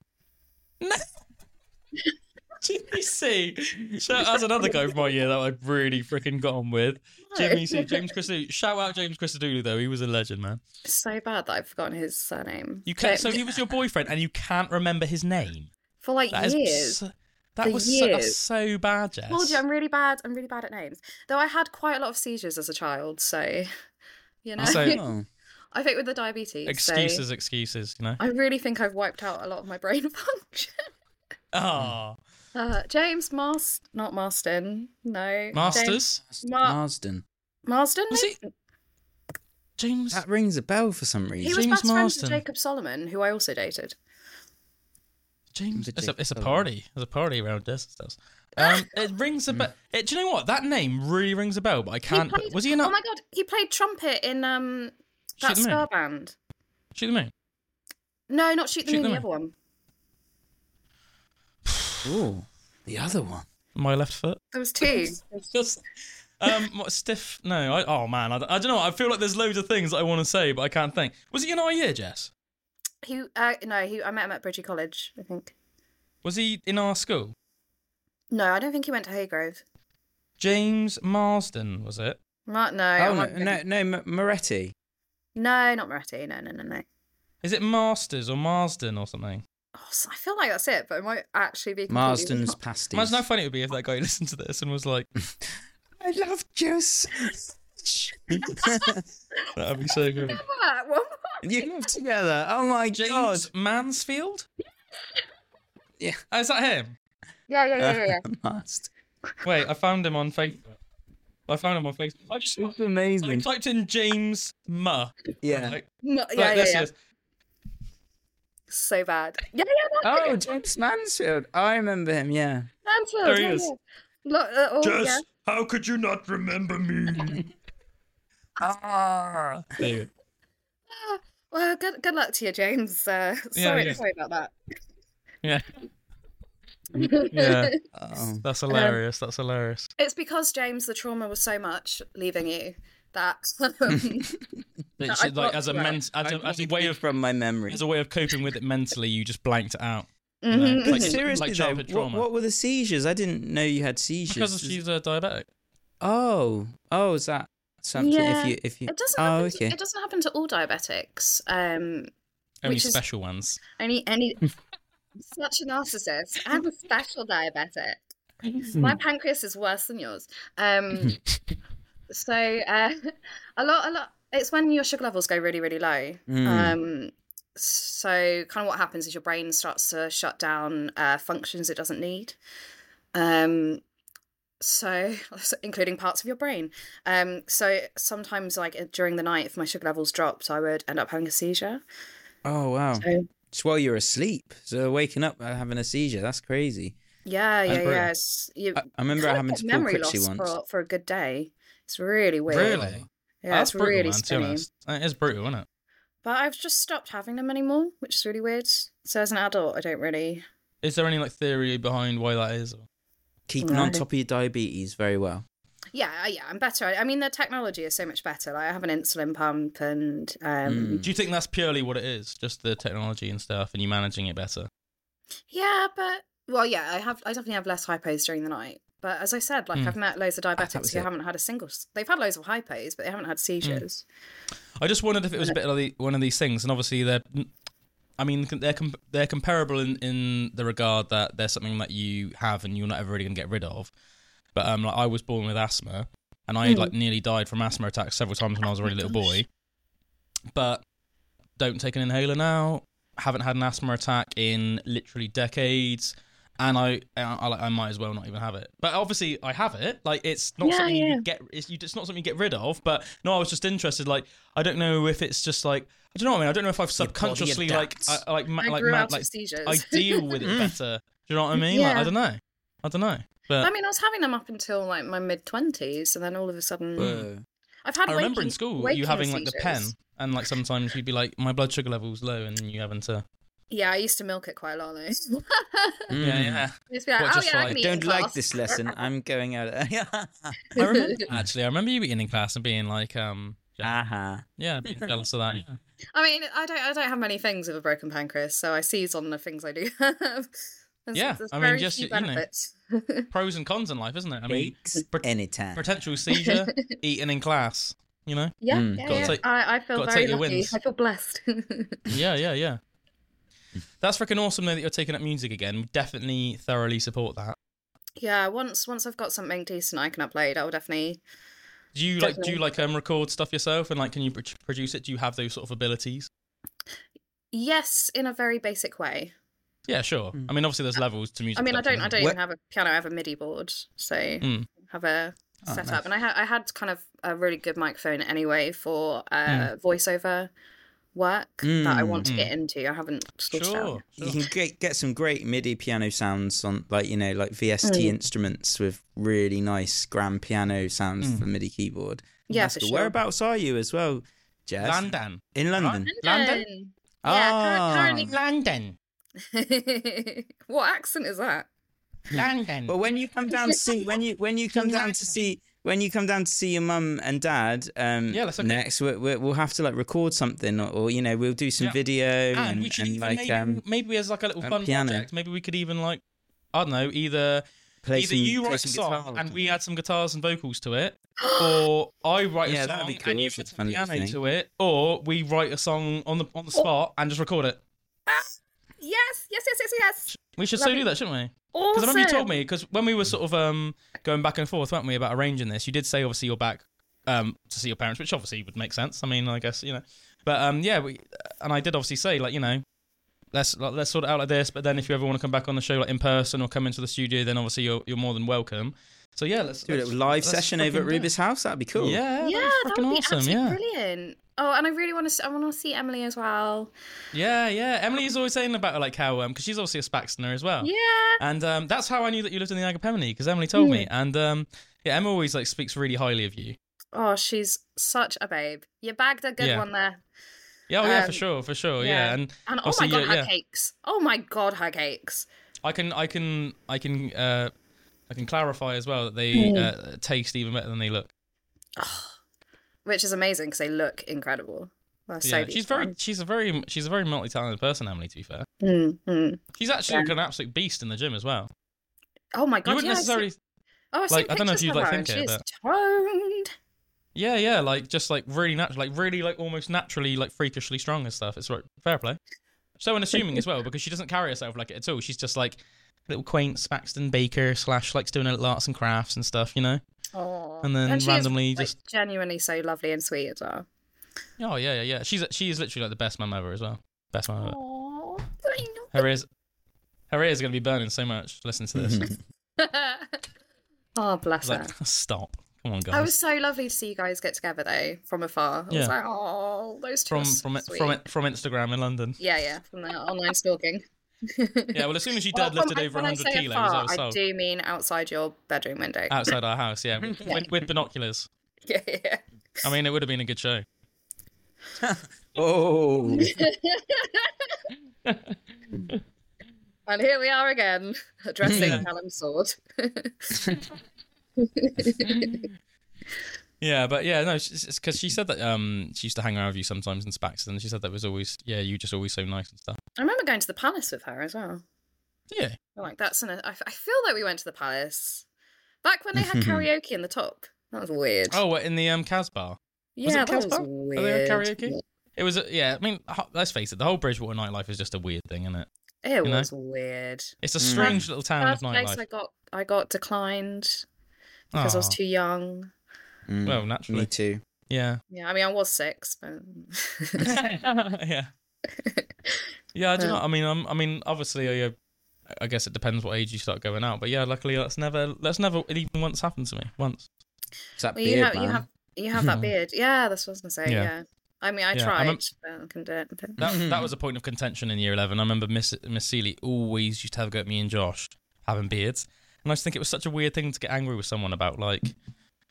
B: Jimmy C. Shout, that's another guy from my year that I really freaking got on with. Jimmy C. James Christodoulou. Shout out James Christodoulou though. He was a legend, man.
C: so bad that I've forgotten his surname.
B: You can't.
C: But
B: So he was your boyfriend, and you can't remember his name.
C: for like
B: That is
C: years.
B: so- that
C: For
B: was so, that's
C: years.
B: so bad, Jess.
C: Told you, I'm really bad. I'm really bad at names. Though I had quite a lot of seizures as a child, so you know,
B: So-
D: Oh.
C: I think with the diabetes, so
B: excuses, excuses. You know.
C: I really think I've wiped out a lot of my brain function.
B: Ah,
C: Uh, James Mars, not Marston, no. James-
B: masters.
C: Ma-
D: Marsden.
C: Marsden.
B: Was
C: maybe?
B: James.
D: That rings a bell for some
C: He
D: reason.
C: was
B: James
C: best friends
B: Marsden.
C: with Jacob Solomon, who I also dated.
B: James.
D: The
B: It's a,
D: Jake
B: it's a
D: Sullivan.
B: party. There's a party around Jess's house. Um, it rings a bell. It, do you know what? That name really rings a bell, but I
C: He
B: can't.
C: played-
B: was he in a
C: Oh my god, he played trumpet in um
B: Shoot
C: that
B: the Moon?
C: ska band.
B: Shoot the moon.
C: No, not shoot the
B: Shoot
C: moon,
B: the
C: the
B: Moon.
C: other one.
D: Ooh, the other one.
B: My left foot.
C: There was two.
B: Just um, what, stiff. No. I, oh man, I, d- I don't know. I feel like there's loads of things that I want to say, but I can't think. Was he in our year, Jess?
C: he, uh, no, he. I met him at Bridgie College, I think.
B: Was he in our school?
C: No, I don't think he went to Haygrove.
B: James Marsden was it?
C: Mar- no,
D: Oh,
C: I'm
D: no,
C: not
D: no,
C: kidding.
D: no, M- Moretti.
C: no, not Moretti. No, no, no, no.
B: Is it Masters or Marsden or something?
C: Oh, so I feel like that's it, but it might actually be completely
D: Marsden's
C: wrong.
D: pasties.
B: Imagine how funny it would be if that guy listened to this and was like,
D: I love juice.
B: "That'd be so good."
C: Ah, well,
D: you live together. Oh my god.
B: James Mansfield.
D: Yeah.
B: Oh, is that him?
C: yeah, yeah, Oh, yeah, yeah, yeah.
D: Mast.
B: Wait, I found him on Facebook. I found him on Facebook. I just
D: It's
B: I
D: amazing.
B: typed in James Ma.
D: Yeah.
B: Like,
C: Mo- yeah,
B: like,
C: yeah,
B: this
C: yeah.
B: is-
C: So bad. Yeah, yeah, that's
D: Oh,
C: it.
D: James Mansfield. I remember him. Yeah.
C: Mansfield.
B: there he
C: yeah,
B: is.
C: yeah. Look, uh, oh, yeah.
A: how could you not remember me?
D: Ah.
B: There you go.
C: Well, good, good luck to you, James. Uh,
B: Yeah,
C: sorry,
B: yeah.
C: sorry about that.
B: Yeah. yeah.
D: Oh.
B: That's
C: Um,
B: hilarious. That's hilarious.
C: It's because James, the trauma was so much leaving you that um,
B: It's
C: I
B: like
C: thought-
B: as a
C: right.
B: men- as a, as a way of
D: from my memory.
B: as a way of coping with it mentally, you just blanked it out. You know,
C: mhm,
B: it's like-
D: But seriously
B: like
D: though,
B: childhood
D: what,
B: trauma.
D: what were the seizures? I didn't know you had seizures.
B: because she's a diabetic.
D: Oh, oh, is that something?
C: Yeah.
D: If you, if you,
C: it doesn't.
D: oh,
C: happen
D: okay.
C: to, it doesn't happen to all diabetics. Um,
B: Only
C: Which is-
B: special ones.
C: Any, any, such a narcissist. I'm a special diabetic. My pancreas is worse than yours. Um, so uh, a lot, a lot. It's when your sugar levels go really, really low.
D: Mm.
C: Um, so kind of what happens is your brain starts to shut down uh, functions it doesn't need. Um, so including parts of your brain. Um, so sometimes like uh, during the night, if my sugar levels dropped, I would end up having a seizure.
D: oh wow.
C: So-
D: It's while you're asleep, so waking up and having a seizure. That's crazy.
C: Yeah, yeah,
D: brutal.
C: yeah. It's, you
D: I, I remember
C: kind of
D: having
C: get
D: to call
C: memory
D: Critchy
C: loss
D: once.
C: for, for a good day. It's really weird.
B: Really? Oh,
C: Yeah,
B: That's
C: it's
B: brutal,
C: really
B: man, to be
C: skinny.
B: honest. It is brutal, isn't it?
C: But I've just stopped having them anymore, which is really weird. So as an adult, I don't really.
B: Is there any like theory behind why that is? or-
D: Keeping on top of your diabetes very well.
C: Yeah, I- yeah, I'm better. I I mean, the technology is so much better. Like I have an insulin pump, and um,
B: Do you think that's purely what it is? Just the technology and stuff, and you managing it better?
C: yeah, but well, yeah, I have. I definitely have less hypos during the night. But as I said, like
B: Mm.
C: I've met loads of
D: was
C: diabetics who
D: it.
C: haven't had a single. s- They've had loads of hypos,
B: Mm.
C: but they haven't had seizures.
B: I just wondered if it was a bit of the, one of these things, and obviously they're. I mean, con- they're com- they're comparable in, in the regard that they're something that you have and you're not ever really gonna get rid of. But um, like I was born with asthma, and I
C: Hmm.
B: like nearly died from asthma attacks several times when I was a really little
C: Oh
B: boy. But don't take an inhaler now. Haven't had an asthma attack in literally decades, and I I, I, like, I might as well not even have it. But obviously I have it. Like it's not
C: Yeah,
B: something
C: yeah.
B: you get. It's, you, it's not something you get rid of. But no, I was just interested. Like I don't know if it's just like I don't know. What I mean, I don't know if I've subconsciously like
D: adapts.
B: I, I like ma-
C: I
B: like
C: grew
B: ma-
C: out
B: like
C: of seizures.
B: I deal with it better. Do you know what I mean? Like I
C: Yeah.
B: don't know. I don't know. But
C: I mean, I was having them up until like my mid twenties, and then all of a sudden,
D: Whoa.
C: I've had.
B: Uh, I remember in
C: waking-
B: school you
C: waking
B: having like the pen,
C: seizures.
B: and like sometimes you'd be like, my blood sugar level's low, and you having to.
C: Yeah, I used to milk it quite a lot though. just be
D: Mm.
B: Yeah,
C: like,
B: What,
C: oh
B: just
C: yeah, I
B: like,
C: can eat in
D: Don't like
C: class."
D: this lesson. I'm going out.
B: yeah. I remember actually. I remember you eating in class and being like, um, yeah,
D: Aha.
B: yeah being jealous of that. yeah.
C: I mean, I don't, I don't have many things with a broken pancreas, so I seize on the things I do have. There's-
B: Yeah,
C: there's
B: I mean,
C: very
B: just,
C: few
B: you know.
C: benefits.
B: Pros and cons in life, isn't it? I mean,
D: Bakes
B: pre-
D: anytime.
B: potential seizure, eating in class. You know.
C: Yeah,
D: Mm,
C: yeah,
B: gotta
C: yeah.
B: take-
C: I, I feel
B: gotta
C: very
B: take your
C: lucky.
B: wins.
C: I feel blessed.
B: Yeah, yeah, yeah. That's freaking awesome though that you're taking up music again. We definitely thoroughly support that.
C: yeah, once once I've got something decent I can upload, I will definitely.
B: Do you like do you like um record stuff yourself and like can you pr- produce it? Do you have those sort of abilities?
C: Yes, in a very basic way.
B: Yeah, sure. I mean, obviously there's levels to music.
C: Hmm. I mean, I don't,
B: production,
C: I
B: isn't
C: don't
D: What-
C: even have a piano. I have a MIDI board, so
B: Mm.
C: have a
D: Oh,
C: setup.
D: nice.
C: And I had, I had kind of a really good microphone anyway for uh, voiceover work that I want to
B: Mm,
C: get into. I haven't sorted
B: Sure.
C: out.
B: sure.
D: You can get, get some great MIDI piano sounds on, like, you know, like VST
C: Hmm.
D: instruments with really nice grand piano sounds for
B: Hmm.
D: MIDI keyboard.
C: Yeah,
D: That's
C: for
D: cool.
C: sure.
D: Whereabouts are you as well, Jess?
B: London.
D: In London.
B: London?
D: Ah.
C: Yeah, cur-
B: London.
C: currently. what accent is that?
D: Hmm.
B: London.
D: But when you come down to see when you when you come down to see when you come down to see your mum and dad, um,
B: Yeah, that's okay.
D: next we, we, we'll have to like record something or, or you know we'll do some
B: Yeah.
D: video
B: and
D: and,
B: we should
D: and,
B: even
D: like
B: maybe,
D: um
B: maybe as like a little
D: a
B: fun
D: piano.
B: project. Maybe we could even like I don't know either
D: play
B: either
D: some
B: you
D: play
B: write a
D: some guitar
B: song
D: or
B: and
D: something.
B: we add some guitars and vocals to it, or I write
D: Yeah,
B: a
D: that'd
B: song
D: be cool.
B: and you
D: It's a
B: put some
D: fun little
B: piano
D: thing.
B: to it, or we write a song on the on the spot and just record it.
C: Yes, yes, yes, yes, yes.
B: We should so
C: Lovely.
B: do that, shouldn't we? Because
C: Awesome.
B: I remember you told me because when we were sort of um going back and forth, weren't we, about arranging this? You did say obviously you're back um to see your parents, which obviously would make sense. I mean, I guess you know, but um yeah, we and I did obviously say like you know. Let's like, let's sort it out like this, but then if you ever want to come back on the show like in person or come into the studio, then obviously you're you're more than welcome. So yeah, let's
D: do a
B: let's-
D: little live
B: let's
D: session over at
B: freaking do it.
D: Ruby's house. That'd be cool.
B: Yeah,
C: Yeah,
B: that'd
C: that
B: be freaking
C: would be
B: awesome.
C: absolutely
B: Yeah,
C: brilliant. Oh, and I really want to. See, I want to see Emily as well.
B: yeah, yeah. Emily's always saying about like how um because she's obviously a Spaxner as well.
C: Yeah.
B: And um, that's how I knew that you lived in the Agapemini because Emily told me.
C: Hmm.
B: And um, yeah, Emma always like speaks really highly of you.
C: Oh, she's such a babe. You bagged a good
B: Yeah.
C: one there.
B: Yeah, oh, yeah, for
C: Um,
B: sure, for sure. Yeah,
C: yeah.
B: and
C: And oh
B: Obviously,
C: my god,
B: yeah,
C: her
B: yeah.
C: cakes. Oh my god, her cakes.
B: I can, I can, I can, uh, I can clarify as well that they
C: Hmm.
B: uh, taste even better than they look.
C: Which is amazing because they look incredible. They're so
B: yeah, she's very, she's a very, she's a very multi-talented person, Emily. To be fair,
C: beautiful. Mm, mm.
B: she's actually like an absolute beast in the gym as well.
C: Oh my god,
B: you wouldn't
C: yeah, I see-
B: necessarily
C: Oh, I've
B: like,
C: seen
B: I don't know if
C: pictures
B: you'd,
C: of
B: like,
C: her
B: think
C: and
B: it,
C: She's
B: but-
C: toned.
B: Yeah, yeah, like just like really natural, like really like almost naturally like freakishly strong and stuff. It's like fair play. So unassuming as well because she doesn't carry herself like it at all. She's just like a little quaint Spaxton Baker slash likes doing her little arts and crafts and stuff, you know.
C: Oh.
B: And then
C: she is,
B: randomly
C: like,
B: just-
C: genuinely so lovely and sweet as well.
B: Oh yeah, yeah, yeah. She's she is literally like the best mum ever as well. Best mum ever.
C: Oh,
B: Her ears, her ears are gonna be burning so much. Listen to this. It's
C: oh bless her.
B: like stop. Come on, guys.
C: I was so lovely to see you guys get together though from afar. I
B: Yeah.
C: was like, oh, those two
B: from
C: are so
B: from
C: sweet.
B: from from Instagram in London.
C: Yeah, yeah, from the online stalking.
B: Yeah, well, as soon as you
C: Well,
B: deadlifted
C: when I-
B: over
C: when I
B: 100
C: say
B: kilos,
C: afar,
B: I was Ah.
C: I
B: sold.
C: do mean outside your bedroom window.
B: Outside our house, yeah, with, with binoculars.
C: yeah, yeah.
B: I mean, it would have been a good show.
D: Oh,
C: And here we are again, addressing Callum's sword.
B: Yeah, but yeah, no, because she said that um she used to hang around with you sometimes in Spaxton. and she said that was always yeah, you just always so nice and stuff.
C: I remember going to the palace with her as well.
B: Yeah,
C: Like that's an. I, I feel like we went to the palace back when they had karaoke in the top. That was weird.
B: Oh, what, in the um Casbar.
C: yeah,
B: it
C: that was
B: Casbah? Are they
C: weird.
B: on karaoke? It was, a- yeah. I mean, ho- let's face it, the whole Bridgewater nightlife is just a weird thing, isn't it?
C: It
B: You know?
C: was weird.
B: It's a
D: Mm.
B: strange little town of
C: First place I
B: nightlife.
C: got, I got declined because I was
B: Aw.
C: too young.
D: Mm,
B: Well,
D: me
B: naturally,
D: too.
B: yeah,
C: Yeah, I mean, I was six, but
B: yeah, yeah. I do
C: Yeah.
B: not. I mean, I'm, I mean, obviously, I, uh, I guess it depends what age you start going out. But yeah, luckily, that's never, that's never it even once happened to me. Once.
D: It's that
C: well,
D: beard,
C: you have,
D: man.
C: you have, you have that
B: Mhm.
C: beard. Yeah, that's what I was gonna say.
B: Yeah.
C: Yeah. I mean, I
B: Yeah, I
C: tried,
B: mem-
C: but I couldn't do it. But-
B: That that was a point of contention in year eleven. I remember Miss Miss Seeley always used to have a go at me and Josh having beards, and I just think it was such a weird thing to get angry with someone about. Like,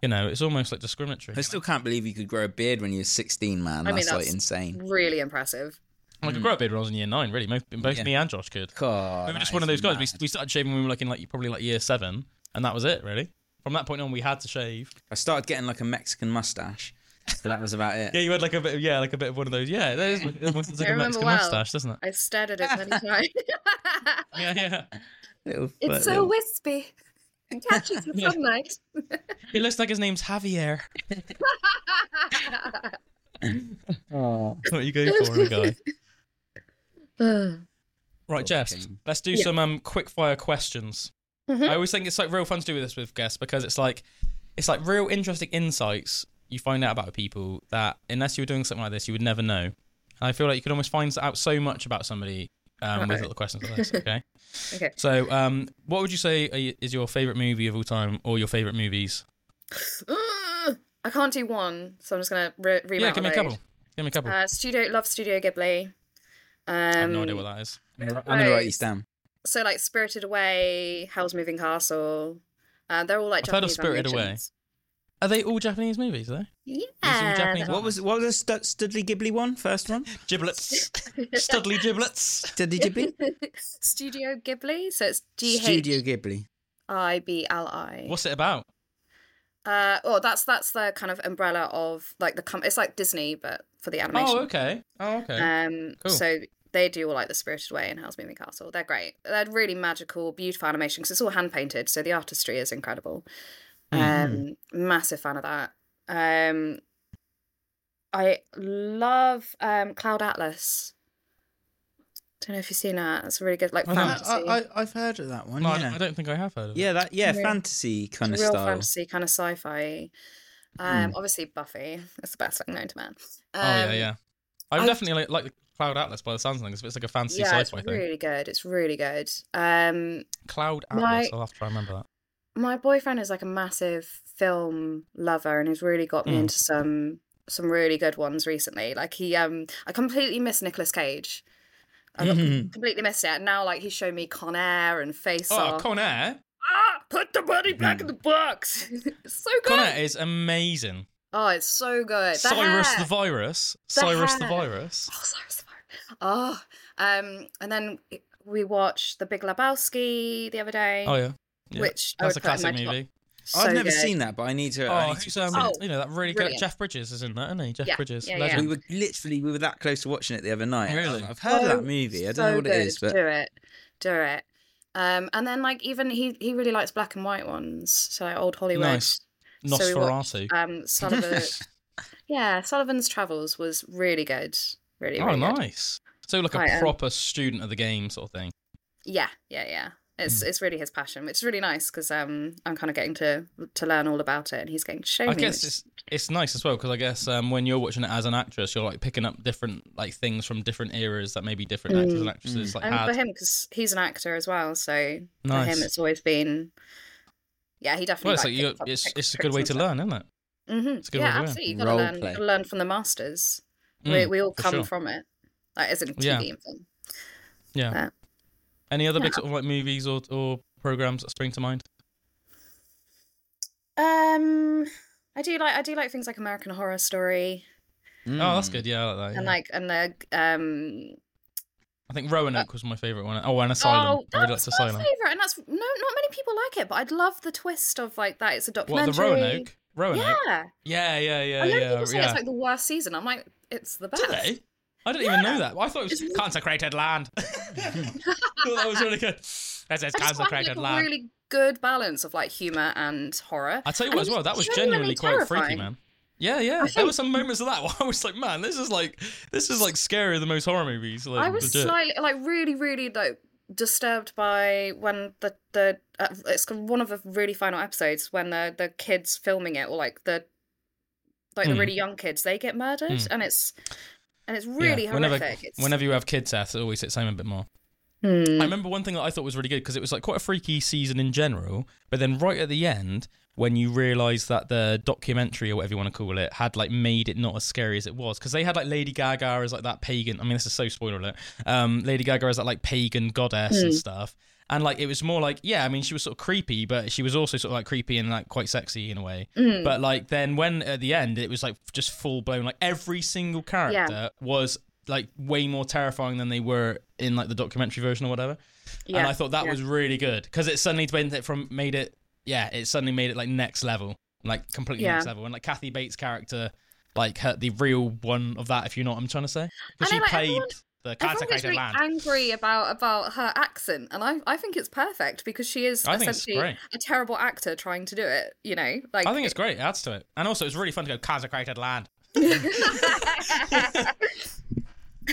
B: you know, it's almost like discriminatory.
D: I still can't believe you could grow a beard when you were 16, man.
C: I
D: That's,
C: mean,
D: like
C: that's-
D: insane.
C: Really impressive.
B: I could grow a beard when I was in year nine. Really, both, both
D: Yeah.
B: me and Josh could.
D: God,
B: we were just
D: that
B: one of
D: is
B: those guys. We,
D: mad.
B: we started shaving when we were like in like probably like year seven, and that was it really. From that point on, we had to shave.
D: I started getting like a Mexican mustache. So that was about it.
B: Yeah, you had like a bit, of, yeah, like a bit of one of those. Yeah, that is it looks like
C: I
B: a
C: remember
B: Mexican
C: well.
B: mustache, doesn't it?
C: I stared at it many times.
B: Yeah, yeah.
D: Little foot,
E: It's so
D: little-
E: wispy. It catches the
B: Yeah.
E: sunlight.
B: He looks like his name's Javier. That's what you go for in a guy. Right, Jess,
D: Okay.
B: let's do
C: Yeah.
B: some um, quick fire questions.
E: Mhm.
B: I always think it's like real fun to do this with guests because it's like it's like real interesting insights you find out about people that unless you were doing something like this, you would never know. And I feel like you could almost find out so much about somebody um, with
C: Alright.
B: little questions like this. Okay.
C: Okay.
B: So, um, what would you say are y- is your favorite movie of all time, or your favorite movies?
C: Mm, I can't do one, so I'm just gonna re- read.
B: yeah, give me a couple. Give me a couple.
C: Uh, Studio love Studio Ghibli. Um,
B: I have no idea what that is.
D: I'm gonna- I'm gonna write these down.
C: so like Spirited Away, Hell's Moving Castle. Uh, they're all like
B: I've heard of
C: Japanese
B: Spirited Away.
C: animations.
B: Are they all Japanese movies though?
C: Yeah.
B: Japanese
C: that-
D: What was what was the Stud- Studley Ghibli one? First one?
B: Giblets, Studley giblets.
D: Studley Ghibli?
C: Studio Ghibli. So it's
D: Studio
C: G H
D: Ghibli.
C: I B L I.
B: What's it about?
C: Uh, oh, that's that's the kind of umbrella of like the com- it's like Disney but for the animation.
B: Oh, okay. Oh, okay.
C: Um,
B: Cool.
C: so they do all like the Spirited Away and Hell's Moving Castle. They're great. They're really magical, beautiful animation because it's all hand painted, so the artistry is incredible.
B: Hmm.
C: Um, massive fan of that. Um, I love um Cloud Atlas. Don't know if you've seen that. It's a really good like
B: Oh, no.
C: fantasy.
D: I, I, have heard of that one.
B: no, I-
D: yeah.
B: I don't think I have heard of it.
D: yeah, that yeah,
C: Yeah.
D: fantasy kind of
C: real
D: style.
C: fantasy, kind of sci-fi. Um, obviously Buffy. It's the best thing known to man. Um,
B: Hmm. Oh yeah, yeah. I
C: I-
B: definitely like, like the Cloud Atlas by the sounds of things. but It's like a fancy
C: Yeah, it's
B: sci-fi thing.
C: really good. It's really good. Um,
B: Cloud Atlas.
C: My-
B: I'll have to try and remember that.
C: my boyfriend is like a massive film lover and he's really got me
B: Mm.
C: into some some really good ones recently like he um i completely missed nicolas cage i got- completely missed it and now like he's shown me con air and face
B: Mm-hmm. Oh,
C: off
B: Con Air.
C: ah put the money back in the box it's so good
B: Con Air is amazing.
C: oh it's so good the
B: Cyrus
C: hair.
B: the virus. Cyrus the
C: hair.
B: virus.
C: oh cyrus the Virus. oh um and then we watched the big lebowski the other day
B: Oh yeah. yeah.
C: which I
B: That's a
C: would put in my
B: classic
C: top-
B: movie.
C: so
D: I've never
C: good.
D: seen that, but I need to. I
B: Oh,
D: need to
B: who's
D: watch
B: um,
D: it.
C: Oh,
B: you know that really good
C: brilliant.
B: Jeff Bridges is in that, isn't he? Jeff
C: Yeah,
B: Bridges,
C: yeah,
B: legend.
D: we were literally we were that close to watching it the other night.
B: Really?
D: I've heard of
C: So-
D: that movie. I don't
C: Oh, so
D: know what it is,
C: good.
D: but
C: do it, do it. Um, and then like even he he really likes black and white ones, so like old Hollywood.
B: Nice.
C: So we
B: Nosferatu.
C: watched, um, Sullivan. yeah, Sullivan's Travels was really good. Really,
B: oh,
C: really good.
B: nice. So like
C: Right,
B: a
C: um,
B: proper student of the game sort of thing.
C: Yeah, yeah, yeah.
B: Hmm.
C: It's it's really his passion, which is really nice because um I'm kind of getting to to learn all about it, and he's getting shown.
B: I guess it's it's nice as well because I guess um, when you're watching it as an actress, you're like picking up different like things from different eras that maybe different actors and actresses like
C: Mm, and
B: had.
C: for him because he's an actor as well, so for
B: Nice.
C: him it's always been. Yeah, he definitely.
B: well, it's like
C: like,
B: you,
C: picked up-
B: it's
C: picked
B: it's a
C: up
B: good way
C: tricks
B: to
C: and
B: learn, isn't it?
C: Mm-hmm.
B: It's a good
C: yeah,
B: way to learn.
C: absolutely. You've got to
D: Role
C: learn,
D: play.
C: gotta learn from the masters. we,
B: Mm,
C: we all
B: for
C: come
B: sure.
C: from it. Like, as in TV
B: Yeah.
C: and film.
B: Yeah.
C: that.
B: Any other big
C: Yeah.
B: sort of like movies or or programs that spring to mind?
C: Um, I do like I do like things like American Horror Story
D: Hmm.
B: Oh, that's good. Yeah, I like that.
C: Mm. and
B: yeah.
C: like and the um.
B: I think Roanoke was my favorite one. Oh, and Asylum.
C: uh, Oh,
B: I really liked
C: that's my
B: Asylum.
C: favorite, and that's no, not many people like it, but I'd love the twist of like that. It's a
B: What
C: documentary.
B: the Roanoke? Roanoke.
C: Yeah,
B: Yeah, yeah,
C: I
B: yeah,
C: know
B: yeah,
C: people say
B: yeah.
C: it's like the worst season. I'm like, it's the best.
B: Do they? I didn't even know that. I thought it was
C: It's-
B: consecrated land. I thought that was really good. That says
C: I just find
B: consecrated
C: like, a
B: land.
C: really good balance of like humor and horror.
B: I tell you
C: And
B: what,
C: it
B: as well, that was genuinely
C: genuinely
B: quite freaky,
C: terrifying.
B: man. Yeah, yeah. There were some moments of that where I was like, man, this is like this is like scarier than most horror movies. Like,
C: I was
B: legit.
C: slightly like really, really like disturbed by when the the uh, it's one of the really final episodes when the the kids filming it or like the like the
B: Hmm.
C: really young kids they get murdered
B: Hmm.
C: and it's and it's
B: Yeah,
C: really
B: whenever,
C: horrific. It's,
B: Whenever you have kids, Seth, it always hits home a bit more.
C: Hmm.
B: I remember one thing that I thought was really good because it was like quite a freaky season in general, but then right at the end, when you realise that the documentary or whatever you want to call it had like made it not as scary as it was because they had like Lady Gaga as like that pagan. I mean, this is so spoiler alert. Um, Lady Gaga as that like pagan goddess and stuff, and like it was more like yeah, I mean, she was sort of creepy, but she was also sort of like creepy and like quite sexy in a way. But like then when at the end it was like just full blown like every single character was like way more terrifying than they were in like the documentary version or whatever.
C: Yeah,
B: And I thought that was really good because it suddenly went it from made it yeah it suddenly made it like next level like completely
C: Yeah.
B: next level and like Kathy Bates character like her, the real one of that if you know what I'm trying to say
C: I
B: because she
C: know, like,
B: played
C: everyone-
B: the
C: Everyone was
B: consecrated
C: really
B: land.
C: angry about about her accent, and I, I think it's perfect because she is
B: I think it's
C: essentially
B: great.
C: a terrible actor trying to do it. You know, like
B: I think it's great. It adds to it, and also it's really fun to go consecrated land.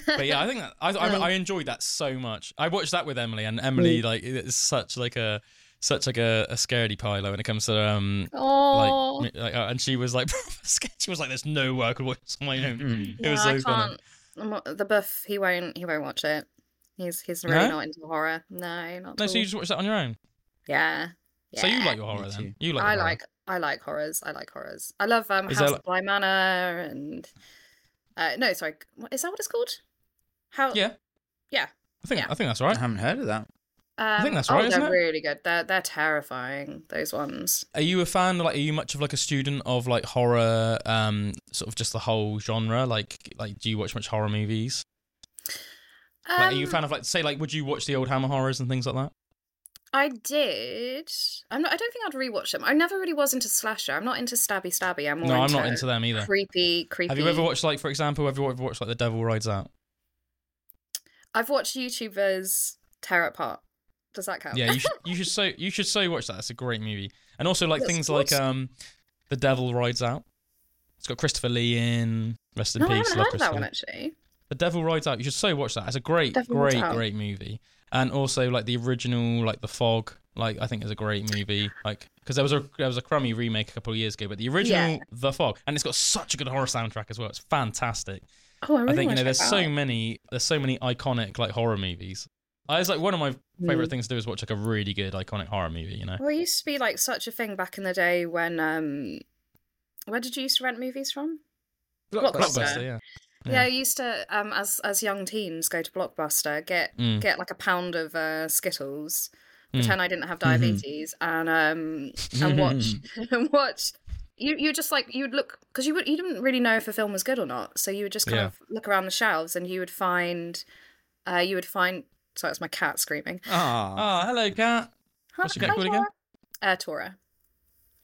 B: but yeah, I think that I, I, I enjoyed that so much. I watched that with Emily,
C: Mm.
B: and Emily like it's such like a such like a, a scaredy pilo when it comes to um
C: oh
B: like, like uh, and she was like she was like there's no way I could watch this on my own. It was
C: No,
B: so funny.
C: I'm not- The buff, he won't. He won't watch it. He's he's really
B: No?
C: not into horror. No, not.
B: No,
C: at
B: so you
C: all.
B: just watched that on your own.
C: Yeah. yeah.
B: So you like your horror
D: Me
B: then?
D: too.
B: You like?
C: I
B: your horror.
C: like I like horrors. I like horrors. I love um
B: Is
C: House
B: there
C: of Bly Manor and uh no sorry what, is that what it's called? How
B: Yeah.
C: Yeah.
B: I think
C: Yeah.
B: I think that's
D: I
B: right.
D: haven't heard of that.
C: Um,
B: think that's
C: oh,
B: right, isn't
C: they're
B: it?
C: really good. They're they're terrifying. Those ones.
B: Are you a fan? Like, are you much of like a student of like horror? Um, sort of just the whole genre. Like, like, do you watch much horror movies?
C: Um,
B: Like, are you a fan of like, say, like, would you watch the old Hammer horrors and things like that?
C: I did. I'm not. I don't think I'd rewatch them. I never really was into slasher. I'm not into stabby stabby. I'm more
B: No, I'm
C: into
B: not into them either.
C: creepy creepy.
B: Have you ever watched like, for example, have you ever watched like The Devil Rides Out?
C: I've watched YouTubers tear it apart. Does that count?
B: Yeah, you should, you should so you should so watch that. It's a great movie, and also like
C: That's
B: things like
C: awesome.
B: um, The Devil Rides Out. It's got Christopher Lee in. Rest in
C: no, I
B: peace.
C: haven't
B: love
C: heard of that
B: Christopher
C: one
B: Lee.
C: actually.
B: The Devil Rides Out. You should so watch that. It's a great,
C: Devil Rides
B: great,
C: Out.
B: great movie. And also like the original, like The Fog. Like I think is a great movie. Like because there was a there was a crummy remake a couple of years ago, but the original
C: Yeah.
B: The Fog, and it's got such a good horror soundtrack as well. It's fantastic.
C: Oh, I really
B: I think you
C: wanna
B: know
C: check
B: there's
C: that
B: so
C: out.
B: many there's so many iconic like horror movies. I was like one of my
C: Mm.
B: favorite things to do is watch like a really good iconic horror movie. You know,
C: Hmm. Well, it used to be like such a thing back in the day when um, where did you used to rent movies from? Blockbuster.
B: blockbuster. Yeah.
C: Yeah, I used to um as as young teens go to Blockbuster get
B: Mm.
C: get like a pound of uh, Skittles,
B: Mm.
C: pretend I didn't have diabetes, and um and watch and watch. You you just like you'd look because you would you didn't really know if a film was good or not, so you would just kind
B: Yeah.
C: of look around the shelves and you would find, uh, you would find. Sorry, it's my cat screaming.
D: Ah,
B: Oh, hello, cat. What's your cat called again?
C: Uh, Tora.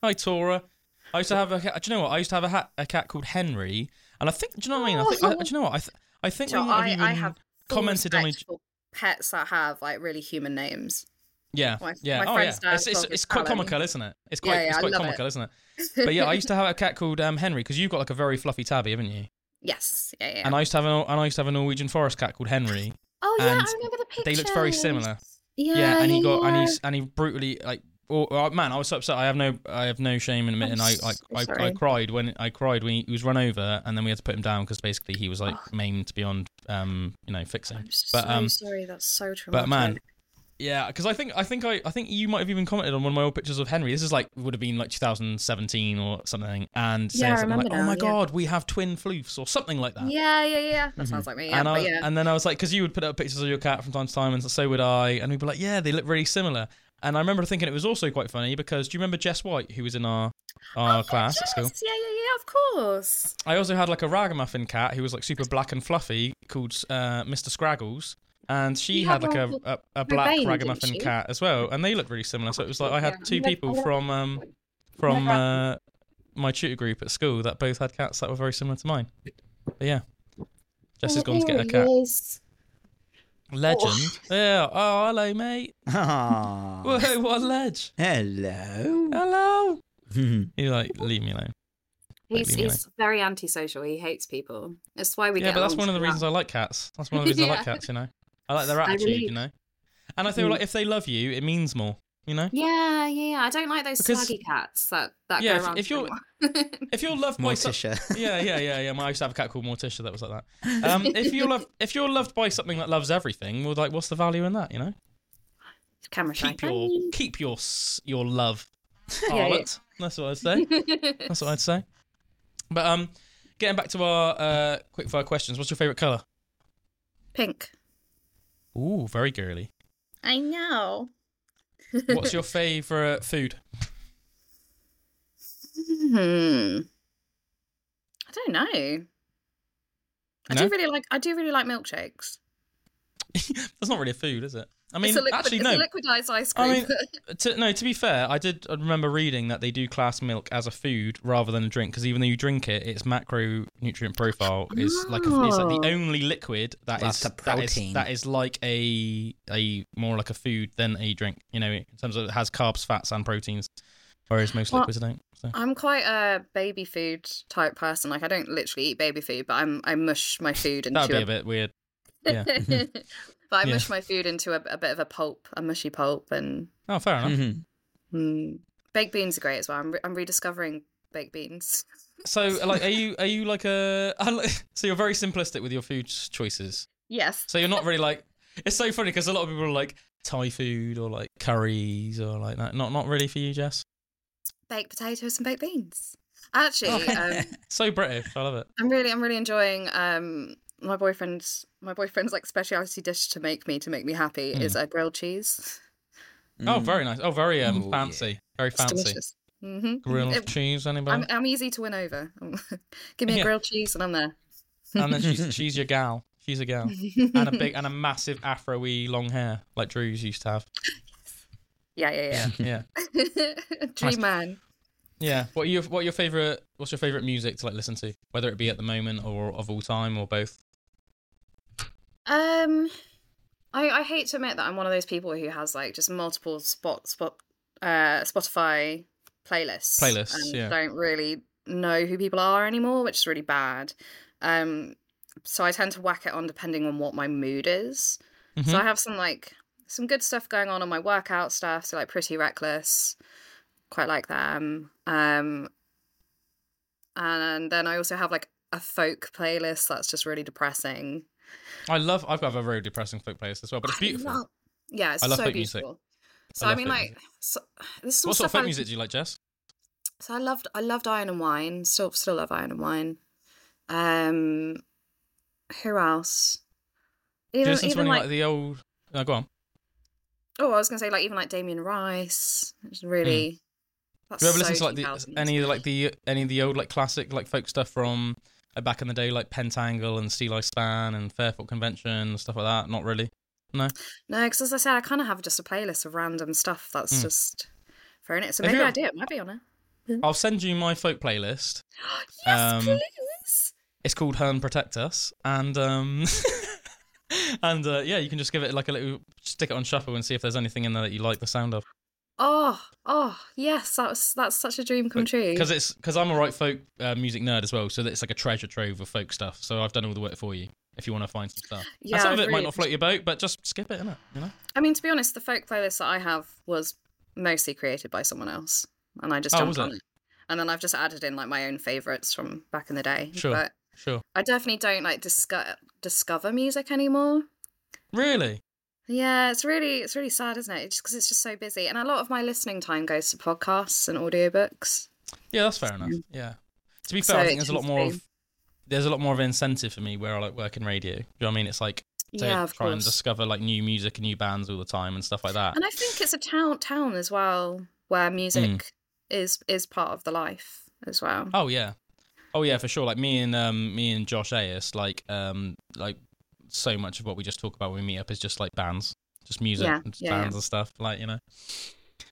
B: Hi, Tora. I used to have a. Cat, do you know what? I used to have a, hat, a cat called Henry, and I think. Do you know what I mean? I
C: Oh.
B: think, I, do you know what? I, th- I think
C: So
B: we might
C: I,
B: have
C: I
B: even
C: have full
B: commented on
C: respect
B: each.
C: for pets that have like really human names.
B: Yeah,
C: my-
B: yeah.
C: my
B: oh,
C: friend's
B: yeah.
C: dad
B: It's, it's,
C: dog is
B: it's quite
C: Alan.
B: comical, isn't it? It's quite
C: Yeah, yeah,
B: it's
C: I
B: quite
C: love
B: comical, is isn't it? But yeah, I used to have a cat called um, Henry because you've got like a very fluffy tabby, haven't you?
C: Yes. Yeah. yeah.
B: And I used to have an and I used to have a Norwegian forest cat called Henry.
C: oh yeah,
B: and
C: I remember the picture.
B: they looked very similar.
C: Yeah.
B: Yeah, and he
C: yeah,
B: got and
C: yeah.
B: he s- and he brutally like. Oh, oh, man, I was so upset. I have no, I have no shame in admitting. I,
C: I'm
B: like,
C: so
B: I, I
C: sorry.
B: cried when I cried when he was run over, and then we had to put him down because basically he was like
C: Ah.
B: maimed beyond, um, you know, fixing.
C: I'm so
B: But um,
C: sorry. That's so traumatic.
B: but man, yeah, because I think, I think I, I think you might have even commented on one of my old pictures of Henry. This is like would have been like 2017 or something, and
C: Yeah,
B: saying
C: I
B: something like,
C: remember
B: "Oh
C: now,
B: my
C: yeah.
B: god, we have twin floofs" or something like that Mm-hmm.
C: Yeah, yeah, yeah. That sounds like me. Yeah,
B: and, I,
C: but yeah.
B: and then I was like, because you would put up pictures of your cat from time to time, and so would I, and we'd be like, yeah, they look really similar. And I remember thinking it was also quite funny because do you remember Jess White, who was in our our class at school?
C: Oh, Yes, Yeah, yeah, yeah. Of course.
B: I also had like a ragamuffin cat who was like super black and fluffy called uh, Mr. Scraggles, and she
C: You
B: had
C: had
B: like a,
C: one
B: a, a
C: called
B: black
C: Rubaine, didn't
B: ragamuffin
C: you?
B: cat as well, and they looked really similar. So it was like I had
C: Yeah.
B: two
C: I love-
B: people
C: I love-
B: from um, from uh, my tutor group at school that both had cats that were very similar to mine. But yeah, Jess has gone to get her cat.
C: Yes.
B: Legend. Yeah. Oh, hello, mate.
D: ah,
B: Whoa, what a ledge.
D: hello.
B: Hello. You're like, leave me alone.
C: He's,
B: Lately, anyway.
C: he's very antisocial. He hates people. That's why we
B: yeah,
C: get
B: but that's
C: on
B: one of the
C: so
B: reasons
C: well.
B: I like cats. That's one of the reasons I
C: Yeah.
B: like cats. You know, I like their
C: I
B: attitude.
C: really- Mm.
B: You know, and I feel like if they love you, it means more. You know,
C: Yeah, yeah, yeah. I don't like those
B: Because-
C: swaggy cats that that
B: Yeah, if-
C: go around.
B: if you're-
C: everyone.
B: if you're loved by so-
D: Morticia.
B: yeah, yeah, yeah, yeah. My- I used to have a cat called Morticia that was like that. Um, if you're loved, if you're loved by something that loves everything, well, like, what's the value in that? You know,
C: camera shy.
B: keep your keep your s- your love,
C: Yeah, yeah.
B: harlot. That's what I'd say. That's what I'd say. But um, getting back to our uh, quickfire questions, what's your favourite colour?
C: Pink.
B: Ooh, very girly.
C: I know.
B: What's your favourite food?
C: Hmm. I don't know. I
B: No?
C: do really like I do really like milkshakes.
B: That's not really a food, is it? I mean,
C: it's a liquid,
B: actually,
C: it's
B: no.
C: a liquidized ice
B: I
C: cream.
B: to, no, to be fair, I did I remember reading that they do class milk as a food rather than a drink because even though you drink it, its macronutrient profile is like a, is like
C: Oh.
B: the only liquid that
D: Lots
B: is-
D: of
B: that is
D: protein.
B: that is like a a more like a food than a drink. You know, in terms of it has carbs, fats, and proteins, whereas most
C: Well,
B: liquids don't. So.
C: I'm quite a baby food type person. Like I don't literally eat baby food, but I'm I mush my food into
B: That'd be a bit weird. yeah. Mm-hmm.
C: but I
B: Yeah.
C: mush my food into a, a bit of a pulp, a mushy pulp, and
B: Oh, fair enough.
D: Mhm.
C: mm, baked beans are great as well. I'm, re- I'm rediscovering baked beans.
B: So, like, are you are you like a I li- so you're very simplistic with your food choices?
C: Yes.
B: So you're not really like. It's so funny because a lot of people are like Thai food or like curries or like that. Not not really for you, Jess.
C: baked potatoes and baked beans. Actually, um,
B: So British. I love it.
C: I'm really, I'm really enjoying um, my boyfriend's, my boyfriend's like specialty dish to make me to make me happy is
B: Mm.
C: a grilled cheese.
B: Oh, very nice. Oh, very um
D: Ooh,
B: fancy. Very
C: Mm. It's
B: fancy.
C: delicious. hmm
B: Grilled
C: It-
B: cheese, anybody?
C: I'm, uh, I'm easy to win over. Give me
B: Yeah.
C: a grilled cheese and I'm there.
B: and then she's she's your gal. She's a gal. and a big and a massive afro-y long hair like Drew's used to have.
C: Yeah, yeah,
B: Yeah.
C: yeah. Dream man.
B: Yeah. What are your what are your favorite what's your favorite music to like listen to? Whether it be at the moment or of all time or both.
C: Um, I I hate to admit that I'm one of those people who has like just multiple spot spot uh Spotify playlists.
B: Playlists,
C: and
B: yeah.
C: Don't really know who people are anymore, which is really bad. Um, so I tend to whack it on depending on what my mood is.
B: Mhm.
C: So I have some like some good stuff going on on my workout stuff. So like Pretty Reckless, quite like them. Um, and then I also have like a folk playlist that's just really depressing.
B: I love I've got a very depressing folk playlist as well, but it's
C: I
B: beautiful.
C: love- yeah, it's
B: I love
C: so
B: folk music.
C: beautiful. So
B: I
C: I,
B: love
C: mean,
B: folk
C: like, so, this is some
B: What sort of
C: stuff.
B: folk
C: I-
B: music do you like, Jess?
C: So I loved, I loved Iron and Wine. Still, still love Iron and Wine. Um, who else?
B: Do you
C: Even,
B: listen to
C: even
B: any
C: like,
B: like the old oh, go on.
C: oh, I was gonna say like even like Damien Rice. It's really. That's
B: Do Hmm. you ever
C: so
B: listen to like the,
C: 2000s.
B: any of, like the any of the old like classic like folk stuff from uh, back in the day, like Pentangle and Sea Life Span and Fairport Convention and stuff like that? Not really. No.
C: No, because as I said, I kind of have just a playlist of random stuff that's
B: Mm.
C: just thrown it. So
B: Have
C: maybe
B: you
C: I
B: ever-
C: do. It might be on it.
B: I'll send you my folk playlist.
C: Hmm. Yes,
B: Um,
C: please.
B: It's called Hern Protect Us, and um, and uh, yeah, you can just give it like a little stick it on shuffle and see if there's anything in there that you like the sound of.
C: Oh, oh, yes. That was that's such a dream come true.
B: Because it's because I'm a right folk uh, music nerd as well, so it's like a treasure trove of folk stuff. So I've done all the work for you if you want to find some stuff.
C: Yeah,
B: and some
C: I
B: of it might
C: really
B: not float your boat, but just skip it, innit? You know.
C: I mean, to be honest, the folk playlist that I have was mostly created by someone else, and I just
B: Oh,
C: jumped
B: was
C: on
B: it?
C: it. And then I've just added in like my own favorites from back in the day.
B: Sure.
C: But
B: Sure.
C: I definitely don't like disco- discover music anymore.
B: Really?
C: Yeah, it's really it's really sad, isn't it? Just because it's just so busy, and a lot of my listening time goes to podcasts and audiobooks.
B: Yeah, that's fair enough. Yeah. To be fair,
C: Mm. So
B: I think
C: it
B: there's a lot
C: tends to
B: more
C: be-
B: of there's a lot more of an incentive for me where I like work in radio. Do you know what I mean? It's like to
C: yeah, of
B: try and
C: course.
B: discover like new music and new bands all the time and stuff like that.
C: And I think it's a town town as well where
B: Hmm.
C: music is is part of the life as well.
B: Oh yeah. Oh yeah, for sure. Like me and um me and Josh Ayers, like um like so much of what we just talk about when we meet up is just like bands. Just music
C: Yeah,
B: and just
C: yeah,
B: bands
C: yeah.
B: and stuff, like, you know.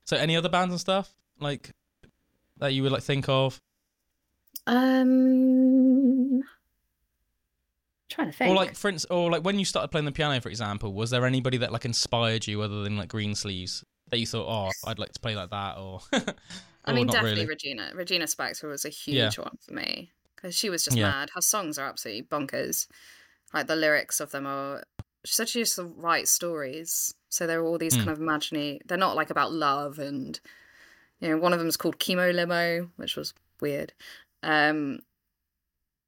B: So any other bands and stuff? Like that you would like think of? Oh.
C: Um, trying to think.
B: Or like for instance, or like when you started playing the piano, for example, was there anybody that like inspired you other than like Greensleeves that you thought, oh, I'd like to play like that, or
C: I
B: Oh,
C: mean,
B: not
C: definitely
B: really.
C: Regina. Regina Spektor was a huge
B: Yeah.
C: one for me because she was just
B: Yeah.
C: mad. Her songs are absolutely bonkers. Like the lyrics of them are. She said she used to write stories, so they're all
B: Hmm.
C: these kind of imaginary. They're not like about love and, you know, one of them's called chemo limo, which was weird, um,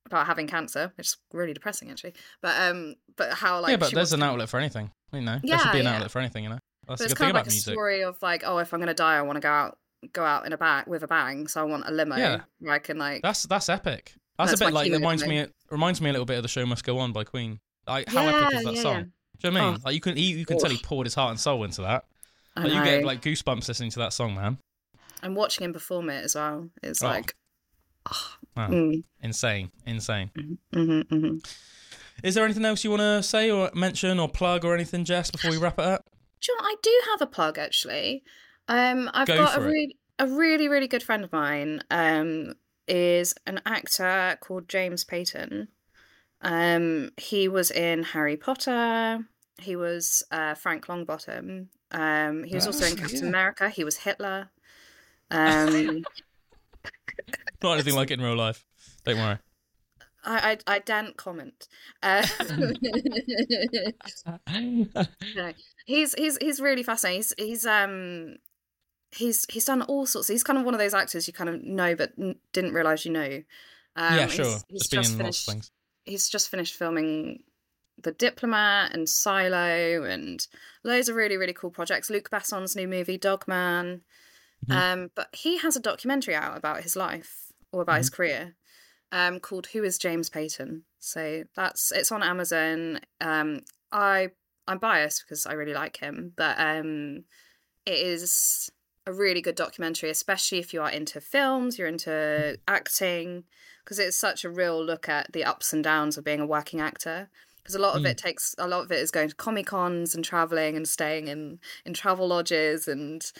C: about having cancer, which is really depressing actually. But um, but how like
B: yeah, but
C: she
B: there's
C: wants
B: an
C: to-
B: outlet for anything. You know, there
C: Yeah,
B: should be an
C: yeah.
B: outlet for anything. You know, that's
C: but
B: the
C: it's
B: good thing
C: kind of like
B: about
C: a
B: music.
C: story of like, oh, if I'm gonna die, I want to go out, go out in a bag with a bang. So I want a limo
B: Yeah.
C: where I can like.
B: That's that's epic. That's,
C: That's
B: a
C: my
B: bit like
C: keyword
B: reminds
C: for
B: me reminds me a little bit of the show must go on by Queen. Like how epic is that song? Do you know what I mean? Like you can he, you can tell he
C: Oh. Oof.
B: poured his heart and soul into that.
C: I
B: Like, you get
C: know.
B: like goosebumps listening to that song, man.
C: and watching him perform it as well is
B: Oh.
C: like.
B: Wow.
C: Mm,
B: Insane, insane.
C: hmm hmm
B: Is there anything else you want to say or mention or plug or anything, Jess, before we wrap it up?
C: John, I do have a plug actually. Um, I've
B: Go
C: got a
B: for it.
C: really, a really, really good friend of mine. Um, is an actor called James Payton. Um, he was in Harry Potter. He was uh, Frank Longbottom. Um, he was also in
D: Oh,
C: Captain
D: yeah.
C: America. He was Hitler. Um,
B: Not anything like it in real life. Don't worry.
C: I, I, I daren't comment. Uh, no. he's he's he's really fascinating. He's he's um he's he's done all sorts. He's kind of one of those actors you kind of know but n- didn't realize you know. Um,
B: yeah, sure.
C: He's, he's
B: It's been
C: just
B: in lots
C: finished.
B: of things.
C: He's just finished filming the Diplomat and Silo and loads of really really cool projects. Luke Besson's new movie Dogman. Um, but he has a documentary out about his life or about his career um, called "Who Is James Payton." So that's it's on Amazon. Um, I I'm biased because I really like him, but um, it is a really good documentary, especially if you are into films, you're into acting, because it's such a real look at the ups and downs of being a working actor. Because a lot of
B: Hmm.
C: it takes a lot of it is going to comic cons and traveling and staying in in travel lodges and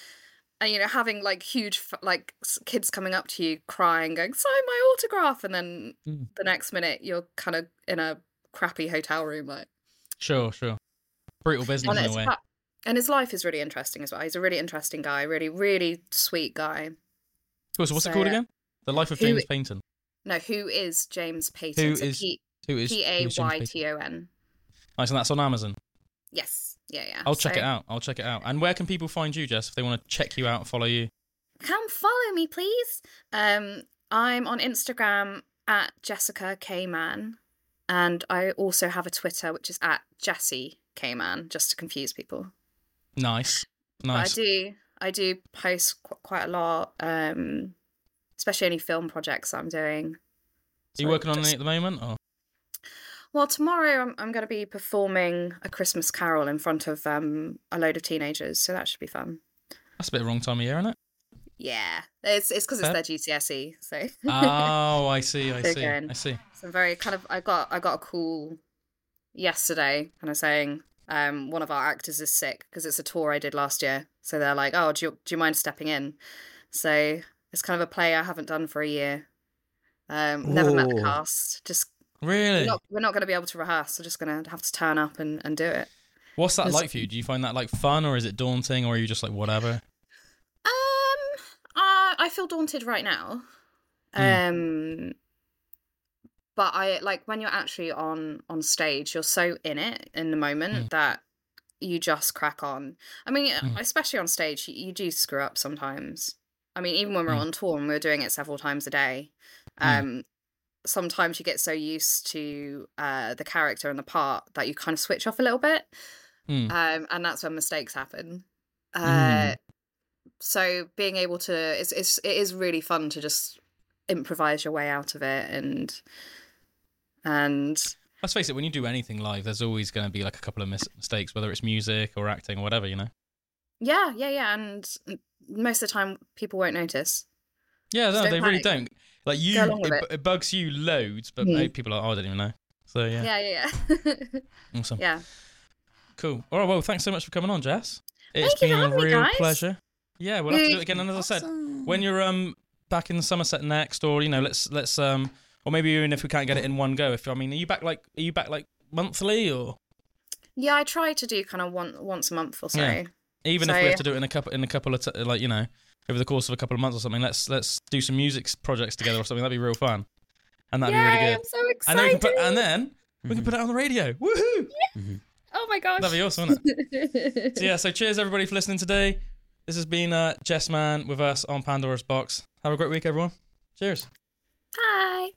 C: and you know having like huge f- like s- kids coming up to you crying going sign my autograph and then
B: Mm.
C: the next minute you're kind of in a crappy hotel room like
B: Sure, sure. Brutal business
C: and
B: in a
C: it's
B: way.
C: fa- and his life is really interesting as well he's a really interesting guy really really sweet guy
B: Cool, so what's it
C: so,
B: called
C: uh,
B: again? The Life of
C: who
B: James
C: i-
B: Payton.
C: no who is james payton
B: Who
C: So
B: is-
C: P-
B: Who is who is James Payton?
C: p-a-y-t-o-n
B: Nice, and that's on Amazon.
C: yes yeah yeah
B: I'll check
C: So-
B: it out. I'll check it out. And where can people find you, Jess, if they want to check you out and follow you?
C: come follow me, please. Um, I'm on Instagram at Jessica K Man, and I also have a Twitter which is at Jessie K Man, just to confuse people.
B: Nice, nice.
C: But I do, I do post qu- quite a lot, um, especially any film projects I'm doing.
B: Are you
C: So
B: working on
C: just-
B: any at the moment? Or
C: Well, tomorrow I'm, I'm going to be performing a Christmas Carol in front of um, a load of teenagers, so that should be fun.
B: that's a bit of wrong time of year, isn't it?
C: Yeah, it's it's because it's
B: Fair.
C: their GCSE, E, so.
B: oh, I see. I
C: They're
B: see.
C: going.
B: I see.
C: some very kind of I got I got a call yesterday kind of saying um one of our actors is sick because it's a tour I did last year. So they're like, "Oh, do you do you mind stepping in?" So it's kind of a play I haven't done for a year. Um never met the
D: Ooh.
C: cast. Just
B: Really?
C: we're not, we're not going to be able to rehearse. We're just going to have to turn up and and do it.
B: What's that
C: There's-
B: like for you? Do you find that like fun, or is it daunting, or are you just like whatever?
C: Um, uh, I feel daunted right now. Um, but I like when you're actually on on stage, you're so in it in the moment that you just crack on. I mean, especially on stage, you, you do screw up sometimes. I mean, even when we're on tour and we're doing it several times a day,
B: Mm.
C: um, sometimes you get so used to uh, the character and the part that you kind of switch off a little bit
B: Mm.
C: um, and that's when mistakes happen. Uh,
B: Mm.
C: So being able to, it's, it's it is really fun to just improvise your way out of it, and and
B: Let's face it. When you do anything live, there's always going to be like a couple of mis- mistakes, whether it's music or acting or whatever, you know.
C: yeah, yeah, yeah, and most of the time people won't notice.
B: Yeah, no,
C: don't
B: they really don't.
C: panic.
B: Like you,
C: along
B: it,
C: with
B: bu- it bugs you loads, but
C: Mm.
B: uh, people are. Like, oh, I don't even know. So yeah,
C: Yeah, yeah, yeah.
B: awesome,
C: yeah.
B: cool. All right, well, thanks so much for coming on, Jess. It's
C: Thank you for
B: been a
C: having me,
B: real
C: guys.
B: pleasure. Yeah, we'll have to do
C: Yay.
B: it again. And as I said, when you're um back in Somerset next, or you know, let's let's um, or maybe even if we can't get it in one go, if I mean, are you back like are you back like monthly or
C: Yeah, I try to do kind of one once a month or so.
B: Yeah. even
C: So-
B: if we have to do it in a couple in a couple of t- like you know over the course of a couple of months or something. Let's let's do some music s- projects together or something. That'd be real fun, and that'd
F: Yay,
B: be really
F: I'm
B: good.
F: so
B: and then we
F: excited.
B: can put, and then we can put it on the radio. Woohoo!
F: oh my gosh.
B: That'd be awesome, wouldn't it? so yeah, so cheers everybody for listening today. This has been uh, Jess Man with us on Pandora's Box. Have a great week, everyone. Cheers.
F: Bye.